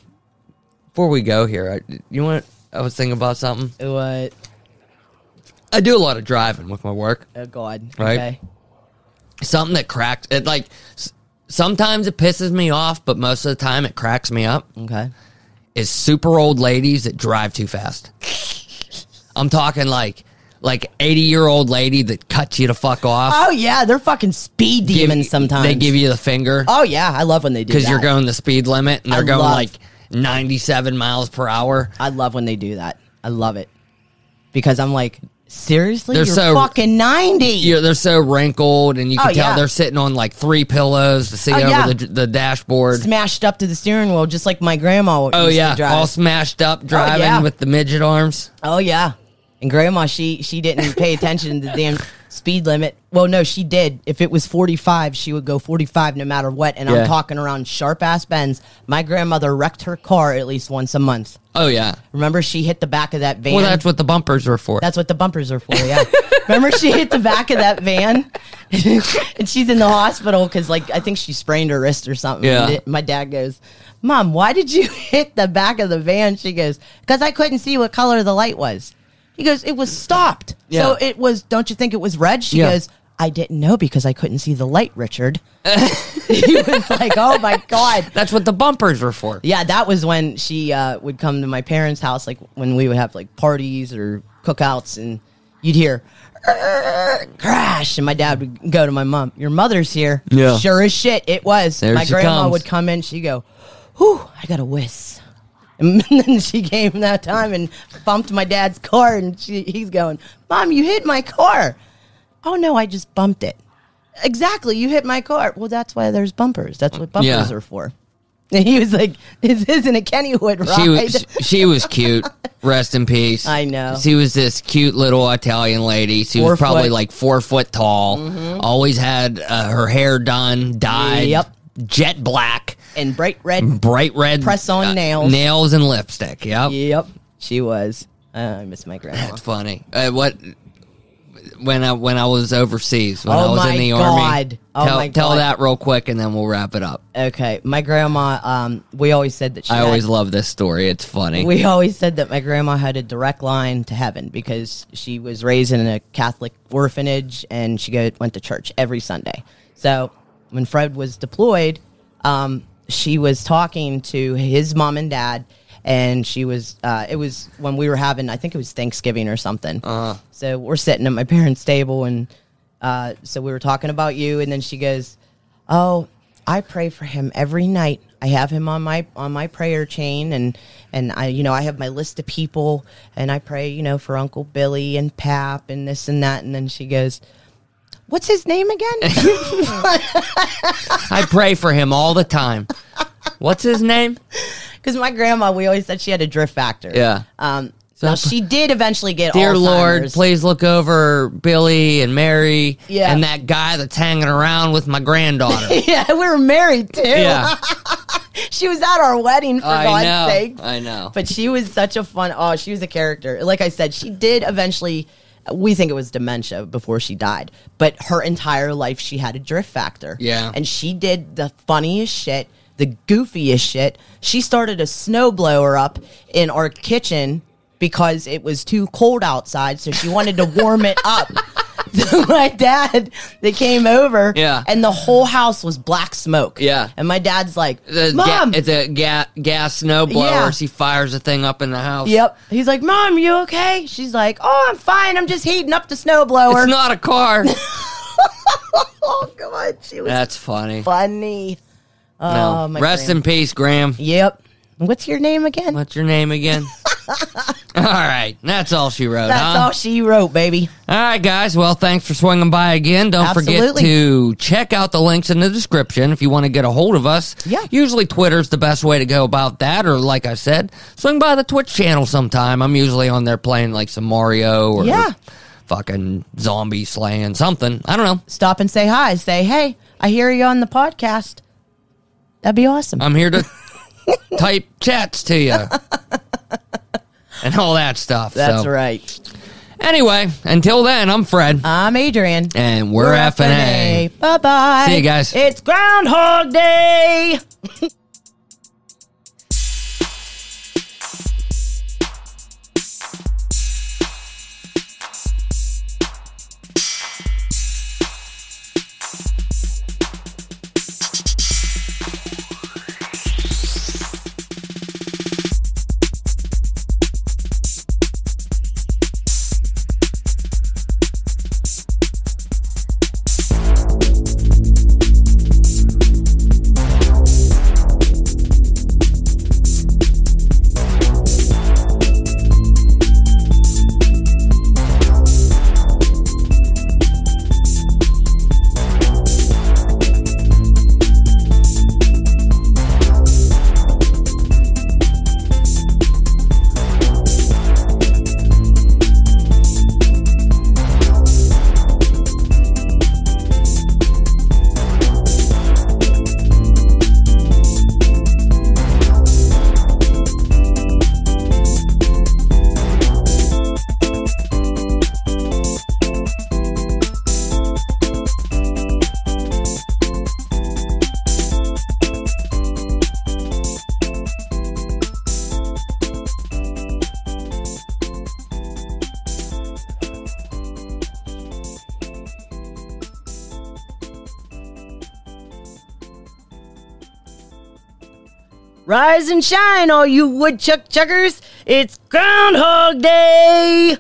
Speaker 1: before we go here, I, you want? I was thinking about something.
Speaker 2: what?
Speaker 1: I do a lot of driving with my work.
Speaker 2: Oh God.
Speaker 1: Right.
Speaker 2: Okay.
Speaker 1: something that cracked it like s- sometimes it pisses me off but most of the time it cracks me up
Speaker 2: Okay.
Speaker 1: is super old ladies that drive too fast i'm talking like like 80 year old lady that cuts you to fuck off
Speaker 2: Oh yeah, they're fucking speed
Speaker 1: Give-
Speaker 2: demons sometimes.
Speaker 1: they give you the finger
Speaker 2: Oh yeah, I love when they do.
Speaker 1: because
Speaker 2: Because
Speaker 1: you're going the speed limit and they're
Speaker 2: I
Speaker 1: going
Speaker 2: love-
Speaker 1: like 97 miles per hour
Speaker 2: I love when they do that. I love it because I'm like, seriously,
Speaker 1: They're
Speaker 2: you're
Speaker 1: so-
Speaker 2: fucking ninety.
Speaker 1: you they're so wrinkled and you can
Speaker 2: Oh,
Speaker 1: tell
Speaker 2: yeah.
Speaker 1: they're sitting on like three pillows to see
Speaker 2: Oh,
Speaker 1: over
Speaker 2: yeah.
Speaker 1: the, the dashboard
Speaker 2: smashed up to the steering wheel, just like my grandma.
Speaker 1: oh
Speaker 2: used to
Speaker 1: yeah
Speaker 2: drive. Oh,
Speaker 1: all smashed up driving
Speaker 2: yeah.
Speaker 1: with the midget arms
Speaker 2: Oh yeah. And grandma, she she didn't pay attention to the damn speed limit. Well, no, she did. If it was 45, she would go 45 no matter what. And
Speaker 1: Yeah.
Speaker 2: I'm talking around sharp ass bends. My grandmother wrecked her car at least once a month.
Speaker 1: oh yeah
Speaker 2: Remember, she hit the back of that van.
Speaker 1: Well, that's what the bumpers are for.
Speaker 2: That's what the bumpers are for. Yeah. (laughs) Remember, she hit the back of that van, (laughs) and she's in the hospital because, like, I think she sprained her wrist or something.
Speaker 1: Yeah.
Speaker 2: And it- My dad goes, "Mom, why did you (laughs) hit the back of the van?" She goes, "Because I couldn't see what color the light was." He goes, "It was stopped, so
Speaker 1: Yeah.
Speaker 2: it was. Don't you think it was red?" She
Speaker 1: Yeah.
Speaker 2: goes. I didn't know because I couldn't see the light, Richard. (laughs) he was like, "Oh my god!"
Speaker 1: that's what the bumpers are for.
Speaker 2: Yeah, that was when she uh, would come to my parents' house, like when we would have like parties or cookouts, and you'd hear "Err, crash, and my dad would go to my mom. Your mother's here.
Speaker 1: Yeah.
Speaker 2: sure as shit, it was.
Speaker 1: There
Speaker 2: my
Speaker 1: she
Speaker 2: grandma
Speaker 1: comes.
Speaker 2: would come in. She would go, "Whew, I got a whiz." (laughs) And then she came that time and bumped my dad's car, and she, he's going, "Mom, you hit my car." Oh no, I just bumped it. Exactly, you hit my car. Well, that's why there's bumpers. That's what bumpers
Speaker 1: Yeah.
Speaker 2: are for. And (laughs) he was like, "This isn't a Kennywood ride."
Speaker 1: She was she was cute. Rest in peace.
Speaker 2: I know.
Speaker 1: She was this cute little Italian lady. She
Speaker 2: Four
Speaker 1: was probably
Speaker 2: foot. Mm-hmm.
Speaker 1: like four foot tall. Always had uh, her hair done, dyed,
Speaker 2: Yep.
Speaker 1: jet black,
Speaker 2: and bright (laughs) red.
Speaker 1: bright red, uh,
Speaker 2: Press on nails.
Speaker 1: nails and lipstick. Yep,
Speaker 2: Yep, she was. Uh, I miss my grandma.
Speaker 1: that's funny. Uh, what when I when I was overseas when
Speaker 2: Oh
Speaker 1: I was
Speaker 2: my
Speaker 1: in the
Speaker 2: God.
Speaker 1: army.
Speaker 2: Oh
Speaker 1: tell,
Speaker 2: my
Speaker 1: tell
Speaker 2: God.
Speaker 1: that real quick and then we'll wrap it up.
Speaker 2: Okay, my grandma. Um, we always said that she.
Speaker 1: I
Speaker 2: had-
Speaker 1: always love this story. It's funny.
Speaker 2: We always said that my grandma had a direct line to heaven because she was raised in a Catholic orphanage and she go, went to church every Sunday. So when Fred was deployed, um, she was talking to his mom and dad, and she was, uh, it was when we were having, I think it was Thanksgiving or something. Uh. So we're sitting at my parents' table, and uh, so we were talking about you, and then she goes, Oh, I pray for him every night. I have him on my on my prayer chain, and and I you know I have my list of people, and I pray you know for Uncle Billy and Pap and this and that, and then she goes, "What's his
Speaker 1: (laughs)
Speaker 2: name again?"
Speaker 1: I pray for him all the
Speaker 2: (laughs)
Speaker 1: time. What's his name?
Speaker 2: Because my grandma, we always said she had a drift factor.
Speaker 1: Yeah.
Speaker 2: Um. now she did eventually get
Speaker 1: Dear Lord,
Speaker 2: Alzheimer's.
Speaker 1: please look over Billy and Mary
Speaker 2: Yeah.
Speaker 1: and that guy that's hanging around with my
Speaker 2: (laughs)
Speaker 1: granddaughter.
Speaker 2: (laughs) Yeah, we were married too. (laughs)
Speaker 1: yeah,
Speaker 2: She was at our wedding for
Speaker 1: I
Speaker 2: God's
Speaker 1: know.
Speaker 2: sake.
Speaker 1: I know.
Speaker 2: But she was such a fun. Oh, she was a character. Like I said, she did eventually. We think it was dementia before she died, but her entire life she had a drift factor.
Speaker 1: Yeah.
Speaker 2: and she did the funniest shit, the goofiest shit. She started a snow blower up in our kitchen because it was too cold outside, so she wanted to warm it
Speaker 1: (laughs)
Speaker 2: up. So my dad, they came over,
Speaker 1: Yeah.
Speaker 2: and the whole house was black smoke.
Speaker 1: Yeah.
Speaker 2: and my dad's like,
Speaker 1: the ga-
Speaker 2: "Mom,
Speaker 1: it's a ga- gas snowblower.
Speaker 2: Yeah.
Speaker 1: She fires a thing up in the house.
Speaker 2: Yep. He's like, Mom, you okay? She's like, Oh, I'm fine. I'm just heating up the snowblower.
Speaker 1: It's not a car.
Speaker 2: (laughs) oh, come on. She was
Speaker 1: That's funny.
Speaker 2: funny.
Speaker 1: No.
Speaker 2: Oh, my
Speaker 1: Rest
Speaker 2: Graham.
Speaker 1: in peace,
Speaker 2: (laughs)
Speaker 1: Graham.
Speaker 2: Yep. What's your name again?
Speaker 1: What's your name
Speaker 2: (laughs)
Speaker 1: again? all right, that's all she wrote.
Speaker 2: That's
Speaker 1: huh?
Speaker 2: all she wrote, baby.
Speaker 1: All right, guys. Well, thanks for swinging by again. Don't forget
Speaker 2: Absolutely.
Speaker 1: to check out the links in the description if you want to get a hold of us.
Speaker 2: Yeah.
Speaker 1: Usually Twitter's the best way to go about that, or like I said, swing by the Twitch channel sometime. I'm usually on there playing like some Mario or
Speaker 2: Yeah.
Speaker 1: fucking zombie slaying something. I don't know.
Speaker 2: Stop and say hi. Say, Hey, I hear you on the podcast. That'd be awesome.
Speaker 1: I'm here
Speaker 2: (laughs)
Speaker 1: to type chats to you and all that stuff.
Speaker 2: That's
Speaker 1: so.
Speaker 2: right. Uh,
Speaker 1: Anyway, until then, I'm Fred,
Speaker 2: I'm Adrian.
Speaker 1: and we're, F and A.
Speaker 2: Bye bye.
Speaker 1: See you guys.
Speaker 2: It's Groundhog Day. Rise and shine, all you woodchuck chuckers. It's Groundhog Day.